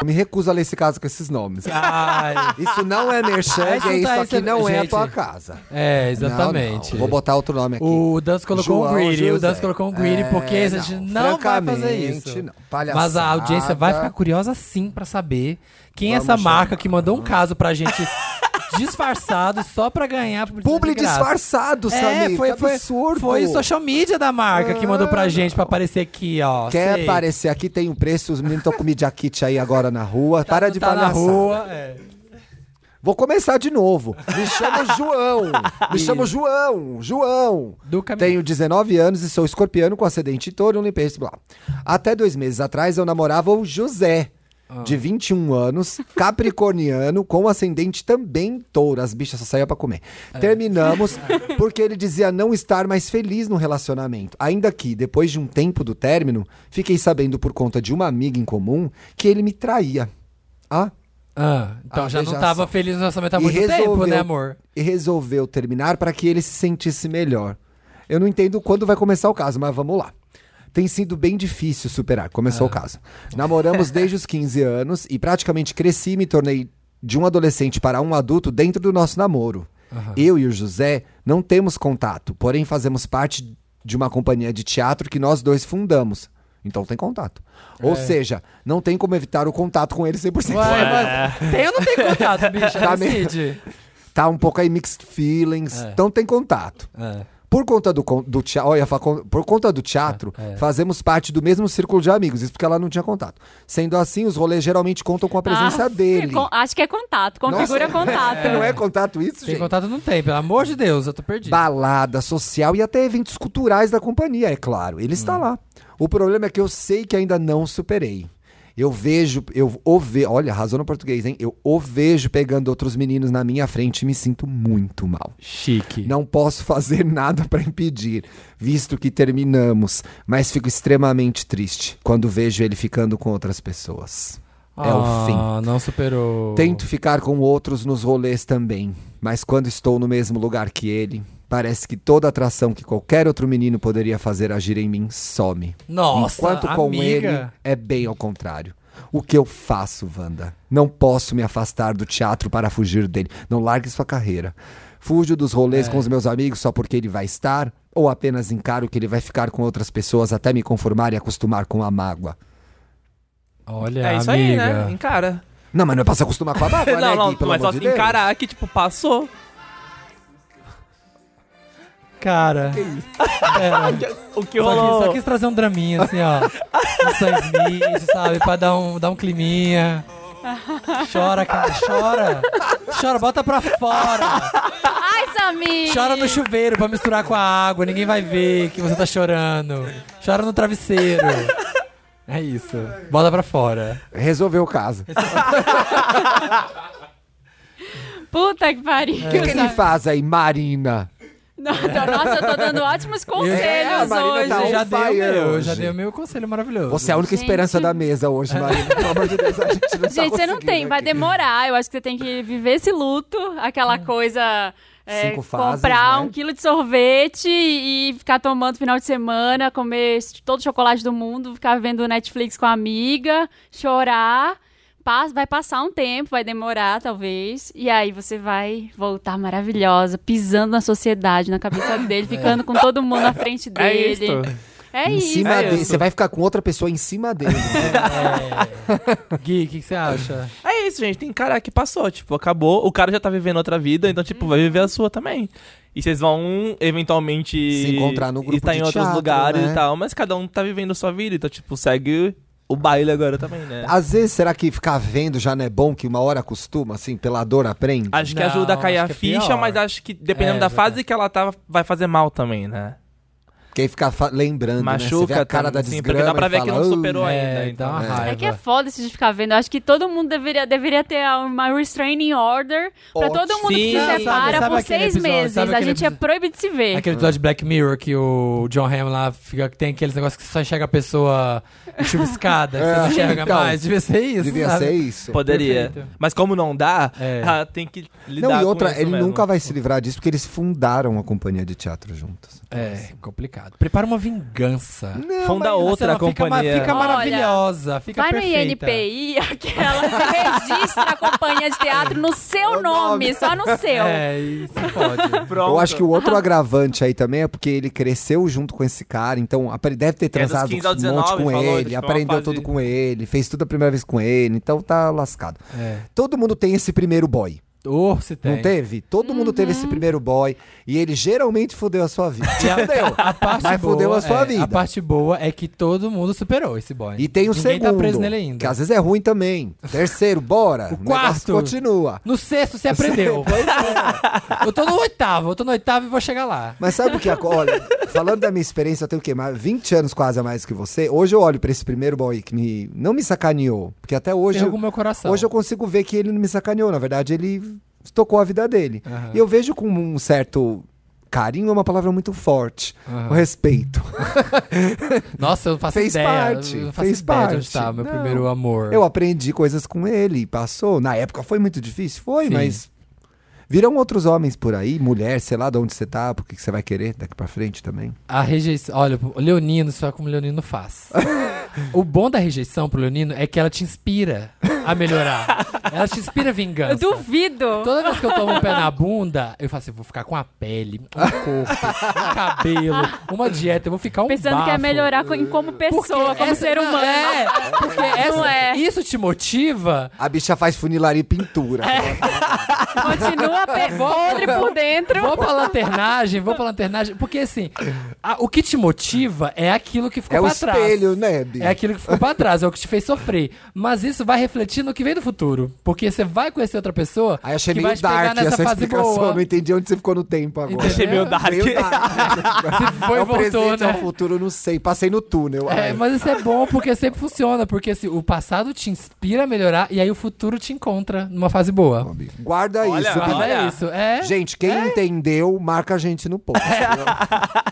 S4: Eu me recuso a ler esse caso com esses nomes.
S1: Ai,
S4: Isso não é merchan,
S1: Ah, isso
S4: é
S1: não
S4: isso
S1: tá
S4: aqui
S1: recebendo-
S4: não é a
S1: Gente.
S4: tua casa.
S1: é,
S4: Não, não.
S1: exatamente.
S4: Vou botar outro nome aqui.
S1: O Dance colocou
S4: João
S1: um greedy, o
S4: José.
S1: Dance colocou um greedy,
S4: É,
S1: porque a gente não, vai fazer
S4: francamente,
S1: isso.
S4: não. Palhaçada.
S1: Mas a audiência vai ficar curiosa sim pra saber quem é
S4: Vamos
S1: essa marca
S4: chamar.
S1: que mandou um caso pra gente disfarçado só pra ganhar publicidade
S4: Publi
S1: de graça.
S4: disfarçado,
S1: É,
S4: Samir.
S1: foi,
S4: que
S1: foi,
S4: absurdo.
S1: foi o social media da marca que mandou pra gente pra aparecer aqui, ó.
S4: Quer
S1: Sei.
S4: aparecer aqui, tem um preço. Os meninos estão com media kit aí agora na rua. Para de
S1: tá na
S4: palhaçada.
S1: rua. é.
S4: Vou começar de novo. Me chamo João. Me chamo João. João.
S1: Do caminho.
S4: Tenho 19 anos e sou escorpiano com ascendente em touro, limpeza, blá. Até dois meses atrás eu namorava o José, de 21 anos, capricorniano, com ascendente também em touro. As bichas só saíam pra comer. Terminamos porque ele dizia não estar mais feliz no relacionamento. Ainda que, depois de um tempo do término, fiquei sabendo por conta de uma amiga em comum que ele me traía. Ah,
S1: Ah, então
S4: Ah,
S1: já não
S4: veja
S1: tava
S4: só.
S1: feliz no relacionamento há
S4: E
S1: muito tempo,
S4: resolveu.
S1: né, amor?
S4: e resolveu terminar para que ele se sentisse melhor. Eu não entendo quando vai começar o caso, mas vamos lá. Tem sido bem difícil superar, começou
S1: Ah.
S4: o caso. Namoramos desde os 15 anos e praticamente cresci e me tornei de um adolescente para um adulto dentro do nosso namoro. Eu e o José não temos contato, porém fazemos parte de uma companhia de teatro que nós dois fundamos. Então tem contato.
S1: É.
S4: Ou seja, não tem como evitar o contato com ele 100%.
S1: Ué, mas tem ou não tem contato, bicho?
S4: Tá
S1: Decide.
S4: Tá um pouco aí mixed feelings,
S1: É.
S4: então tem contato.
S1: É.
S4: Por conta do, con- do teatro, por conta do teatro,
S1: É, é.
S4: fazemos parte do mesmo círculo de amigos, isso porque ela não tinha contato. Sendo assim, os rolês geralmente contam com a presença
S2: Ah,
S4: dele.
S2: con- acho que é contato, configura
S4: Nossa.
S2: contato.
S4: Não é contato isso,
S1: Tem
S4: gente?
S1: contato não tem, pelo amor de Deus, eu tô perdido.
S4: Balada social e até eventos culturais da companhia, é claro.
S1: Hum.
S4: Ele está lá. O problema é que eu sei que ainda não superei. Eu vejo, eu o vejo, olha, arrasou no português, hein? Eu o vejo pegando outros meninos na minha frente e me sinto muito mal.
S1: Chique.
S4: Não posso fazer nada para impedir, visto que terminamos, mas fico extremamente triste quando vejo ele ficando com outras pessoas. É o fim.
S1: Ah, não superou.
S4: Tento ficar com outros nos rolês também, mas quando estou no mesmo lugar que ele, parece que toda atração que qualquer outro menino poderia fazer agir em mim some.
S1: Nossa,
S4: Enquanto com ele
S1: amiga.
S4: é bem ao contrário. O que eu faço, Wanda? Não posso me afastar do teatro para fugir dele. Não largue sua carreira. Fujo dos rolês com os meus amigos só porque ele vai estar? Ou apenas encaro que ele vai ficar com outras pessoas até me conformar e acostumar com a mágoa?
S1: Olha,
S5: É isso aí,
S1: amiga.
S5: né? Encara.
S4: Não, mas não é pra se acostumar com a mágoa, né,
S5: não,
S4: Gui?
S5: não,
S4: Pelo
S5: mas
S4: amor
S5: só
S4: de Deus.
S5: encarar que, tipo, passou.
S1: Cara. Era.
S5: O que
S1: Só, que,
S5: rolou?
S1: só quis trazer um draminha, assim, ó. Um Sam Smith, sabe? Pra dar um, dar um climinha. Chora, cara, chora. Chora, bota pra fora.
S3: Ai, Samir!
S1: Chora no chuveiro pra misturar com a água. Ninguém vai ver que você tá chorando. Chora no travesseiro. É isso. Bota pra fora.
S4: Resolveu o caso. O
S2: Puta que pariu.
S4: que, que ele faz aí, Marina?
S2: Não, tá- Nossa, eu tô dando ótimos conselhos
S4: É, a Marina
S2: hoje.
S4: tá
S1: Eu já
S4: on
S1: dei o
S4: fire
S1: meu, eu já
S4: hoje.
S1: dei o meu conselho maravilhoso.
S4: Você é a única
S2: Gente.
S4: esperança da mesa hoje, Marina. Pelo amor de Deus, a gente não
S2: Gente,
S4: tá
S2: você não
S4: conseguindo
S2: tem, vai
S4: aqui.
S2: demorar. Eu acho que você tem que viver esse luto, aquela coisa. é,
S4: Cinco fases,
S2: comprar
S4: né?
S2: um quilo de sorvete e ficar tomando final de semana, comer ch- todo o chocolate do mundo, ficar vendo Netflix com a amiga, chorar. Pas- Vai passar um tempo, vai demorar talvez, e aí você vai voltar maravilhosa, pisando na sociedade, na cabeça dele, ficando com todo mundo na frente
S5: É
S2: dele.
S5: isso.
S2: É
S4: É. em
S2: isso.
S4: cima
S5: é
S4: dele.
S5: isso.
S4: Você vai ficar com outra pessoa em cima dele.
S1: É. Gui, o que, que você acha?
S5: É isso, gente. Tem cara que passou, tipo, acabou. O cara já tá vivendo outra vida, então, tipo, vai viver a sua também. E vocês vão, eventualmente,
S4: Se encontrar no grupo
S5: estar
S4: de
S5: em outros
S4: teatro,
S5: lugares
S4: né?
S5: e tal, mas cada um tá vivendo a sua vida, então, tipo, segue o baile agora também, né?
S1: Ah,
S4: Às vezes, será que ficar vendo já não é bom que uma hora acostuma, assim, pela dor aprende?
S5: Acho que
S1: Não,
S5: ajuda a cair a
S1: acho que é
S5: ficha,
S1: pior.
S5: mas acho que dependendo
S1: É,
S5: da
S1: verdade.
S5: fase que ela tá, vai fazer mal também, né?
S4: Porque aí fica fa- lembrando, né? Você vê
S5: Machuca,
S4: a cara da
S5: sim,
S4: desgrama
S5: porque dá pra
S4: e
S5: ver que
S4: fala,
S5: não
S4: "Oh,
S5: superou
S1: é,
S5: ainda. Então.
S1: dá uma
S4: É.
S1: raiva.
S2: É que é foda isso de ficar vendo. Eu acho que todo mundo deveria, deveria ter uma restraining order pra
S4: Ótimo.
S2: todo mundo que
S5: Sim.
S2: se
S5: Sabe-
S2: separa
S1: sabe
S2: por
S1: aquele
S2: seis
S1: episódio,
S2: meses.
S1: sabe
S2: A
S1: aquele
S2: gente é
S1: episódio-
S2: proibido de se ver.
S1: Aquele episódio de Black Mirror que o John Hamm lá fica, tem aqueles negócios que só enxerga a pessoa chuviscada, que você não
S4: É,
S1: enxerga
S4: então.
S1: mais. Devia ser isso.
S4: Devia
S1: sabe?
S4: ser isso.
S5: Poderia.
S1: Perfeito.
S5: Mas como não dá,
S1: É.
S5: ah, tem que lidar
S4: Não, e outra,
S5: com isso
S4: ele
S5: mesmo.
S4: nunca vai se livrar disso, porque eles fundaram a companhia de teatro juntos.
S1: É, complicado. Prepara uma vingança.
S5: Funda outra
S1: Marcela, fica ma-
S5: companhia.
S1: Fica,
S2: Olha,
S1: maravilhosa, fica
S2: Vai
S1: perfeita.
S2: no INPI, aquela você registra a companhia de teatro no seu nome, só no seu.
S1: É, isso pode.
S5: Pronto.
S4: Eu acho que o outro agravante aí também é porque ele cresceu junto com esse cara, então apre- deve ter
S5: dos
S4: transado
S5: 15 ao
S4: um monte
S5: 19,
S4: com
S5: falou,
S4: ele,
S5: tipo, é uma
S4: aprendeu
S5: fase-
S4: tudo com ele, fez tudo a primeira vez com ele, então tá lascado.
S1: É.
S4: Todo mundo tem esse primeiro boy,
S1: Oh, se tem.
S4: não teve? Todo mundo teve esse primeiro boy e ele geralmente fudeu a sua vida.
S1: E a- A parte
S4: Mas
S1: boa,
S4: fudeu a sua
S1: é,
S4: vida.
S1: A parte boa é que todo mundo superou esse boy.
S4: E tem o
S1: Ninguém tá
S4: segundo,
S1: preso nele ainda.
S4: que às vezes é ruim também. Terceiro, bora.
S1: O
S4: negócio
S1: quarto.
S4: continua.
S1: No sexto você aprendeu.
S4: é.
S1: eu tô no oitavo, eu tô no oitavo e vou chegar lá.
S4: Mas sabe o que? aco- Olha, falando da minha experiência, eu tenho o quê? Mais 20 anos quase a mais que você. Hoje eu olho pra esse primeiro boy que me, não me sacaneou. Porque até hoje.
S1: Ferrou
S4: Eu,
S1: com o meu coração.
S4: hoje eu consigo ver que ele não me sacaneou. Na verdade, ele tocou a vida dele.
S1: Aham.
S4: E eu vejo com um certo. Carinho é uma palavra muito forte.
S1: Aham.
S4: O respeito.
S1: Nossa, eu não faço
S4: Fez
S1: ideia.
S4: parte,
S1: eu não faço
S4: fez
S1: ideia de onde
S4: parte.
S1: tá meu
S4: Não.
S1: primeiro amor.
S4: Eu aprendi coisas com ele, passou. Na época foi muito difícil, foi,
S1: Sim.
S4: mas. Virão outros homens por aí, mulher, sei lá de onde você tá, porque que você vai querer daqui pra frente também.
S1: A rejeição. Olha, o Leonino, só como o Leonino faz. o bom da rejeição pro Leonino é que ela te inspira a melhorar. ela te inspira a vingança.
S2: Eu duvido.
S1: Toda vez que eu tomo um pé na bunda, eu falo assim: vou ficar com a pele, um corpo, um cabelo, uma dieta, eu vou ficar um
S2: Pensando que é
S1: bafo.
S2: melhorar co- em como pessoa, como
S1: essa-
S2: ser
S1: não,
S2: humano.
S1: É, porque
S2: Não
S1: essa-
S2: é.
S1: isso te motiva
S4: A bicha faz funilaria e pintura.
S1: É,
S2: Continua pe- podre por dentro.
S1: Vou pra lanternagem, vou pra lanternagem. Porque assim, a- o que te motiva é aquilo que ficou
S4: É o
S1: pra trás.
S4: espelho, né, Bi?
S1: É aquilo que ficou pra trás, é o que te fez sofrer. Mas isso vai refletir no que vem do futuro. Porque você vai conhecer outra pessoa
S4: Aí achei
S1: que vai
S4: meio
S1: te pegar
S4: dark
S1: nessa
S4: essa
S1: fase
S4: explicação.
S1: boa.
S4: Não entendi onde você ficou no tempo agora.
S1: Entendeu? Achei meio
S5: dark.
S1: Se foi
S4: é
S1: e
S4: o
S1: voltou,
S4: presente, é
S1: né?
S4: o futuro, não sei. Passei no túnel.
S1: É,
S4: Ai.
S1: mas isso é bom porque sempre funciona. Porque assim, o passado te inspira a melhorar e aí o futuro te encontra numa fase boa.
S4: Guarda
S5: Olha,
S4: isso, Bi.
S1: Olha,
S5: Olha.
S1: isso. É.
S4: Gente, quem entendeu, marca a gente no post. né?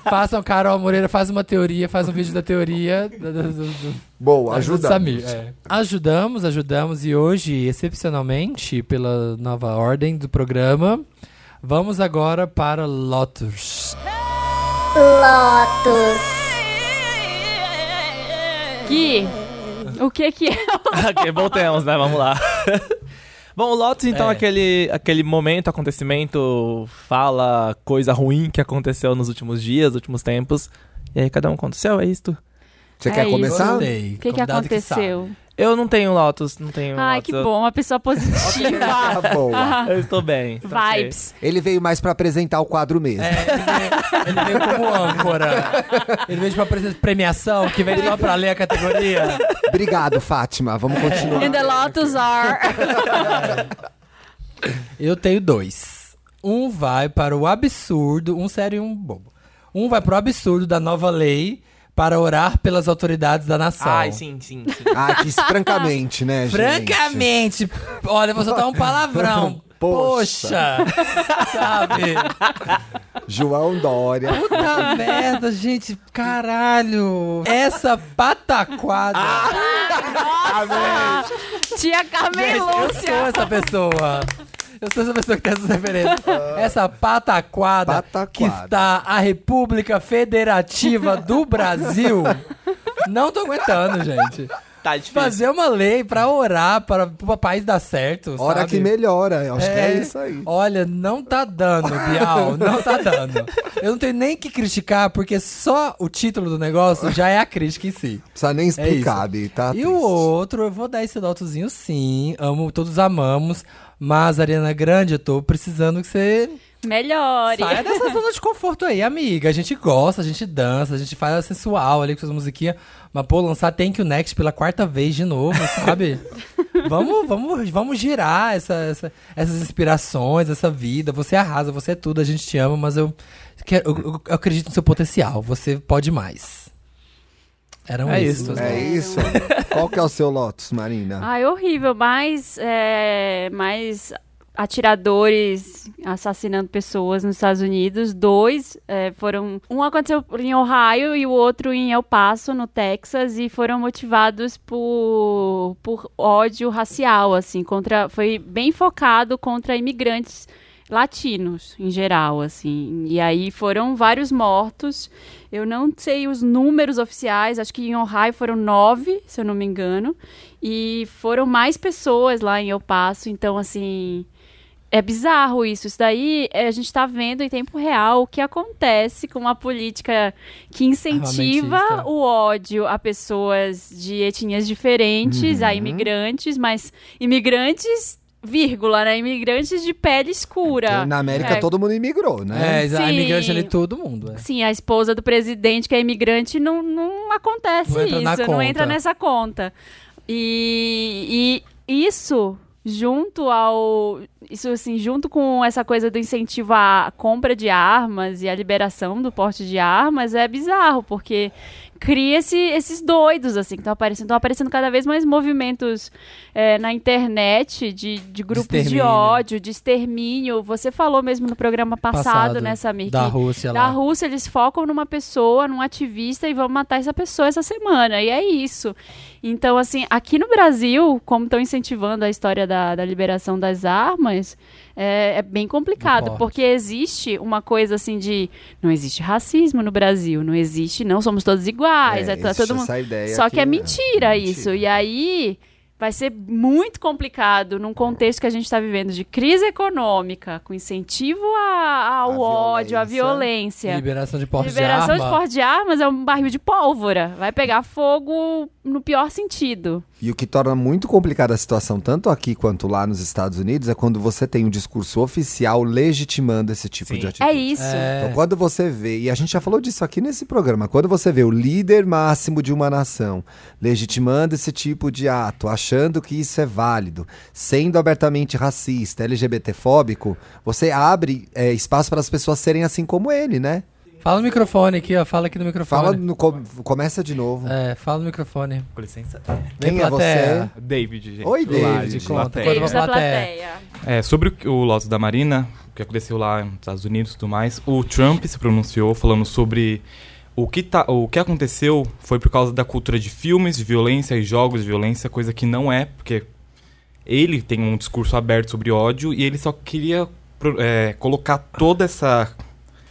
S1: Façam, Carol Moreira, faz uma teoria, faz um vídeo da teoria. do- do- do- do-
S4: Boa, ajuda.
S1: Samir, é. Ajudamos, ajudamos. E hoje, excepcionalmente, pela nova ordem do programa, vamos agora para Lotus.
S6: Lotus,
S2: Gui, o que que é?
S5: ok, voltemos, né? Vamos lá. Bom, o Lotus, então,
S1: É.
S5: aquele, aquele momento, acontecimento, fala coisa ruim que aconteceu nos últimos dias, últimos tempos. E aí cada um conta o seu, é isto?
S4: Você
S2: É
S4: quer
S2: isso.
S4: começar?
S2: O que que aconteceu?
S5: Eu não tenho Lotus, não tenho
S2: Ai,
S5: Lotus.
S2: que
S5: eu-
S2: bom, uma pessoa positiva.
S4: Tá
S1: Ah,
S4: boa.
S5: Eu estou bem. estou ok.
S2: Vibes.
S4: Ele veio mais pra apresentar o quadro mesmo.
S1: É. Ele veio como âncora. Ele veio de uma presen- premiação que vem só pra ler a categoria.
S4: Obrigado, Fátima. Vamos continuar.
S1: Então,
S2: And the Lotus are.
S1: Eu tenho dois. Um vai para o absurdo, um sério e um bobo. Um vai para o absurdo da nova lei para orar pelas autoridades da nação.
S5: Ai, sim, sim, sim.
S4: Ah, que isso, francamente, né, gente?
S1: Francamente, olha, vou soltar um palavrão. Poxa!
S4: Poxa.
S1: Sabe?
S4: João Dória.
S1: Puta Tá merda, gente, caralho. Ah, Essa pataquada.
S2: Tia Carmen
S1: Gente, eu sou
S2: Lúcia.
S1: essa pessoa. Eu sou essa pessoa que tem essas referências. Essa Ah. pataquada,
S4: Pataquada.
S1: que está a República Federativa do Brasil. Não tô aguentando, gente.
S5: Tá difícil.
S1: Fazer uma lei pra orar, para o país dar certo.
S4: Hora
S1: sabe?
S4: que melhora. Eu acho que é isso aí.
S1: Olha, não tá dando, Bial. Não tá dando. Eu não tenho nem que criticar, porque só o título do negócio já é a crítica em si.
S4: Não precisa nem
S1: É isso.
S4: explicar, Bi, tá?
S1: E
S4: triste.
S1: o outro, eu vou dar esse lotozinho sim. Amo, todos amamos. Mas, Ariana Grande, eu tô precisando que você
S2: Melhore.
S1: saia dessa zona de conforto aí, amiga. A gente gosta, a gente dança, a gente faz sensual ali com suas musiquinhas. Mas, pô, lançar Thank You Next pela quarta vez de novo, sabe? vamos, vamos, vamos girar essa, essa- essas inspirações, essa vida. Você arrasa, você é tudo, a gente te ama, mas eu, quero, eu, eu- eu acredito no seu potencial. Você pode mais. Eram
S5: É
S1: esses
S5: isso.
S1: meus né?
S4: É isso. Qual que é o seu Lotus,
S1: Ah,
S4: Marina?
S2: Ai, horrível. Mais, é, mais atiradores assassinando pessoas nos Estados Unidos. Dois é, foram. Um aconteceu em Ohio e o outro em El Paso, no Texas, e foram motivados por, por ódio racial, assim, contra. Foi bem focado contra imigrantes latinos em geral, assim. E aí foram vários mortos. Eu não sei os números oficiais, acho que em Ohio foram nove, se eu não me engano. E foram mais pessoas lá em El Paso, então assim. É bizarro isso. Isso daí é, a gente está vendo em tempo real o que acontece com uma política que incentiva
S1: Armamentista.
S2: o ódio a pessoas de etnias diferentes, a imigrantes, mas imigrantes, vírgula, né? Imigrantes de pele escura.
S4: Na América
S2: É.
S4: todo mundo imigrou, né?
S1: É, exa- a
S2: Sim.
S1: imigrante ali, todo mundo. é.
S2: Sim, a esposa do presidente que é imigrante não, não acontece
S1: Não entra na
S2: isso, não
S1: conta.
S2: entra nessa conta. E, e isso junto ao isso assim, junto com essa coisa do incentivo à compra de armas e à liberação do porte de armas é bizarro, porque cria esse- esses doidos assim que estão aparecendo, estão aparecendo cada vez mais movimentos é, na internet de, de grupos de,
S1: extermínio.
S2: ódio, de extermínio. Você falou mesmo no programa passado,
S1: Passado,
S2: né, Samir,
S1: Da
S2: que-
S1: Rússia
S2: da
S1: lá.
S2: Rússia, eles focam numa pessoa, num ativista e vão matar essa pessoa essa semana. E é isso. Então, assim, aqui no Brasil, como estão incentivando a história da, da liberação das armas, é, é bem
S1: Do
S2: complicado,
S1: porte.
S2: porque existe uma coisa assim de. Não existe racismo no Brasil, não existe, não somos todos iguais. É, to-
S4: existe
S2: todo mundo.
S4: essa ideia
S2: Só que é mentira
S4: é
S2: isso.
S4: mentira.
S2: E aí vai ser muito complicado num contexto que a gente está vivendo de crise econômica, com incentivo a- ao
S4: À
S2: ódio, à
S4: violência.
S2: violência.
S1: Liberação de porte de
S2: Liberação de
S1: arma.
S2: porte de armas é um barril de pólvora. Vai pegar fogo no pior sentido.
S4: E o que torna muito complicada a situação, tanto aqui quanto lá nos Estados Unidos, é quando você tem um discurso oficial legitimando esse tipo
S5: Sim.
S4: de
S2: É
S4: atitude.
S2: isso.
S4: Então, quando você vê, e a gente já falou disso aqui nesse programa, quando você vê o líder máximo de uma nação legitimando esse tipo de ato, achando que isso é válido, sendo abertamente racista, LGBTfóbico, você abre é, espaço para as pessoas serem assim como ele, né?
S1: Fala no microfone aqui, ó. Fala aqui no
S4: Fala,
S1: microfone.
S4: no, com- começa de novo.
S1: É, fala no microfone.
S5: Com licença.
S4: Quem é
S1: plateia.
S4: você?
S7: David, gente.
S4: Oi,
S7: do
S4: David.
S7: Laje, de
S1: Conta,
S7: Lateia.
S1: Quando conta.
S2: Beijo
S1: vai
S2: da
S1: plateia.
S2: plateia.
S7: É, sobre o- o Lotus da Marina, o que aconteceu lá nos Estados Unidos e tudo mais, o Trump se pronunciou falando sobre o que, tá, o que aconteceu foi por causa da cultura de filmes, de violência e jogos de violência, coisa que não é, porque ele tem um discurso aberto sobre ódio e ele só queria pro- é, colocar toda essa.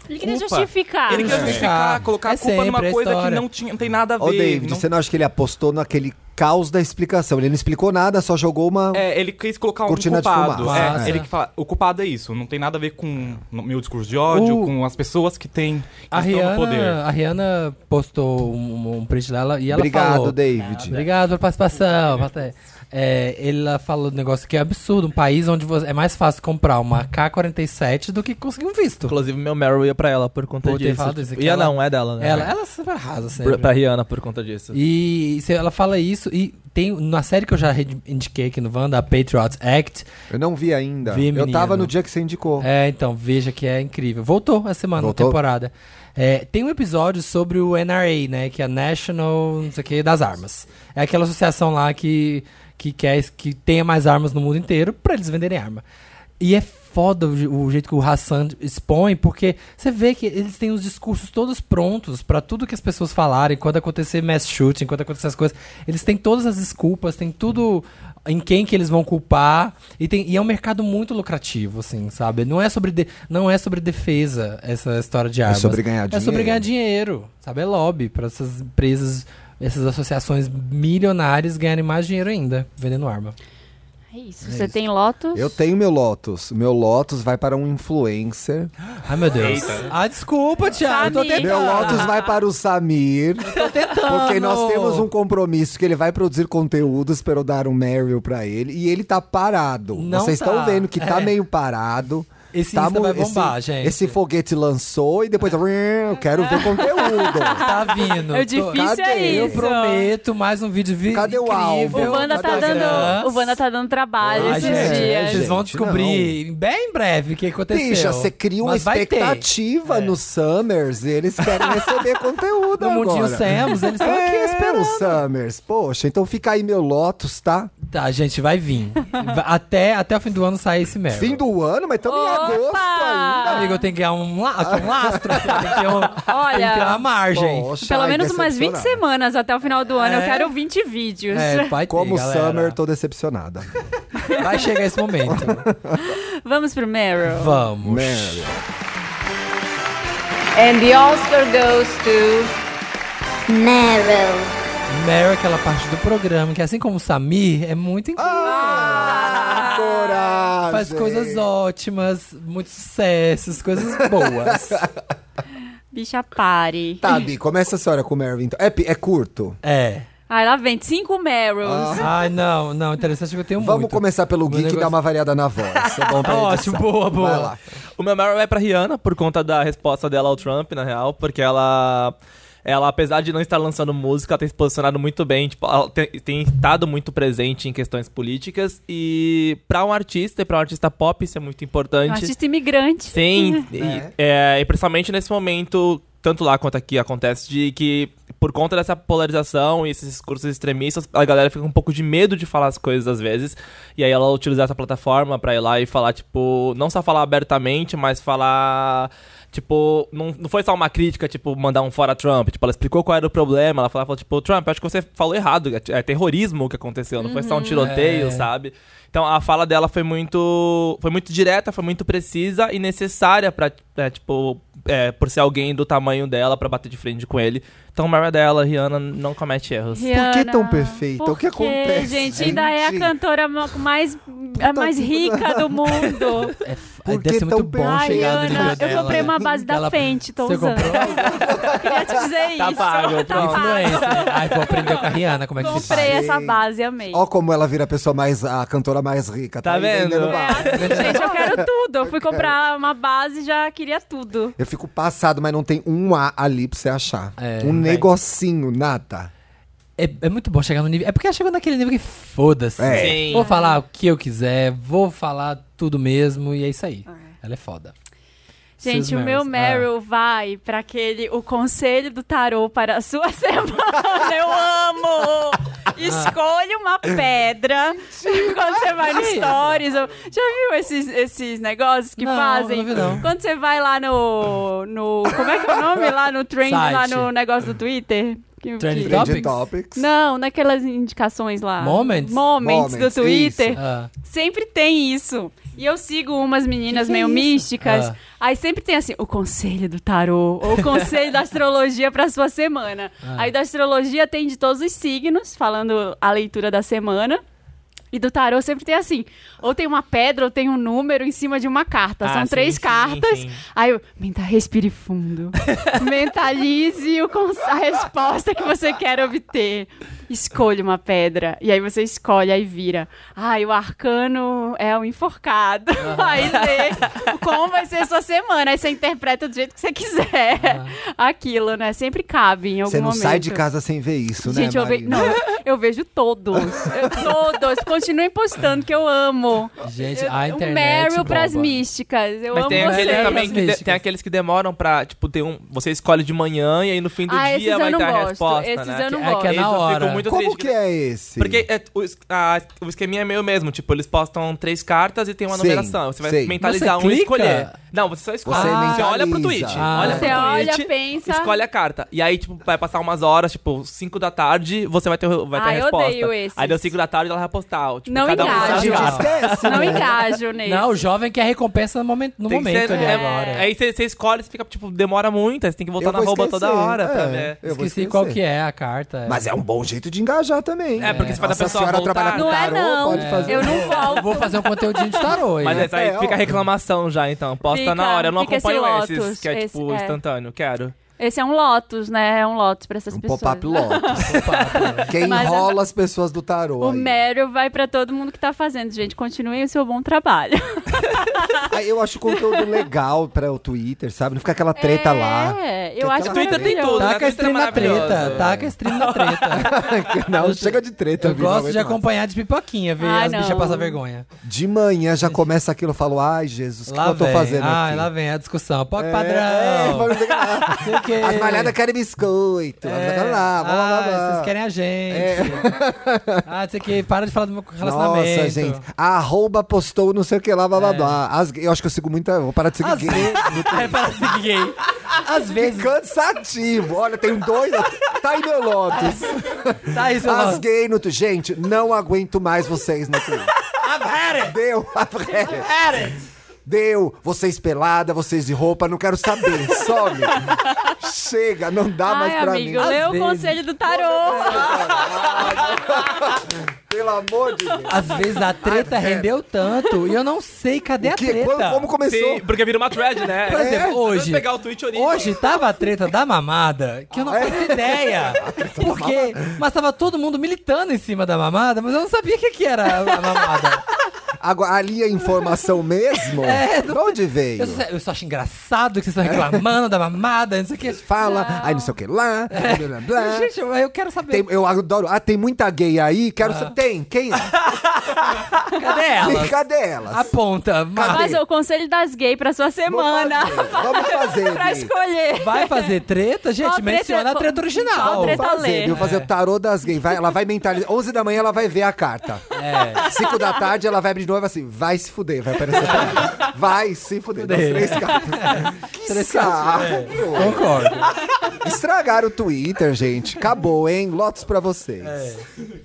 S2: Ele queria
S5: Culpa.
S2: justificar.
S5: Ele quer
S1: é.
S5: justificar, colocar
S1: É
S5: a culpa numa
S1: sempre a
S5: coisa que
S1: história.
S5: não, tinha, não tem nada a ver.
S4: Ô, David,
S5: não-
S4: você não acha que ele apostou naquele caos da explicação. Ele não explicou nada, só jogou uma.
S7: É, ele quis colocar
S4: Cortina
S7: um
S4: de
S7: culpado.
S4: fumaça. Ah,
S7: É,
S1: Massa.
S7: ele que fala, o culpado é isso, não tem nada a ver com o meu discurso de ódio,
S1: O-
S7: com as pessoas que têm que
S1: A
S7: estão no poder.
S1: Rihanna, a Rihanna postou um, um print dela e ela
S4: Obrigado,
S1: falou...
S4: David.
S1: Obrigado pela participação. Plateia. É, ela falou um negócio que é absurdo. Um país onde você- é mais fácil comprar uma K-47 do que conseguir um visto.
S5: Inclusive, meu Meryl ia pra ela por conta
S1: Pô, tem
S5: disso.
S1: falado isso aqui,
S5: ia
S1: ela-
S5: não, é dela, né?
S1: Ela, ela sempre arrasa sempre.
S5: Pra, pra Rihanna por conta disso.
S1: E se ela fala isso, e tem na série que eu já re- indiquei aqui no Wanda, a Patriot Act.
S4: Eu não vi ainda.
S1: Vi,
S4: eu tava
S1: menino.
S4: no dia que você indicou.
S1: É, então, veja que é incrível. Voltou essa semana,
S4: Voltou?
S1: na temporada. É, tem um episódio sobre o NRA, né? Que é a National, não sei o que, das armas. É aquela associação lá que, que quer que tenha mais armas no mundo inteiro pra eles venderem arma. E é foda o, je- o jeito que o Hassan expõe, porque você vê que eles têm os discursos todos prontos pra tudo que as pessoas falarem, quando acontecer mass shooting, quando acontecer as coisas. Eles têm todas as desculpas, tem tudo em quem que eles vão culpar. E, tem, e é um mercado muito lucrativo, assim, sabe? Não é sobre, de- não é sobre defesa essa história de armas.
S4: sobre ganhar
S1: É sobre
S4: dinheiro.
S1: ganhar dinheiro, sabe? É lobby pra essas empresas, essas associações milionárias ganharem mais dinheiro ainda vendendo arma.
S2: É isso. Você tem Lotus?
S4: Eu tenho meu Lotus. Meu Lotus vai para um influencer.
S1: Ai, meu Deus. Ah, desculpa, Thiago. Eu tô
S2: Samir.
S1: tentando.
S4: Meu Lotus vai para o Samir. Porque nós temos um compromisso que ele vai produzir conteúdos para eu dar um Meryl pra ele. E ele tá parado.
S1: Não
S4: Vocês
S1: tá.
S4: estão vendo que tá
S1: É.
S4: meio parado.
S1: Esse
S4: tá
S1: Insta
S4: mu-
S1: vai bombar,
S4: esse,
S1: gente.
S4: Esse foguete lançou e depois. Eu quero ver conteúdo.
S1: Tá vindo.
S2: É
S1: Tô-
S2: difícil é
S4: cadê?
S1: Eu
S2: isso.
S1: prometo mais um vídeo vi
S4: Cadê o
S1: incrível.
S4: Alvo?
S2: O Wanda, tá
S4: Cadê
S2: dando,
S1: Instagram.
S2: o Wanda tá dando trabalho
S1: Ai,
S2: esses
S1: gente,
S2: dias.
S1: Vocês vão
S4: Gente,
S1: descobrir bem em breve o que aconteceu.
S4: Bicha, você cria uma
S1: Mas vai ter. É.
S4: expectativa no Summers e eles querem receber conteúdo
S1: No
S4: agora.
S1: Mundinho Samos, eles estão aqui
S4: É,
S1: esperando.
S4: o Summers. Poxa, então fica aí meu Lotus, tá?
S1: Tá, gente, vai vir. Va- até, até o fim do ano sai esse merda.
S4: Fim do ano, mas estamos em
S2: Opa!
S4: agosto ainda.
S1: Amigo, eu tenho que ganhar um, la aqui, um lastro. aqui, tem que ter um-
S2: Olha,
S1: tem que ter uma margem.
S4: Poxa,
S2: Pelo
S4: ai,
S2: menos umas 20
S4: decepcionada.
S2: semanas até o final do ano. Eu
S1: É.
S2: quero 20 vídeos.
S1: É, vai ter,
S4: Como
S1: galera.
S4: Summer, tô decepcionada.
S1: Vai chegar esse momento.
S2: Vamos pro Meryl.
S1: Vamos.
S4: Meryl.
S8: And the Oscar goes to.
S6: Meryl.
S1: Meryl é aquela parte do programa que, assim como o Samir, é muito incrível.
S4: Ah, coragem.
S1: Faz coisas ótimas, muitos sucessos, coisas boas.
S2: Bicha pare.
S4: Tá, Bi, começa a senhora com o Meryl, então. É, pi- é curto.
S1: é.
S2: Aí lá vem cinco Meryls.
S1: Ai, não, não, interessante que eu tenho
S4: Vamos
S1: muito.
S4: começar pelo Gui,
S1: Meu
S4: que
S1: negócio-
S4: dá uma variada na voz. É bom pra
S1: Ótimo,
S4: edição.
S1: boa, boa.
S4: Vai lá.
S5: O meu Meryl vai pra Rihanna por conta da resposta dela ao Trump, na real, porque ela. Ela, apesar de não estar lançando música, ela tem se posicionado muito bem, tipo, ela tem, tem estado muito presente em questões políticas. E pra um artista, e pra um artista pop, isso é muito
S2: Um
S5: importante.
S2: artista imigrante.
S5: Sim, e, é, e principalmente nesse momento, tanto lá quanto aqui acontece, de que por conta dessa polarização e esses discursos extremistas, a galera fica com um pouco de medo de falar as coisas às vezes. E aí ela utilizar essa plataforma pra ir lá e falar, tipo, não só falar abertamente, mas falar. Tipo, não, não foi só uma crítica, tipo, mandar um fora Trump. Tipo, ela explicou qual era o problema. Ela falava, tipo, Trump, acho que você falou errado. É, é terrorismo o que aconteceu, não foi só um tiroteio,
S1: É.
S5: sabe? Então a fala dela foi muito, foi muito direta, foi muito precisa e necessária para tipo, é, por ser alguém do tamanho dela pra bater de frente com ele. Então, Mara dela, Rihanna não comete erros.
S2: Rihanna,
S4: que tão perfeita?
S2: por
S4: O que acontece,
S2: gente? Ainda é a
S4: gente?
S2: cantora ma- mais, a mais rica do mundo.
S1: É, f-
S4: Por
S1: deve
S4: que
S1: ser muito
S4: tão
S1: bom
S4: perto?
S2: Ai,
S1: chegar no nível
S2: Ana, eu
S1: dela. né?
S2: comprei uma base da
S1: Ela-
S2: Fenty, tô
S1: Você
S2: usando.
S1: comprou?
S2: Queria te dizer
S5: Tá
S2: isso.
S5: pago,
S2: tá
S5: pronto.
S2: pago.
S1: Influencer. É né? Ai, vou aprender com a Rihanna como é que se faz.
S2: Comprei essa base, amei.
S4: Ó como ela vira a pessoa mais... A cantora mais rica. Tá,
S5: Tá vendo?
S4: vendendo
S5: É.
S4: bala.
S2: Gente, eu quero tudo. Eu fui
S1: É.
S2: comprar uma base e já queria tudo.
S4: Eu fico passado, mas não tem um A ali pra você achar.
S1: É,
S4: um
S1: não tem.
S4: negocinho, nada.
S1: É, é muito bom chegar no nível. É porque ela chegou naquele nível que foda-se.
S4: É.
S5: Sim.
S1: Vou falar o que eu quiser, vou falar tudo mesmo e é isso aí. Ela é foda.
S2: Ah. Gente,
S1: Seus
S2: o
S1: Meryls.
S2: meu Meryl vai pra aquele o conselho do tarô para a sua semana. Eu amo.
S1: Ah.
S2: Escolha uma pedra quando você vai no Stories. ou- Já viu esses, esses negócios que
S1: Não,
S2: fazem?
S1: não vi, não.
S2: Quando você vai lá no, no como é que é o nome lá no trend,
S1: Site.
S2: lá no negócio do Twitter? Que-
S1: Trend
S2: que-
S1: Topics?
S4: Trending Topics.
S2: Não, naquelas indicações lá.
S1: Moments?
S2: Moments, do
S4: Moments,
S2: Twitter.
S1: Ah,
S2: Sempre tem isso. E eu sigo umas meninas
S1: Que que é
S2: meio
S1: isso?
S2: místicas.
S1: Ah.
S2: Aí sempre tem assim, o conselho do tarô, ou o conselho da astrologia pra sua semana.
S1: Ah.
S2: Aí da astrologia tem de todos os signos, falando a leitura da semana. E do tarô sempre tem assim, ou tem uma pedra ou tem um número em cima de uma carta.
S5: Ah,
S2: Então, São
S5: sim,
S2: três
S5: sim,
S2: cartas.
S5: sim.
S2: Aí eu, menta, respire fundo. Mentalize o cons- a resposta que você quer obter. Escolha uma pedra. E aí você escolhe, aí vira. Ai, o arcano é o enforcado. Aí lê como vai ser a sua semana. Aí você interpreta do jeito que você quiser. Aquilo, né? Sempre cabe em algum
S4: Você não
S2: momento.
S4: sai de casa sem ver isso, né,
S2: Gente, eu, ve-
S4: Marina?
S2: não, eu vejo todos. Eu- todos. Continuem postando, que eu amo.
S1: Ah. gente,
S2: Eu-
S1: a
S2: o
S1: internet.
S2: Meryl pras
S1: bomba.
S2: místicas. Eu
S5: Mas
S2: amo
S5: tem
S2: vocês.
S5: aqueles
S1: você.
S5: também que de-
S1: Místicas.
S5: tem aqueles que demoram pra, tipo, tem um. Você escolhe de manhã e aí no fim do
S2: Ah, esses
S5: dia vai
S2: eu não
S5: ter a
S2: gosto.
S5: resposta.
S2: esses
S5: né?
S2: eu não
S1: É que
S2: gosto.
S1: é na
S5: eu
S1: hora.
S5: Fico muito
S4: Como
S5: triste
S4: que é esse?
S5: Porque é, o, es- a- o esqueminha é meio mesmo, tipo, eles postam três cartas e tem uma
S4: Sim,
S5: numeração. Você vai
S4: sim.
S5: mentalizar
S1: Você
S5: um e
S1: clica?
S5: escolher. Não, você só escolhe.
S4: Você
S5: você olha pro
S4: mentaliza.
S5: tweet.
S1: Ah.
S5: Olha
S2: Você
S5: pro
S2: olha,
S5: tweet,
S2: pensa.
S5: Escolhe a carta. E aí, tipo, vai passar umas horas, tipo, 5 da tarde, você vai ter, vai ter
S2: Ah,
S5: a
S2: eu
S5: resposta.
S2: odeio esses.
S5: Aí deu 5 da tarde ela vai postar. Tipo,
S2: Não
S5: cada um
S2: engaja.
S4: A gente
S1: Legal.
S4: esquece,
S2: Não
S4: né?
S2: engajo nesse.
S1: Não, o jovem quer recompensa no momento, no
S5: Tem que
S1: momento
S5: ser-
S1: ali
S5: é,
S1: agora.
S5: Aí você você escolhe, você fica, tipo, demora muito, aí você tem que voltar
S4: Eu
S5: na
S4: vou
S5: rouba
S4: esquecer,
S5: toda hora pra
S4: é.
S5: ver.
S4: Eu vou
S1: Esqueci qual
S4: esquecer.
S1: que é a carta.
S4: Mas é um bom jeito de engajar também.
S5: É, porque se faz a
S4: Nossa
S5: pessoa
S4: senhora
S5: voltar-
S4: trabalhar com
S2: Não é,
S4: tarô,
S2: não.
S4: pode fazer.
S2: Eu não volto.
S1: Vou fazer um conteúdinho de tarô.
S5: Mas
S1: hein?
S5: essa aí
S4: É, ó.
S5: fica a reclamação já, então. Posta
S2: Fica-
S5: na hora. Eu não
S2: fica esse
S5: acompanho esses,
S2: Lotus,
S5: que é
S2: esse-
S5: tipo
S2: é.
S5: instantâneo. Quero.
S2: Esse é um Lotus, né? É um Lotus pra essas
S4: Um
S2: pessoas.
S4: pop-up Lotus. Quem
S2: Mas
S4: enrola as pessoas do tarô.
S2: O
S4: aí.
S2: Meryl vai pra todo mundo que tá fazendo, gente. Continuem o seu bom trabalho.
S4: Aí eu acho conteúdo legal pra o Twitter, sabe? Não fica aquela treta
S2: é,
S4: lá.
S2: eu
S4: Aquela
S2: acho
S4: Twitter tem
S2: maravilhoso.
S5: tudo.
S1: Taca Tá a stream na
S5: maravilhoso.
S1: treta. Taca a stream na treta.
S4: não, chega de treta.
S1: Eu
S4: viu? Não
S1: gosto de
S4: aguento mais.
S1: acompanhar de pipoquinha, ver
S2: Ai,
S1: as bichas
S2: Ah, não.
S1: passar vergonha.
S4: De manhã já começa aquilo, eu falo, ai Jesus, o que,
S1: Lá
S4: que eu tô
S1: vem.
S4: fazendo
S1: Ai,
S4: aqui?
S1: lá vem a discussão. Pô,
S4: É, é,
S1: padrão.
S4: vamos pegar-
S1: Sei o quê.
S4: As malhadas querem biscoito.
S1: É.
S4: Vamos lá, vamos lá,
S1: Ah,
S4: vamos lá.
S1: Vocês querem a gente.
S4: É.
S1: Ah, não sei o que. Para de falar do meu relacionamento. É.
S4: Nossa, gente. A arroba postou não sei o que lá, blá blá blá. As- eu acho que eu sigo muita. Vou parar de seguir
S1: Às
S4: gay.
S1: vezes. é para
S4: assim,
S1: seguir gay. Às vezes.
S4: Cansativo. Olha, tem dois. Tá aí meu Lotus.
S1: Tá isso,
S4: As gay no Twitter. Gente, não aguento mais vocês no Twitter. Deu, Deu. Vocês pelada, vocês de roupa, não quero saber. Some. Chega, não dá Tá mais
S2: Ai,
S4: pra
S2: amigo,
S4: mim.
S2: lê o
S1: vezes.
S2: conselho do tarô.
S4: Pelo amor de Deus.
S1: Às vezes a treta rendeu tanto e eu não sei cadê É a
S4: Que-
S1: treta.
S4: É. quando- como começou?
S5: Sim, porque vira uma thread, né?
S1: Por exemplo, hoje.
S5: pegar o tweet original.
S1: Hoje tava a treta da mamada que eu não
S4: É.
S1: faço ideia. Porque. Mas tava todo mundo militando em cima da mamada, mas eu não sabia o que, que era a a mamada.
S4: Agora, ali a informação mesmo?
S1: É,
S4: de onde veio?
S1: Eu só, eu só acho engraçado que vocês estão reclamando da mamada, não sei o que.
S4: Fala, aí não sei o que lá, blá blá blá.
S1: Gente, eu, eu quero saber.
S4: É. Tem- eu adoro. Ah, tem muita gay aí. Quero
S1: Ah.
S4: saber. Tem, quem?
S1: Cadê ela?
S4: Cadê elas?
S1: Aponta. Mas
S2: Mas o conselho das gays pra sua
S4: Vou
S2: semana.
S4: fazer, Vamos fazer.
S2: pra
S4: Gui.
S2: escolher.
S1: vai fazer treta? Gente,
S2: Qual treta-
S1: menciona a treta
S2: qual-
S1: original.
S2: qual treta-
S4: Vamos fazer,
S2: ler.
S4: viu? Fazer o tarô das gays. Vai, ela vai mentalizar. 11 da manhã ela vai ver a carta.
S1: É.
S4: 5 da tarde ela vai abrir de novo assim. Vai se fuder. Vai aparecer. Vai se fuder. Das
S1: Fuder.
S4: três cartas. Que
S1: Três
S4: saco.
S1: Concordo.
S4: Estragaram o Twitter, gente. Acabou, hein? Lotos pra vocês.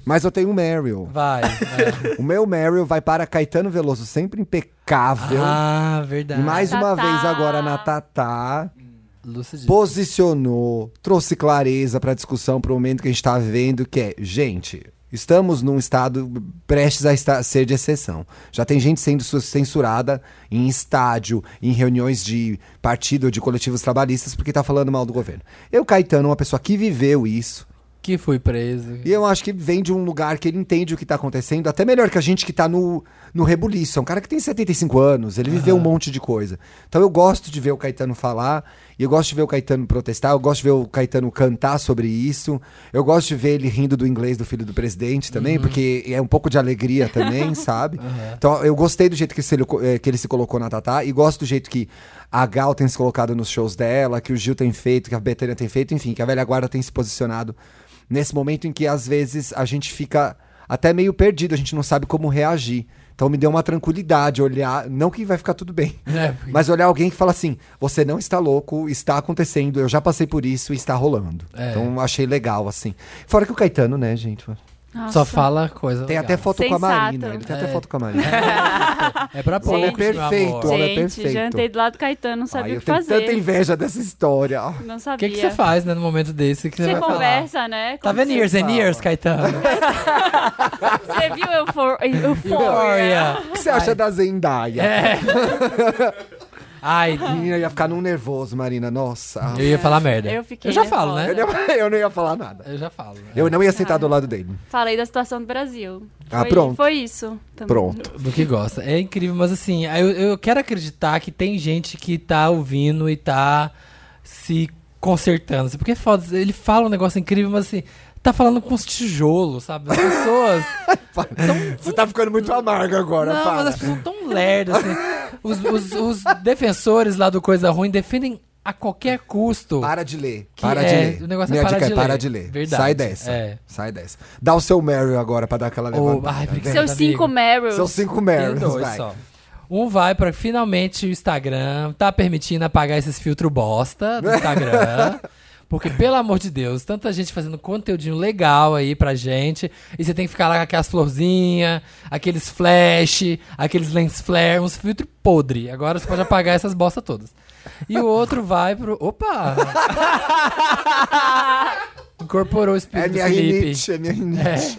S4: Mas eu tenho um Meryl.
S1: Vai. é.
S4: O meu Meryl vai para Caetano Veloso, sempre impecável.
S1: Ah,
S4: E
S1: verdade.
S4: mais um uma
S2: Tatá.
S4: vez agora na Tatá.
S1: Lúcia de...
S4: Posicionou, trouxe clareza pra discussão pro momento que a gente tá vendo, que é, gente, estamos num estado prestes a esta- ser de exceção. Já tem gente sendo su- censurada em estádio, em reuniões de partido ou de coletivos trabalhistas, porque tá falando mal do governo. Eu, Caetano, uma pessoa que viveu isso,
S1: Que fui preso.
S4: e eu acho que vem de um lugar que ele entende o que tá acontecendo, até melhor que a gente que tá no, no rebuliço. É um cara que tem 75 anos, ele viveu um monte de coisa. Então eu gosto de ver o Caetano falar, e eu gosto de ver o Caetano protestar, eu gosto de ver o Caetano cantar sobre isso, eu gosto de ver ele rindo do inglês do filho do presidente também, porque é um pouco de alegria também, sabe? Então eu gostei do jeito que, se ele, co- eh, que ele se colocou na Tatá, e gosto do jeito que a Gal tem se colocado nos shows dela, que o Gil tem feito, que a Betânia tem feito, enfim, que a velha guarda tem se posicionado nesse momento em que às vezes a gente fica até meio perdido, a gente não sabe como reagir. Então me deu uma tranquilidade olhar, não que vai ficar tudo bem,
S1: É, porque-
S4: mas olhar alguém que fala assim: você não está louco, está acontecendo, eu já passei por isso e está rolando.
S1: É.
S4: Então achei legal, assim. Fora que o Caetano, né, gente?
S1: Só fala coisa.
S4: Tem
S1: legal.
S4: até foto com a
S2: Sensato.
S4: Marina. Ele tem até
S1: É.
S4: foto com a Marina.
S1: É pra
S4: Bom, é
S1: poucos, meu
S4: perfeito,
S1: amor.
S4: Olha, é
S2: Gente,
S4: perfeito.
S2: jantei do lado do Caetano, não
S4: Ai,
S2: sabia o
S4: eu
S2: que
S4: tenho
S2: fazer.
S4: tanta inveja dessa história.
S2: Não
S1: O
S2: sabia.
S1: que, que você faz, né, no momento desse que você,
S2: Você
S1: vai falar?
S2: conversa, né?
S1: Tá
S2: Como
S1: vendo
S2: você-
S1: Years and Years, Caetano?
S2: Você viu eufor... euforia?
S1: Glória!
S4: O que você acha da Zendaya?
S1: É. Ai,
S4: Menina, eu ia ficar num nervoso, Marina. Nossa.
S1: eu ia falar merda.
S2: Eu fiquei
S1: já falo, né?
S4: Eu, não, eu não ia falar nada.
S1: Eu já falo. né?
S4: Eu não ia sentar do lado dele.
S2: Falei da situação do Brasil.
S4: Ah,
S2: foi,
S4: pronto.
S2: Foi isso. também.
S4: Pronto.
S1: Do que gosta. É incrível, mas assim, eu, eu quero acreditar que tem gente que tá ouvindo e tá se consertando. assim, Porque foda ele fala um negócio incrível, mas assim, tá falando com os tijolos, sabe? As pessoas.
S4: Você tá ficando muito amargo agora,
S1: um não, mas
S4: para.
S1: as pessoas são tão lerdas, assim. Os, os- os defensores lá do Coisa Ruim defendem a qualquer custo.
S4: Para de ler.
S1: Que
S4: Para
S1: é-
S4: de ler.
S1: o negócio é
S4: Minha
S1: parar
S4: dica
S1: de
S4: é
S1: ler.
S4: para de ler.
S1: Verdade.
S4: Sai dessa.
S1: É.
S4: Sai dessa. Dá o seu Meryl agora pra dar aquela
S1: Ou-
S4: levantada.
S1: ai, obrigado,
S2: Seus cinco
S1: amigo.
S2: Meryls.
S4: São cinco
S1: Tem
S4: Marys,
S1: dois
S4: vai.
S1: só. Um vai pra finalmente o Instagram tá permitindo apagar esses filtros bosta do Instagram. Porque, pelo amor de Deus, tanta gente fazendo conteúdinho legal aí pra gente. E você tem que ficar lá com aquelas florzinhas, aqueles flash, aqueles lens flare, uns filtros podre. Agora você pode apagar essas bostas todas. E o outro vai pro. Opa! Incorporou o espírito
S4: É
S1: do
S4: minha
S1: Felipe.
S4: rinite, é minha rinite.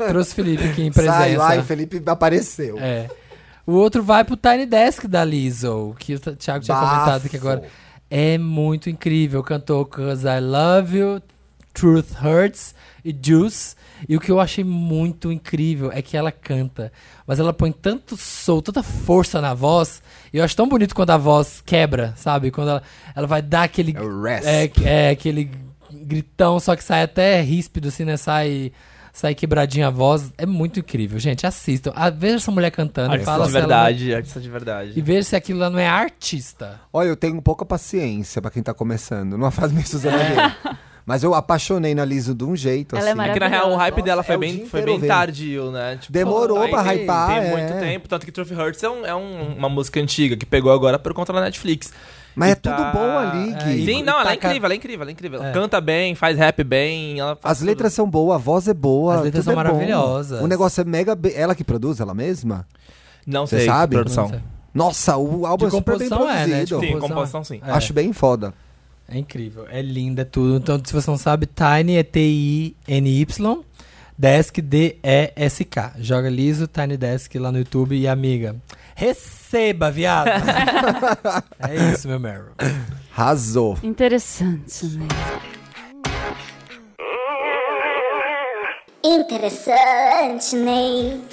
S1: É. Trouxe Felipe aqui em presença.
S4: Sai lá e Felipe apareceu.
S1: É. O outro vai pro Tiny Desk da Lizzo, que o T- Thiago tinha
S4: Bafo.
S1: comentado aqui agora. É muito incrível. Cantou Cause I Love You, Truth Hurts e Juice. E o que eu achei muito incrível é que ela canta, mas ela põe tanto soul, tanta força na voz. E eu acho tão bonito quando a voz quebra, sabe? Quando ela, ela vai dar aquele.
S4: É o rest.
S1: É, é aquele gritão, só que sai até ríspido, assim, né? Sai, sai quebradinha a voz. É muito incrível, gente. Assistam. Ah, veja essa mulher cantando. e
S5: Artista
S1: fala
S5: de
S1: se ela
S5: verdade, artista de
S1: não-
S5: verdade.
S1: E veja se aquilo lá não é artista.
S4: Olha, eu tenho pouca paciência pra quem tá começando. Não faz meio
S1: É.
S4: Suzana Vieira. Mas eu apaixonei na Liso de um jeito,
S2: Ela é
S4: assim.
S5: É que na real o hype dela foi
S4: é o dia
S5: bem, foi
S4: inteiro
S5: bem
S4: ouvindo.
S5: tardio, né? Tipo,
S4: Demorou
S5: aí
S4: pra
S5: tem-
S4: hypar,
S5: Tem
S4: é.
S5: muito tempo, tanto que Trophy Hurts é, um- é um- uma música antiga que pegou agora por conta da Netflix.
S4: Mas
S5: E
S4: é tudo bom ali, Gui.
S1: e-
S5: Sim, não, ela é
S1: taca-
S5: incrível, ela é incrível, ela é incrível. Ela
S1: É.
S5: canta bem, faz rap bem. Ela faz
S4: As letras são boas, a voz é boa.
S1: As letras
S4: tudo
S1: são
S4: é bom.
S1: maravilhosas.
S4: O negócio é mega. be- Ela que produz, ela mesma?
S5: tudo. Não
S4: Você
S5: sei,
S4: sabe?
S5: produção.
S1: Não sei.
S4: Nossa, o álbum
S1: De
S4: é super bem
S1: composição é, né?
S4: produzido.
S1: Tipo,
S5: Sim, composição sim.
S1: É.
S4: Acho bem foda.
S1: É incrível, é linda tudo. Então, se você não sabe, Tiny é T-I-N-Y, Desk D-E-S-K. Joga liso Tiny Desk lá no YouTube e amiga. Receba, viado! é isso, meu Meryl.
S4: Arrasou.
S2: Interessante, né?
S6: Interessante, né? Ney.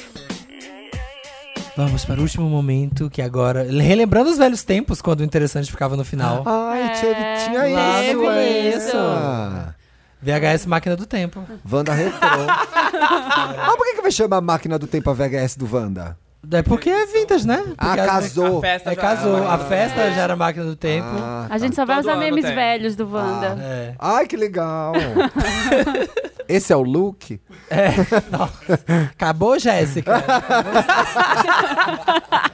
S1: Vamos para o último momento, que agora. Relembrando os velhos tempos, quando o interessante ficava no final.
S4: Ai, teve, tinha
S1: É, lá
S4: isso,
S1: no
S4: é.
S1: começo. VHS Máquina do Tempo.
S4: Wanda Retrô. ah, por que, que vai chamar a máquina do tempo a VHS do Wanda?
S1: É porque é vintage, né? Porque
S4: Ah,
S1: as-
S4: casou.
S5: A festa
S1: É,
S5: já-
S1: casou. A festa já era máquina do tempo.
S4: Ah,
S2: A gente só
S1: Tá
S2: vai
S5: Todo
S2: usar
S5: ano
S2: memes
S5: tem.
S2: velhos do Wanda.
S1: É.
S4: Ai, que legal. Esse é o look?
S1: É, Acabou, Jéssica? Acabou, Jéssica?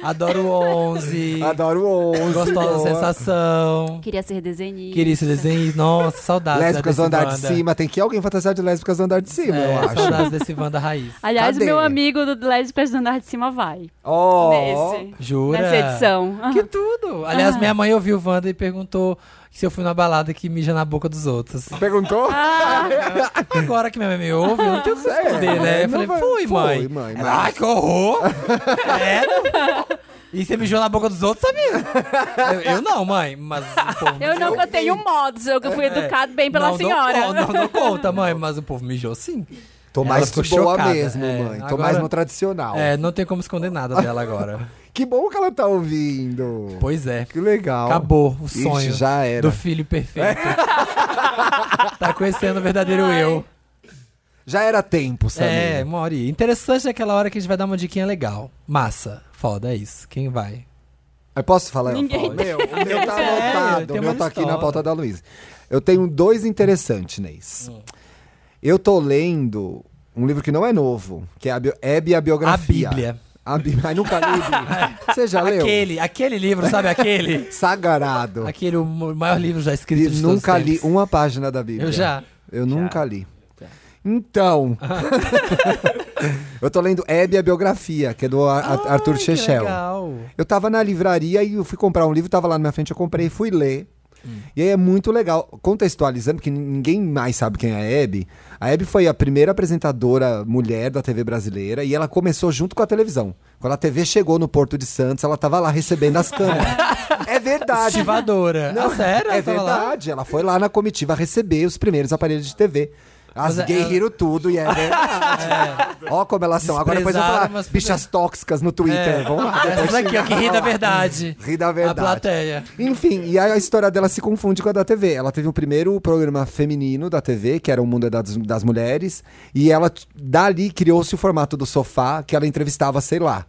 S1: Adoro o 11.
S4: Adoro o 11.
S1: Gostosa
S4: boa.
S1: sensação.
S2: Queria ser desenhista.
S1: é. Queria esse desenho. Nossa, saudades. né,
S4: Lésbicas do
S1: desse
S4: andar de
S1: Wanda.
S4: cima. Tem que alguém fantasiar de lésbicas do andar de cima,
S1: É,
S4: eu acho.
S1: saudades desse Wanda Raiz.
S2: Aliás, o
S4: Cadê?
S2: meu amigo do Lésbicas do Andar de Cima vai.
S4: Ó.
S2: Nesse.
S1: Jura?
S2: Nessa edição.
S1: Que tudo! Aliás,
S2: Ah.
S1: minha mãe ouviu o Wanda e perguntou se eu fui numa balada que mija na boca dos outros.
S4: Perguntou?
S1: Ah. Agora que minha mãe me ouve, eu não tenho o que
S4: É,
S1: responder, né? Eu
S4: não
S1: falei,
S4: vai-
S1: fui, mãe.
S4: Fui, mãe,
S1: Ela,
S4: mas-
S1: Ai, que horror! Sério? E você mijou na boca dos outros, sabia? Eu, eu não, mãe, mas o povo...
S2: Eu não, que eu tenho modos, eu que fui educado bem pela
S1: É. não,
S2: senhora.
S1: Não, con- não, não conta, mãe, mas o povo mijou sim.
S4: Tô
S1: Ela
S4: mais
S1: ficou
S4: de boa
S1: chocada,
S4: mesmo,
S1: é.
S4: mãe. Tô
S1: Agora-
S4: mais no tradicional.
S1: É, não tem como esconder nada dela agora.
S4: Que bom que ela tá ouvindo.
S1: Pois é.
S4: Que legal.
S1: Acabou o
S4: Ixi,
S1: sonho
S4: já era.
S1: do filho perfeito. tá conhecendo o verdadeiro eu.
S4: Já era tempo, sabe?
S1: É, Mauri. Interessante naquela hora que a gente vai dar uma diquinha legal. Massa. Foda, é isso. Quem vai?
S4: Eu posso falar?
S2: Ninguém
S4: eu falo. Meu, o meu tá
S1: É,
S4: anotado.
S1: tem
S4: O
S1: uma
S4: meu tá aqui na
S1: história.
S4: pauta da
S1: Hum.
S4: Luísa. Eu tenho dois interessantes, Neis. Eu tô lendo um livro que não é novo, que é a, bio, Hebe e a
S1: A
S4: biografia.
S1: Bíblia. É.
S4: A Bíblia. Mas nunca li. Bíblia. Você já leu?
S1: Aquele, aquele livro, sabe aquele?
S4: Sagrado.
S1: aquele, o maior livro já escrito
S4: E
S1: de todos os
S4: nunca li
S1: tempos.
S4: uma página da Bíblia.
S1: Eu já. Tá.
S4: Eu nunca li. Então. eu tô lendo Hebe e a biografia, que é do Ar- Ar- Arthur
S1: Ai, Ah, que
S4: Shechel.
S1: legal.
S4: Eu tava na livraria e eu fui comprar um livro, tava lá na minha frente, eu comprei e fui ler.
S1: Hum.
S4: E aí é muito legal, contextualizando, porque ninguém mais sabe quem é a Hebe. A Hebe foi a primeira apresentadora mulher da TV brasileira e ela começou junto com a televisão. Quando a TV chegou no Porto de Santos, ela tava lá recebendo as câmeras. é verdade.
S1: Estivadora.
S4: Não,
S1: ah, sério?
S4: É
S1: Ela tava lá?
S4: verdade. Ela foi lá na comitiva receber os primeiros aparelhos de TV. As
S1: Mas
S4: gays
S1: ela-
S4: riram tudo e é verdade. Ó como elas são. Agora depois eu vou falar
S1: Desprezaram, mas-
S4: bichas tóxicas no Twitter.
S1: É.
S4: Vamos lá. depois
S1: Essa daqui, ó, que ri da
S4: xinga.
S1: verdade.
S4: Ri da
S1: A
S4: é verdade.
S1: plateia.
S4: Enfim, e aí a história dela se confunde com a da TV. Ela teve o primeiro programa feminino da TV, que era o Mundo é das, das Mulheres, e ela t- dali criou-se o formato do sofá, que ela entrevistava, sei lá,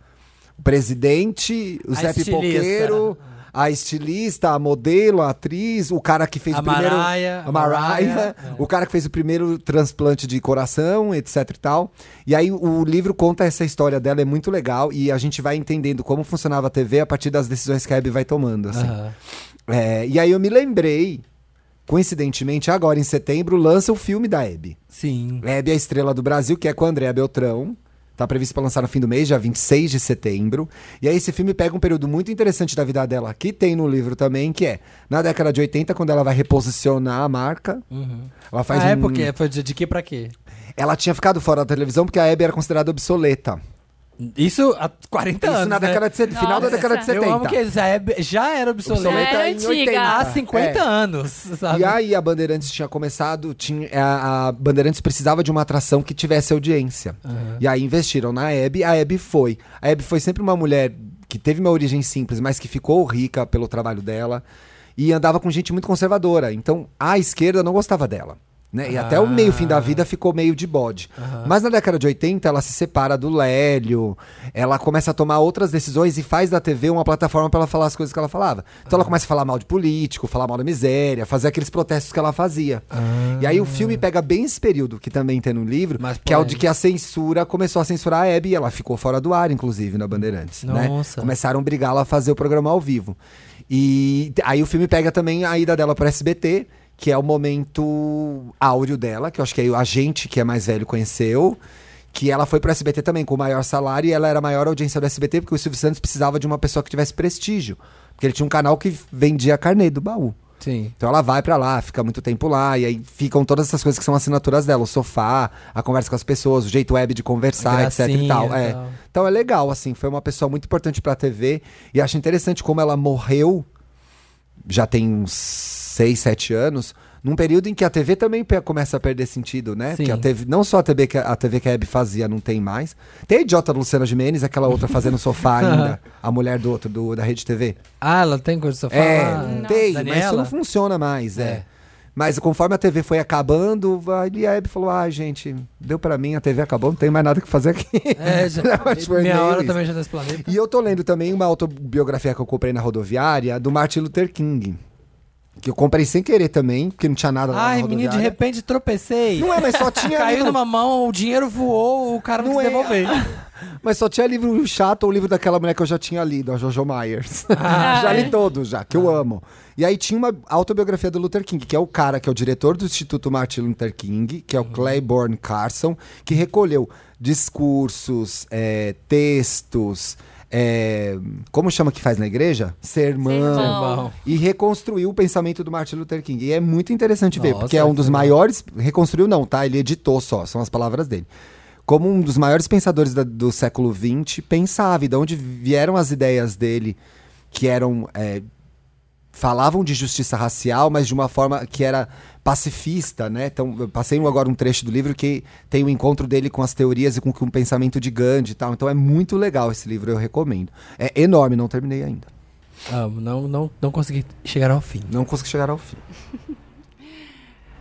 S4: o presidente, o
S1: A
S4: Zé
S1: estilista.
S4: Pipoqueiro, a estilista, a modelo, a atriz, o cara que fez
S1: A
S4: o primeiro...
S1: Mariah,
S4: a Mariah,
S1: a Mariah, é.
S4: o cara que fez o primeiro transplante de coração, etc e tal. E aí o livro conta essa história dela, é muito legal, e a gente vai entendendo como funcionava a TV a partir das decisões que a Hebe vai tomando, assim.
S1: Aham.
S4: É, e aí eu me lembrei, coincidentemente, agora em setembro, lança o filme da Hebe.
S1: Sim.
S4: Hebe é a estrela do Brasil, que é com a Andréa Beltrão. Tá previsto pra lançar no fim do mês, dia 26 de setembro. E aí esse filme pega um período muito interessante da vida dela, que tem no livro também, que é na década de 80, quando ela vai reposicionar a marca. Ela faz
S1: ah, é
S4: um-
S1: porque foi de, de que pra quê?
S4: Ela tinha ficado fora da televisão porque a Hebe era considerada obsoleta.
S1: Isso há 40 anos.
S4: Isso na
S1: né?
S4: década de set... final
S1: Nossa.
S4: da década de 70.
S1: Eu amo que já, é- já era obsoleta
S2: Obsoleta. era
S4: em
S2: antiga.
S4: 80.
S1: há 50
S4: É.
S1: anos, sabe?
S4: E aí a Bandeirantes tinha começado, tinha, a, a Bandeirantes precisava de uma atração que tivesse audiência. E aí investiram na Hebe, a Hebe foi. A Hebe foi sempre uma mulher que teve uma origem simples, mas que ficou rica pelo trabalho dela e andava com gente muito conservadora. Então a esquerda não gostava dela. Né? E até o meio fim da vida ficou meio de bode. Mas na década de 80 ela se separa do Lélio, ela começa a tomar outras decisões e faz da TV uma plataforma para ela falar as coisas que ela falava. Então ela começa a falar mal de político, falar mal da miséria, fazer aqueles protestos que ela fazia. E aí o filme pega bem esse período, que também tem no livro,
S1: Mas
S4: que é o de
S1: polêmico.
S4: que a censura começou a censurar a Hebe e ela ficou fora do ar, inclusive, na Bandeirantes. né?
S1: Nossa.
S4: Começaram a brigar lá a fazer o programa ao vivo. E t- aí o filme pega também a ida dela para SBT, que é o momento áureo dela, que eu acho que aí a gente que é mais velho conheceu. Que ela foi pro SBT também com o maior salário e ela era a maior audiência do SBT, porque o Silvio Santos precisava de uma pessoa que tivesse prestígio. Porque ele tinha um canal que vendia carnê do baú.
S1: Sim.
S4: Então ela vai pra lá, fica muito tempo lá, e aí ficam todas essas coisas que são assinaturas dela: o sofá, a conversa com as pessoas, o jeito web de conversar,
S1: A
S4: etc e
S1: gracinha né?
S4: tal.
S1: e
S4: É.
S1: tal.
S4: Então é legal, assim, foi uma pessoa muito importante pra TV, e acho interessante como ela morreu, já tem uns 6, 7 anos. Num período em que a TV também pe- começa a perder sentido, né?
S1: Sim.
S4: Porque a TV, não só a TV, que a, a TV que a Hebe fazia não tem mais. Tem a idiota da Luciana Gimenez, aquela outra fazendo sofá ainda. A mulher do outro, do- da Rede TV.
S1: Ah, ela tem coisa pra
S4: É,
S1: falar? Ah,
S4: tem, mas isso
S1: Daniela?
S4: não funciona mais, é.
S1: É.
S4: Mas conforme a TV foi acabando, aí a Hebe falou: ah, gente, deu pra mim, a TV acabou, não tem mais nada que fazer aqui.
S1: É, já,
S4: Acho que foi
S1: minha
S4: meio
S1: hora
S4: isso.
S1: também já nesse planeta.
S4: E eu tô lendo também uma autobiografia que eu comprei na rodoviária do Martin Luther King. Que eu comprei sem querer também, porque não tinha nada lá
S1: Ai,
S4: na
S1: menino, de
S4: rodoviária.
S1: repente tropecei.
S4: Não é, mas só tinha
S1: Caiu
S4: livro,
S1: numa mão, o dinheiro voou, o cara não,
S4: Não
S1: quis
S4: é.
S1: devolver.
S4: mas só tinha livro chato ou livro daquela mulher que eu já tinha lido, a Jojo Myers.
S1: Ah,
S4: já
S1: é.
S4: li todos já, que eu amo. E aí tinha uma autobiografia do Luther King, que é o cara que é o diretor do Instituto Martin Luther King, que é o
S1: Uhum.
S4: Claiborne Carson, que recolheu discursos, é, textos, é, como chama que faz na igreja? Sermão
S1: Irmão.
S4: e reconstruiu o pensamento do Martin Luther King. E é muito interessante ver,
S1: Nossa,
S4: porque é um dos
S1: que legal.
S4: maiores. Reconstruiu, não, tá? Ele editou só, são as palavras dele. Como um dos maiores pensadores da- do século XX pensava, e de onde vieram as ideias dele, que eram. é, falavam de justiça racial, mas de uma forma que era pacifista, né? Então, eu passei agora um trecho do livro que tem o encontro dele com as teorias e com, com o pensamento de Gandhi e tal. Então é muito legal esse livro, eu recomendo. É enorme, não terminei ainda.
S1: Ah, Amo, não, não, não consegui chegar ao fim.
S4: Não consegui chegar ao fim.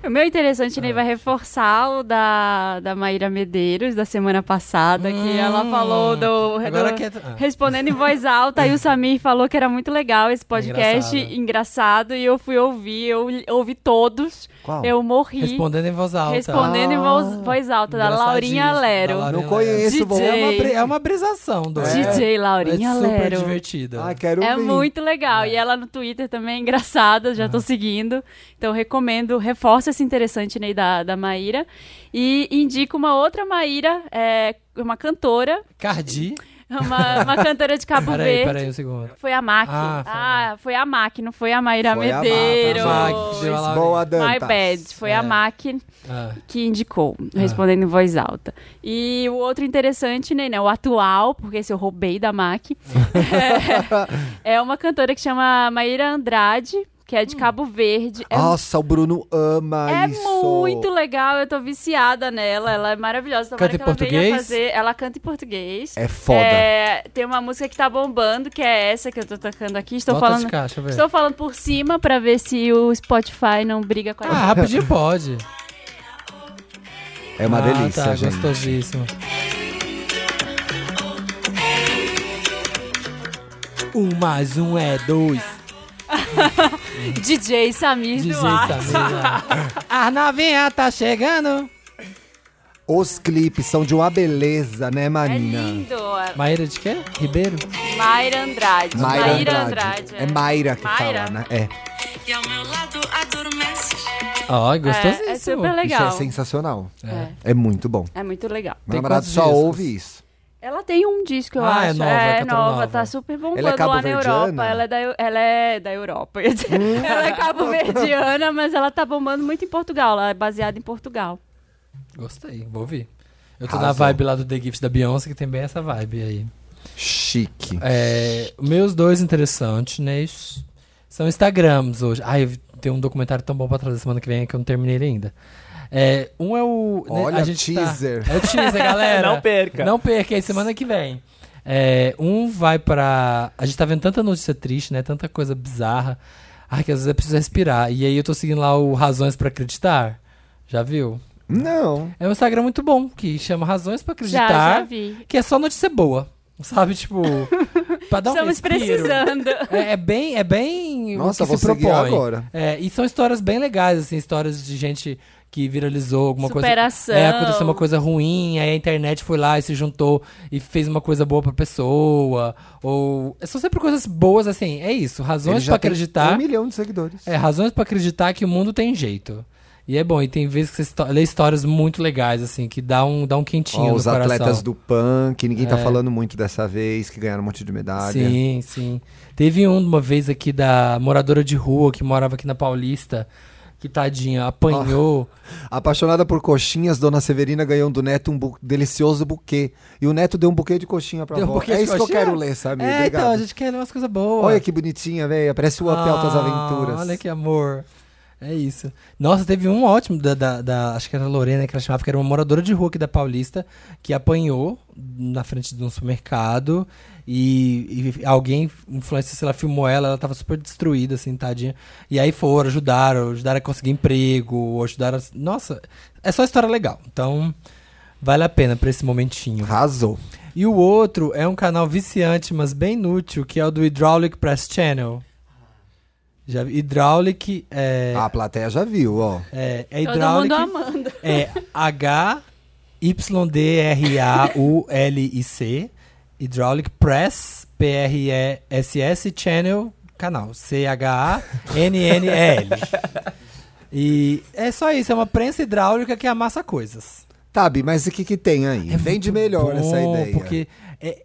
S2: O meu interessante,
S1: É.
S2: ele vai reforçar o da, da Maíra Medeiros, da semana passada, que ela falou do...
S1: Hum. Agora
S2: do-
S1: que é... ah,
S2: Respondendo em voz alta, e o Samir falou que era muito legal esse podcast,
S1: É engraçado.
S2: engraçado. e eu fui ouvir, eu ouvi todos,
S4: Qual?
S2: eu morri.
S1: Respondendo em voz alta.
S2: Respondendo em voz, voz alta, da
S1: Engraçadinho
S2: Laurinha
S1: isso, da
S2: Lero.
S1: Laurinha
S4: Não conheço, vou.
S1: É uma,
S2: DJ.
S1: bri- é uma brisação, doido.
S2: DJ Laurinha
S1: é super
S2: Lero.
S1: divertida.
S4: Ah, quero
S2: É
S4: ouvir.
S2: muito legal. E ela no Twitter também é engraçada, já tô seguindo. Então recomendo, reforça esse interessante Ney, da, da Maíra. E indico uma outra Maíra, é, uma cantora,
S1: Cardi.
S2: uma, uma cantora de Cabo
S1: Peraí,
S2: Verde.
S1: peraí um segundo.
S2: Foi a MAC.
S1: Ah, foi a
S2: Ah, foi a MAC, não foi a Maíra
S4: Foi a Mac,
S2: Medeiros.
S1: foi a Mac, deu a Laurinha.
S4: Boa, Dantas.
S2: My bad, foi
S1: É.
S2: a MAC
S1: Ah,
S2: que indicou, respondendo em voz alta. E o outro interessante, né, né, o atual, porque esse eu roubei da MAC, é, é uma cantora que chama Maíra Andrade, que é de
S1: Hum.
S2: Cabo Verde. É,
S4: Nossa, o Bruno ama
S2: é
S4: isso.
S2: muito legal, eu tô viciada nela, ela é maravilhosa. Tomara
S1: Canta em
S2: que ela
S1: português?
S2: venha fazer. Ela canta em português.
S4: É foda.
S2: É, tem uma música que tá bombando, que é essa que eu tô tocando aqui. Estou
S1: bota
S2: falando.
S1: de caixa, velho.
S2: Estou falando por cima pra ver se o Spotify não briga com a
S1: Ah, rapidinho pode.
S4: É uma
S1: Ah,
S4: delícia,
S1: tá,
S4: gente.
S1: gostosíssimo. Um mais um é dois.
S2: DJ Samir
S1: DJ
S2: Duarte.
S1: Samir. A novinha tá chegando.
S4: Os clipes são de uma beleza, né,
S2: É
S4: Marina?
S2: lindo.
S1: Maíra de quê? Ribeiro?
S2: Mayra Andrade. Maíra Andrade.
S4: É Mayra que
S2: Mayra.
S4: fala, né? É.
S1: Ó,
S2: É,
S1: gostosíssimo.
S2: é super
S4: Isso
S2: legal.
S4: é sensacional.
S1: É.
S4: É muito bom.
S2: É muito legal.
S4: Meu
S1: Tem
S4: namorado
S1: quantos
S4: só
S1: discos?
S4: ouve isso.
S2: Ela tem um disco, eu
S1: Ah, é
S2: acho.
S1: nova,
S2: é
S1: cantora
S2: nova,
S1: nova.
S2: tá super bombando
S4: Ela é
S2: lá na
S4: cabo-verdiana?
S2: Europa. Ela é da, eu- ela é da Europa. eu ia dizer.
S1: Hum.
S2: ela é cabo-verdiana, mas ela tá bombando muito em Portugal. Ela é baseada em Portugal.
S1: Gostei, vou ouvir. Eu tô na
S4: Arrasou.
S1: vibe lá do The Gift da Beyoncé, que tem bem essa vibe aí.
S4: Chique.
S1: É, meus dois interessantes, né? isso- São Instagrams hoje. Ai, eu tem um documentário tão bom pra trazer semana que vem que eu não terminei ele ainda. É, um é o. né,
S4: Olha,
S1: a gente tá-
S4: teaser.
S1: É o teaser, galera.
S5: Não perca.
S1: Não perca, é semana que vem. É, um vai pra. A gente tá vendo tanta notícia triste, né? Tanta coisa bizarra. Ai, que às vezes é preciso respirar. E aí eu tô seguindo lá o Razões pra Acreditar. Já viu?
S4: Não.
S1: É um Instagram muito bom, que chama Razões pra Acreditar.
S2: Já, já vi.
S1: Que é só notícia boa. Sabe, tipo. pra dar um
S2: Estamos
S1: respiro.
S2: precisando.
S1: É, é bem, é bem
S4: Nossa,
S1: o que
S4: vou
S1: se
S4: seguir
S1: propõe.
S4: agora.
S1: É, e são histórias bem legais, assim, histórias de gente que viralizou alguma
S2: Superação.
S1: coisa. É, aconteceu uma coisa ruim, aí a internet foi lá e se juntou e fez uma coisa boa pra pessoa. Ou. São sempre coisas boas, assim, é isso.
S4: Ele
S1: Razões
S4: já
S1: pra
S4: tem
S1: acreditar.
S4: Um milhão de seguidores.
S1: É, razões pra acreditar que o mundo tem jeito. E é bom, e tem vezes que você histó- lê histórias muito legais, assim, que dá um, dá um quentinho
S4: Ó,
S1: no
S4: os
S1: coração.
S4: atletas do punk, ninguém tá
S1: É.
S4: falando muito dessa vez, que ganharam um monte de medalha.
S1: Sim, sim. Teve um uma vez aqui da moradora de rua que morava aqui na Paulista, que tadinha, apanhou.
S4: Ah,
S1: um
S4: Apaixonada por coxinhas, Dona Severina ganhou do Neto um bu- delicioso buquê. E o Neto deu um buquê de coxinha pra
S1: Deu um
S4: avó.
S1: buquê
S4: É
S1: de
S4: isso que eu
S1: coxinha?
S4: quero ler, sabe?
S1: é,
S4: Obrigado.
S1: então, a gente quer ler umas coisas boas.
S4: Olha que bonitinha, velho. Parece o Hotel das
S1: Ah,
S4: Aventuras.
S1: Olha que amor. É isso. Nossa, teve um ótimo da, da- da- Acho que era a Lorena que ela chamava, que era uma moradora de rua aqui da Paulista, que apanhou na frente de um supermercado e, e alguém, influencer, sei lá, filmou ela, ela tava super destruída, assim, tadinha. E aí foram, ajudaram, ajudaram a conseguir emprego, ajudaram. a- Nossa, é só história legal. Então, vale a pena pra esse momentinho.
S4: Arrasou.
S1: E o outro é um canal viciante, mas bem inútil, que é o do Hydraulic Press Channel. Já vi- Hydraulic é.
S4: A plateia já viu, ó.
S1: é, é
S2: Todo mundo
S1: Hydraulic.
S2: amando.
S1: É H-Y-D-R-A-U-L-I-C. Hydraulic Press, P-R-E-S-S, Channel, canal. C-H-A-N-N-E-L. E é só isso, é uma prensa hidráulica que amassa coisas.
S4: Tabi, mas o que que tem aí? Vende
S1: É muito
S4: melhor essa
S1: bom,
S4: ideia.
S1: Porque é-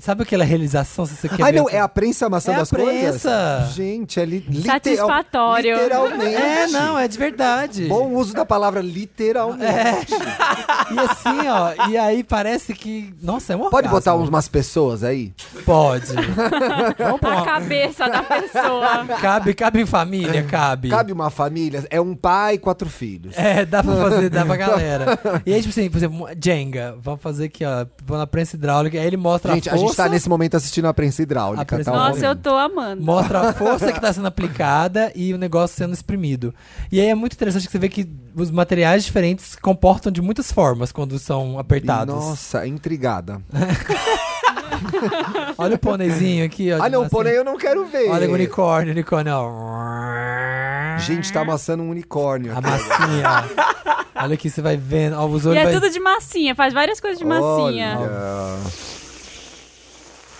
S1: sabe aquela realização se você quer
S4: Ai,
S1: ver
S4: não,
S1: outra-
S4: é a prensa amassando
S1: É a
S4: as coisas?
S1: prensa.
S4: Gente, é li literal-
S2: Satisfatório.
S4: literalmente.
S1: É, não, é de verdade.
S4: Bom uso da palavra literalmente.
S1: É. E assim, ó, e aí parece que, nossa, é um
S4: Pode
S1: orgasmo.
S4: botar
S2: né?
S4: um- umas pessoas aí?
S1: Pode. Vamos pôr
S2: A
S1: uma-
S2: cabeça da pessoa.
S1: Cabe, cabe em família, cabe.
S4: É, Cabe uma família? É um pai e quatro filhos.
S1: É, dá pra fazer, dá pra galera. E aí, tipo assim, por exemplo, Jenga, vamos fazer aqui, ó, vou na prensa hidráulica, aí ele mostra
S4: Gente,
S1: a
S4: a
S1: força.
S4: gente tá
S1: força-
S4: nesse momento assistindo a prensa hidráulica.
S1: A prensa-
S4: tá
S2: Nossa, eu
S4: rolando.
S2: tô amando.
S1: Mostra a força que está sendo aplicada e o negócio sendo exprimido. E aí é muito interessante que você vê que os materiais diferentes se comportam de muitas formas quando são
S4: E,
S1: apertados.
S4: Nossa, intrigada.
S1: Olha o pôneizinho aqui, ó. de
S4: Ah, não,
S1: massinha.
S4: porém eu não quero ver.
S1: Olha o unicórnio, o unicórnio, ó.
S4: Gente, tá amassando um unicórnio.
S1: A massinha, ó. Olha aqui, você vai vendo. Ó, os
S2: E
S1: olhos
S2: é
S1: vai...
S2: tudo de massinha, faz várias coisas de massinha.
S4: Olha.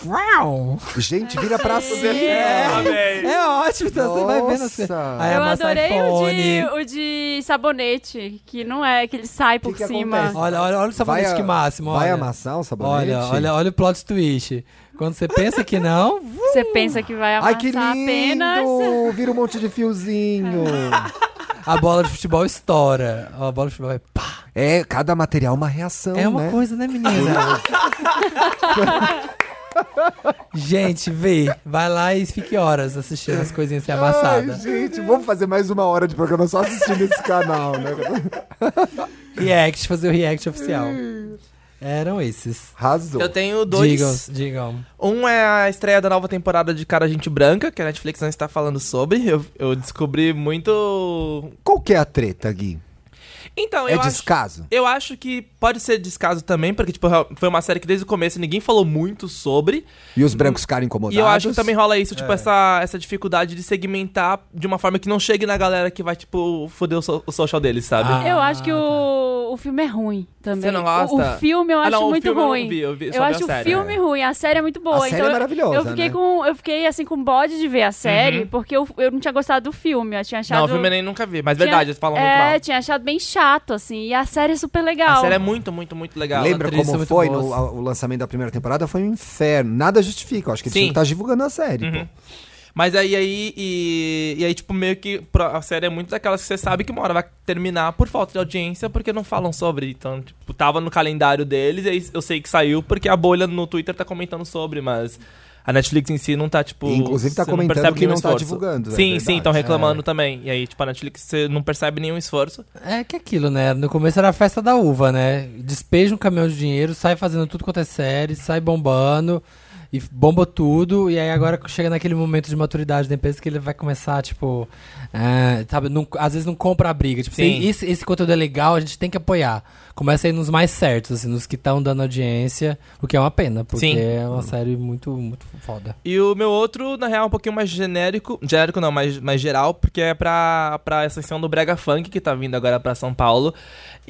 S1: Uau!
S4: Gente, vira pra
S5: É.
S4: cima.
S1: É ótimo, então você vai vendo. as coisas.
S4: Nossa.
S1: Aí
S2: Eu
S1: amassa
S2: adorei o
S1: iPhone.
S2: de, o de sabonete, que não é, que ele sai por
S4: que
S2: cima.
S4: acontece?
S1: Olha, olha, olha o sabonete
S4: Vai a-
S1: que máximo,
S4: Vai
S1: olha.
S4: amassar o sabonete?
S1: Olha, olha, olha o plot twist. Quando você pensa que não,
S2: Você pensa que vai amassar
S4: Ai, que lindo!
S2: apenas.
S4: Vira um monte de fiozinho.
S1: a bola de futebol estoura. Ó, A bola de futebol vai pá.
S4: é, cada material é uma reação,
S1: É uma
S4: né?
S1: coisa, né, menina? Gente, vê. Vai lá e fique horas assistindo as coisinhas ser
S4: Ai,
S1: amassadas.
S4: gente, vamos fazer mais uma hora de programa só assistindo esse canal, né?
S1: React, fazer o react oficial. Eram esses.
S4: Arrasou.
S5: Eu tenho dois.
S1: Digam, digam.
S5: Um é a estreia da nova temporada de Cara Gente Branca, que a Netflix não está falando sobre. Eu, eu descobri muito.
S4: Qual que é a treta, Gui?
S5: Então,
S4: é
S5: eu acho.
S4: descaso?
S5: Eu acho que pode ser descaso também, porque tipo, foi uma série que desde o começo ninguém falou muito sobre.
S4: E os brancos ficaram incomodados?
S5: E eu acho que também rola isso, tipo, essa, essa dificuldade de segmentar de uma forma que não chegue na galera que vai, tipo, foder o, so- o social deles, sabe?
S1: Ah,
S2: Eu acho que o, o filme é ruim também.
S5: tá. Você não
S2: O-
S5: gosta?
S2: O, filme eu
S5: Ah,
S2: acho
S5: não, o
S2: muito
S5: filme eu não
S2: ruim.
S5: vi, eu vi só vi a
S2: acho
S5: série.
S2: o filme ruim, a série é muito boa.
S4: A série
S2: então
S4: é
S2: eu-
S4: maravilhosa,
S2: Eu fiquei
S4: né?
S2: com. Eu fiquei assim com bode de ver a série, porque eu, eu não tinha gostado do filme. Eu tinha achado.
S5: Uhum. é. Não, o filme eu nem nunca vi, mas
S2: tinha-
S5: verdade, eles falam muito
S2: É,
S5: mal.
S2: tinha achado bem chato, assim. E a série é super legal.
S5: A série é muito, muito, muito legal.
S4: Lembra
S1: atriz é
S4: como
S1: muito
S4: foi
S1: boa.
S4: no- a- o lançamento da primeira temporada? Foi um inferno. Nada justifica. Eu acho que eles
S5: Sim.
S4: tinham que estar divulgando a série.
S5: Uhum.
S4: pô.
S5: Mas aí, aí e, e aí, tipo, meio que pro- a série é muito daquelas que você sabe que uma hora vai terminar por falta de audiência, porque não falam sobre. Então, tipo, tava no calendário deles, e aí eu sei que saiu porque a bolha no Twitter tá comentando sobre, mas a Netflix em si não tá, tipo.
S4: E, inclusive, tá
S5: você não
S4: comentando
S5: percebe
S4: que
S5: nenhum
S4: não tá
S5: esforço.
S4: divulgando, é
S5: Sim, sim,
S4: verdade.
S5: estão reclamando também. E aí, tipo, a Netflix você não percebe nenhum esforço.
S1: É que aquilo, né? No começo era a festa da uva, né? Despeja um caminhão de dinheiro, sai fazendo tudo quanto é série, sai bombando e bomba tudo. E aí agora chega naquele momento de maturidade da empresa que ele vai começar, tipo, ah, sabe, não- às vezes não compra a briga. Tipo,
S5: Sim.
S1: se esse, esse conteúdo é legal, a gente tem que apoiar. Começa aí nos mais certos, assim, nos que estão dando audiência, o que é uma pena, porque
S5: Sim.
S1: é uma série muito, muito foda.
S5: E o meu outro, na real, é um pouquinho mais genérico. Genérico não, mais, mais geral, porque é pra, pra ascensão do Brega Funk, que tá vindo agora pra São Paulo.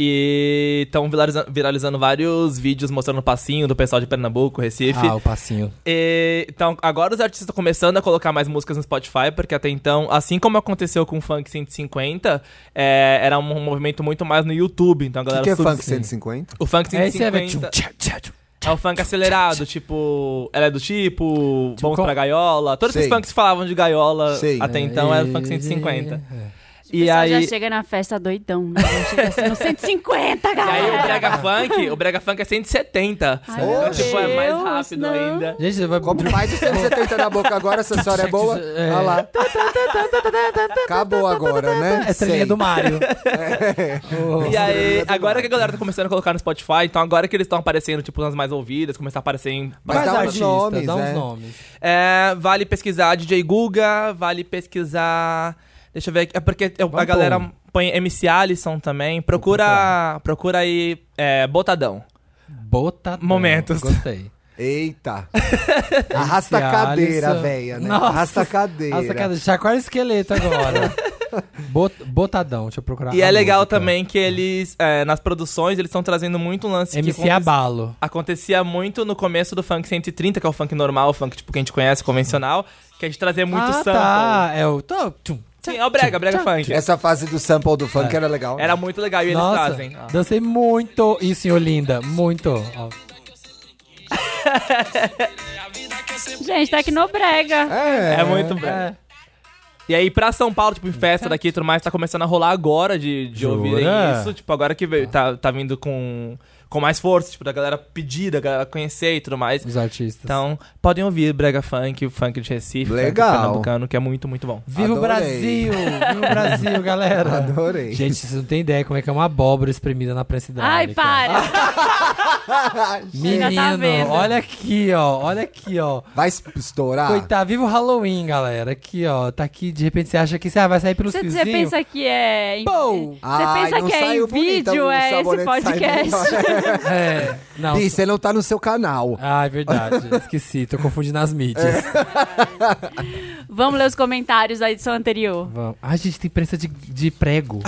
S5: E estão viralizando vários vídeos mostrando o passinho do pessoal de Pernambuco, Recife.
S1: Ah, o passinho.
S5: E, então, agora os artistas estão começando a colocar mais músicas no Spotify, porque até então, assim como aconteceu com o Funk 150, é, era um movimento muito mais no YouTube. Então, a
S4: O que,
S5: galera
S4: que é
S5: sub-
S4: funk 150?
S5: O Funk
S1: É, esse é tchum,
S5: 150
S1: tchá, tchá, tchum.
S5: é o funk acelerado, tipo. Ela é do tipo. vamos
S1: qual-
S5: pra gaiola. Todos
S4: Sei.
S5: os funks que falavam de gaiola
S4: Sei. É.
S5: até então era o funk 150. E
S2: pessoal
S5: aí.
S2: já chega na festa doidão, né? Já chega assim, no 150,
S5: E aí o
S2: galera!
S5: brega funk, o brega funk é 170.
S2: Ai,
S5: Então,
S4: meu
S5: tipo, é mais
S2: Deus,
S5: rápido
S2: não.
S5: ainda.
S1: Gente, você vai
S4: Como faz o 170 na boca agora, essa história é boa?
S1: É.
S4: Olha lá. Acabou agora, né?
S1: É a trilha
S4: Sei.
S1: do Mario. Oh.
S5: E aí,
S4: é
S5: agora que a galera tá começando a colocar no Spotify, então agora que eles estão aparecendo, tipo, nas mais ouvidas, começar a aparecer em.
S4: Mas
S1: Quais
S4: dá uns
S1: artistas?
S4: nomes,
S1: dá uns
S4: né?
S1: nomes.
S5: É, vale pesquisar DJ Guga, vale pesquisar. Deixa eu ver aqui. É porque eu- a
S1: Vamos
S5: galera
S1: pôr. um.
S5: põe MC Alisson também. Procura, procura aí é, Botadão.
S1: Botadão.
S5: Momentos.
S1: Gostei.
S4: Eita. Arrasta
S1: Esse
S4: a cadeira,
S1: Alisson.
S4: velha, né?
S1: Nossa.
S4: Arrasta a cadeira.
S1: Nossa, cara, chacoalha o esqueleto agora. Bot- botadão, deixa eu procurar.
S5: E
S1: Ah, a
S5: é legal
S1: música.
S5: também que eles, é, nas produções, eles estão trazendo muito um lance que
S1: MC
S5: aconte-
S1: Abalo.
S5: acontecia muito no começo do funk 130, que é o funk normal, o funk tipo, que a gente conhece, convencional, que a gente trazia muito
S1: ah,
S5: sample.
S1: tá. É o... Tô, tchum.
S5: Sim, é o brega, brega funk.
S4: Essa fase do sample do
S1: É.
S4: funk era legal. né?
S5: Era muito legal e eles
S1: Nossa,
S5: trazem. Ah. ó.
S1: dancei muito isso em Olinda. Muito. Ó.
S2: Gente, tá aqui no brega.
S4: É.
S5: É muito brega. E aí, pra São Paulo, tipo, em festa daqui e tudo mais, tá começando a rolar agora de, de
S1: Jura?
S5: ouvirem isso. Tipo, agora que veio, tá, tá vindo com, com mais força, tipo, da galera pedir, da galera conhecer e tudo mais.
S1: Os artistas.
S5: Então, podem ouvir Brega Funk, o funk de Recife, funk
S4: Legal.
S5: pernambucano, que é muito, muito bom.
S1: Viva o
S4: Adorei.
S1: Brasil! Viva o Brasil, galera!
S4: Adorei.
S1: Gente, vocês não têm ideia como é que é uma abóbora espremida na prensa
S2: Ai,
S1: hidráulica.
S2: para!
S1: Menino,
S2: Já tá vendo.
S1: olha aqui, ó. Olha aqui, ó.
S4: Vai es- estourar?
S1: Coitado, viva o Halloween, galera. Aqui, ó. Tá aqui, de repente você acha que você ah, vai sair pelos
S2: Você
S1: fiozinhos.
S2: você pensa que é. em-
S1: Pou!
S2: Você
S4: Ai,
S2: pensa
S4: não
S2: que é em
S4: saiu bonita,
S2: vídeo,
S4: o
S2: é esse
S4: sabonete sai
S2: podcast.
S4: melhor.
S1: É, não.
S4: Ih, você não tá no seu canal.
S1: Ah, é verdade. Esqueci, tô confundindo as mídias.
S2: Vamos ler os comentários da edição anterior.
S1: Vamos. Ai, gente, tem prensa de, de prego.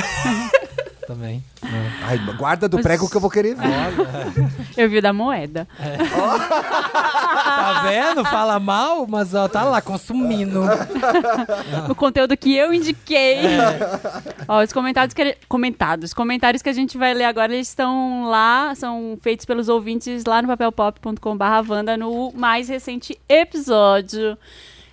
S1: Também. Não.
S4: Ai, guarda do prego que eu vou querer ver.
S2: Eu vi o da moeda.
S1: Tá vendo? Fala mal, mas ó, tá lá consumindo.
S2: O conteúdo que eu indiquei.
S4: É.
S2: Ó, os comentários que, comentados. Os comentários que a gente vai ler agora, eles estão lá, são feitos pelos ouvintes lá no papelpop.com/vanda no mais recente episódio.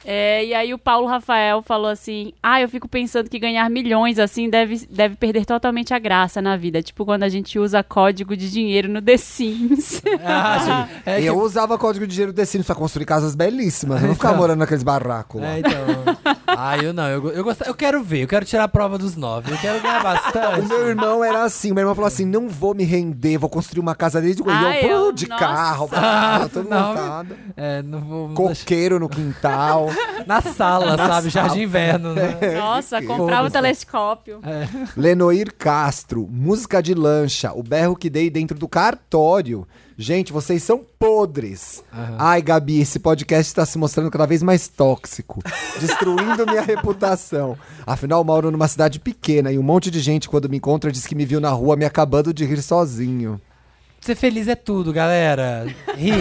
S2: É, e aí o Paulo Rafael falou assim: Ah, eu fico pensando que ganhar milhões assim deve, deve perder totalmente a graça na vida. Tipo quando a gente usa código de dinheiro no The Sims.
S1: Ah, gente, é que-
S4: eu usava código de dinheiro destino pra construir casas belíssimas. Eu não ficava morando naqueles barracos lá.
S1: então. É, então. ah, eu não. Eu, go- eu, gosto, eu quero ver, eu quero tirar a prova dos nove. Eu quero ganhar
S4: O
S1: bastante.
S4: meu irmão era assim, meu irmão falou assim: não vou me render, vou construir uma casa desde quando
S2: Ai,
S4: eu
S2: Ah, eu-
S4: pô, de
S2: nossa.
S4: carro, ah, todo
S1: não.
S4: montado.
S1: É, não vou. não deixa-
S4: Coqueiro no quintal.
S1: Na sala, sabe? Jardim inverno, né?
S4: É,
S2: Nossa, comprava o
S1: Foda-se.
S2: telescópio.
S4: Lenoir Castro, música de lancha, o berro que dei dentro do cartório. Gente, vocês são podres. Ai, Gabi, esse podcast está se mostrando cada vez mais tóxico, destruindo minha reputação. Afinal, moro numa cidade pequena e um monte de gente, quando me encontra, diz que me viu na rua me acabando de rir sozinho.
S1: Ser feliz é tudo, galera. Ri.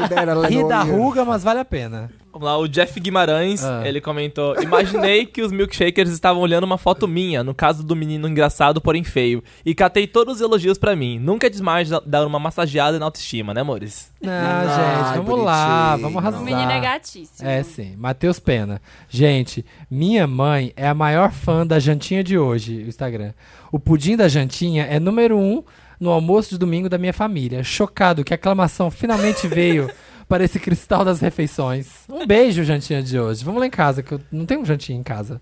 S4: Libera,
S1: Ri
S4: Lenoir.
S1: da ruga, mas vale a pena.
S5: Vamos lá, o Jeff Guimarães,
S1: Ah.
S5: ele comentou: Imaginei que os milkshakers estavam olhando uma foto minha, no caso do menino engraçado, porém feio, e catei todos os elogios pra mim. Nunca é demais da- dar uma massageada na autoestima, né, amores?
S1: Não,
S4: Ai,
S1: gente, vamos lá,
S4: bonitinho.
S1: vamos
S2: O
S1: arrasar.
S2: menino é gatíssimo.
S1: É sim, Matheus Pena. Gente, minha mãe é a maior fã da jantinha de hoje, o Instagram. O pudim da jantinha é número um no almoço de domingo da minha família. Chocado que a aclamação finalmente veio para esse cristal das refeições. Um beijo, jantinha de hoje. Vamos lá em casa, que eu não tenho um jantinha em casa.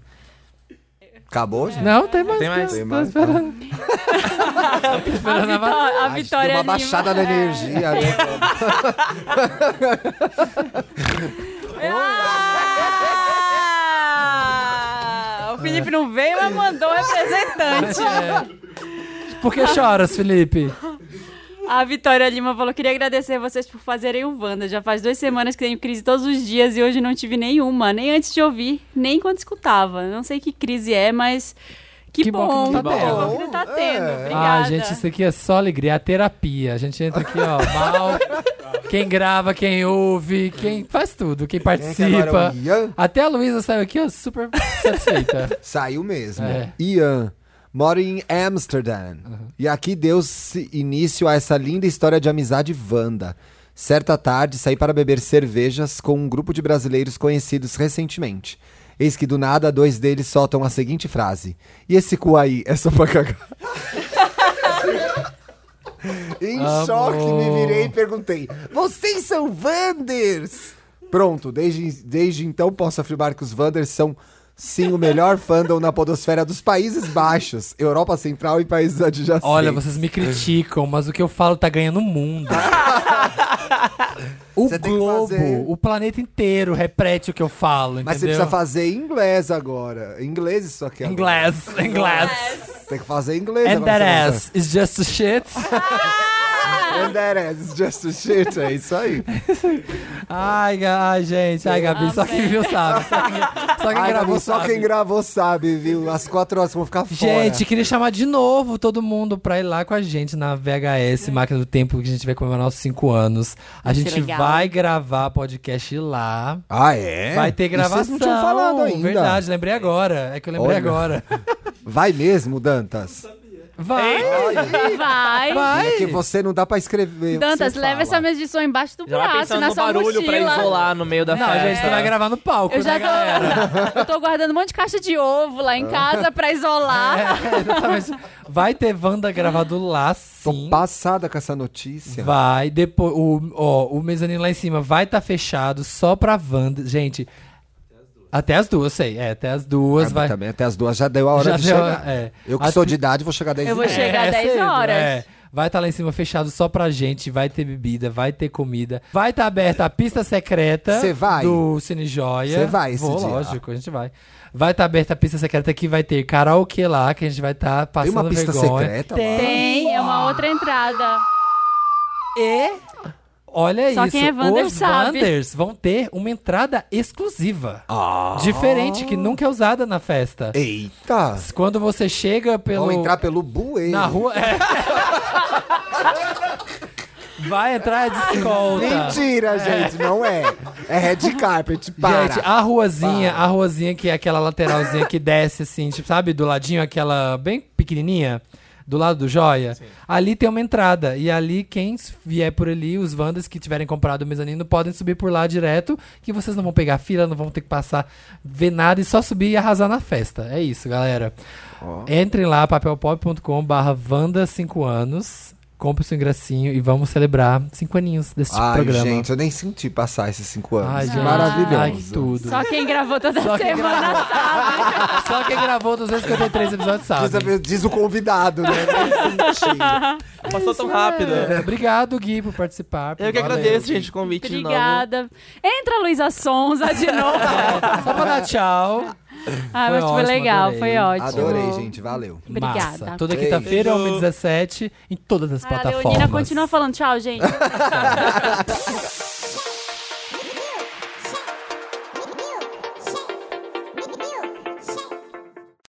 S4: Acabou, gente?
S1: Não, tem mais.
S5: Tem mais?
S1: tô-
S4: É. Tem
S1: tô
S4: mais, tá.
S1: esperando.
S2: A, vitó a
S4: Ai, gente,
S2: vitória
S4: deu uma
S2: anima.
S4: baixada na energia. né?
S2: Ah! O Felipe não veio, mas mandou o representante.
S1: Por que choras, Felipe?
S2: A Vitória Lima falou: queria agradecer vocês por fazerem o Wanda. Já faz duas semanas que tenho crise todos os dias e hoje não tive nenhuma, nem antes de ouvir, nem quando escutava. Não sei que crise é, mas que,
S1: Que bom que não tá
S2: que
S1: tendo.
S2: bom que
S5: É.
S2: não tá tendo. Obrigada.
S1: Ah, gente, isso aqui é só alegria, é terapia. A gente entra aqui, ó, mal. Quem grava, quem ouve, quem faz tudo, quem
S4: Quem é que agora
S1: participa.
S4: é o Ian?
S1: Até a Luísa saiu aqui, ó, super satisfeita.
S4: Saiu mesmo.
S1: É. Uhum.
S4: Ian. Moro em Amsterdã. E aqui deu-se início a essa linda história de amizade Wanda. Certa tarde, saí para beber cervejas com um grupo de brasileiros conhecidos recentemente. Eis que do nada, dois deles soltam a seguinte frase: E esse cu aí é só pra cagar? em
S1: Amor.
S4: choque, me virei e perguntei: Vocês são Wanders? Pronto, desde, desde então posso afirmar que os Wanders são sim o melhor fandom na podosfera dos Países Baixos, Europa Central e países adjacentes.
S1: Olha, vocês me criticam, mas o que eu falo tá ganhando o mundo. O
S4: Você tem que
S1: globo,
S4: fazer.
S1: o planeta inteiro repete o que eu falo,
S4: Mas você
S1: entendeu?
S4: precisa fazer em inglês agora. Em Inglês isso aqui. agora.
S1: Inglês, inglês.
S4: Tem que fazer em inglês
S1: And
S4: agora.
S1: that
S4: você
S1: ass is just a shit.
S4: vai- And that ass is just a shit. É isso aí.
S1: Ai, ga- ai, gente, ai, Gabi, só quem viu sabe. Só quem, só quem
S4: Ai,
S1: gravou
S4: Gabi, só
S1: sabe.
S4: quem gravou sabe, viu? Às quatro horas vão ficar fora.
S1: Gente, queria chamar de novo todo mundo pra ir lá com a gente na
S2: Uhum.
S1: VHS, Máquina do Tempo, que a gente vai comemorar nossos cinco anos. A gente
S2: legal.
S1: vai gravar podcast lá.
S4: Ah, é?
S1: Vai ter gravação.
S4: Vocês não tinham falado ainda.
S1: Verdade, lembrei agora. É que eu lembrei
S4: Olha.
S1: agora.
S4: Vai mesmo, Dantas?
S1: Vai!
S2: Vai.
S1: Vai!
S4: É que você não dá pra escrever. o que
S2: Dantas,
S4: você
S2: leva
S4: fala.
S2: essa medição embaixo do
S5: Já vai
S2: braço,
S5: pensando
S2: na
S5: no
S2: sua
S5: barulho
S2: Ah, mochila.
S5: pra isolar no meio da
S1: Não, é
S5: festa.
S1: gente, você vai gravar no palco,
S2: Eu já
S1: né, galera?
S2: tô, eu tô guardando um monte de caixa de ovo lá
S5: Ah.
S2: em casa pra isolar.
S1: É, exatamente. Vai ter Wanda gravado lá, sim.
S4: Tô passada com essa notícia.
S1: Vai, depois. O, ó, o mezanino lá em cima vai estar fechado só pra Wanda. Gente. Até as duas, sei. É, até as duas
S4: Ah,
S1: vai.
S4: Também até as duas já deu a hora
S1: Já
S4: de
S1: deu a-
S4: chegar.
S1: é.
S4: Eu que
S1: A
S4: sou
S1: tri-
S4: de idade, vou chegar 10
S2: Eu vou
S4: anos.
S2: chegar
S1: É,
S2: às 10
S1: cedo,
S2: horas.
S1: é. Vai estar lá em cima fechado só pra gente, vai ter bebida, vai ter comida, vai estar aberta a pista secreta
S4: Cê vai?
S1: do Cine Joia.
S4: Cê vai esse
S1: Vou,
S4: dia?
S1: lógico, a gente vai. Vai estar aberta a pista secreta que vai ter karaokê lá, que a gente vai estar
S4: Tem
S1: passando
S4: uma pista
S1: vergonha.
S4: secreta lá?
S2: Tem, é uma outra entrada.
S1: E olha
S2: Só
S1: isso,
S2: quem é Wander
S1: os
S2: sabe.
S1: Wanders vão ter uma entrada exclusiva. Diferente, que nunca é usada na festa.
S4: Ah, Eita!
S1: Quando você chega pelo.
S4: Vão entrar pelo bueiro.
S1: Na rua. é. Vai entrar a descolta.
S4: Mentira, gente, não é. É red carpet, para.
S1: Gente, a ruazinha, a ruazinha que é aquela lateralzinha que desce assim, tipo, sabe, do ladinho, aquela bem pequenininha, do lado do joia. Ali tem uma entrada. E ali, quem s- vier por ali, os Wandas que tiverem comprado o mezanino, podem subir por lá direto, que vocês não vão pegar fila, não vão ter que passar, ver nada e só subir e arrasar na festa. É isso, galera. Entrem lá, papelpop.com barra Wanda 5 anos. Compre o seu ingressinho e vamos celebrar cinco aninhos desse
S4: Ai,
S1: programa.
S4: gente, eu nem senti passar esses cinco anos.
S1: Ai, gente.
S4: Maravilhoso.
S1: Ai, que tudo.
S2: Só quem gravou toda
S1: Só quem
S2: semana
S1: Só quem gravou 253 episódios
S4: Diz, a-
S1: sabe.
S4: diz o convidado, né? Nem senti.
S5: Passou tão rápido.
S1: É, Obrigado, Gui, por participar.
S5: Eu que
S1: Valeu.
S5: agradeço, gente, o convite de novo.
S2: Obrigada. Entra, Luísa Sonza, de novo.
S1: Só pra dar tchau.
S2: Ah,
S1: Foi
S2: mas foi
S1: ótimo,
S2: legal,
S1: adorei.
S2: foi ótimo.
S4: Adorei, gente, valeu.
S2: Obrigada.
S1: Massa. Toda
S4: Beijo.
S1: quinta-feira, 1 17 em todas as
S2: A
S1: plataformas.
S2: Leonina continua falando tchau, gente.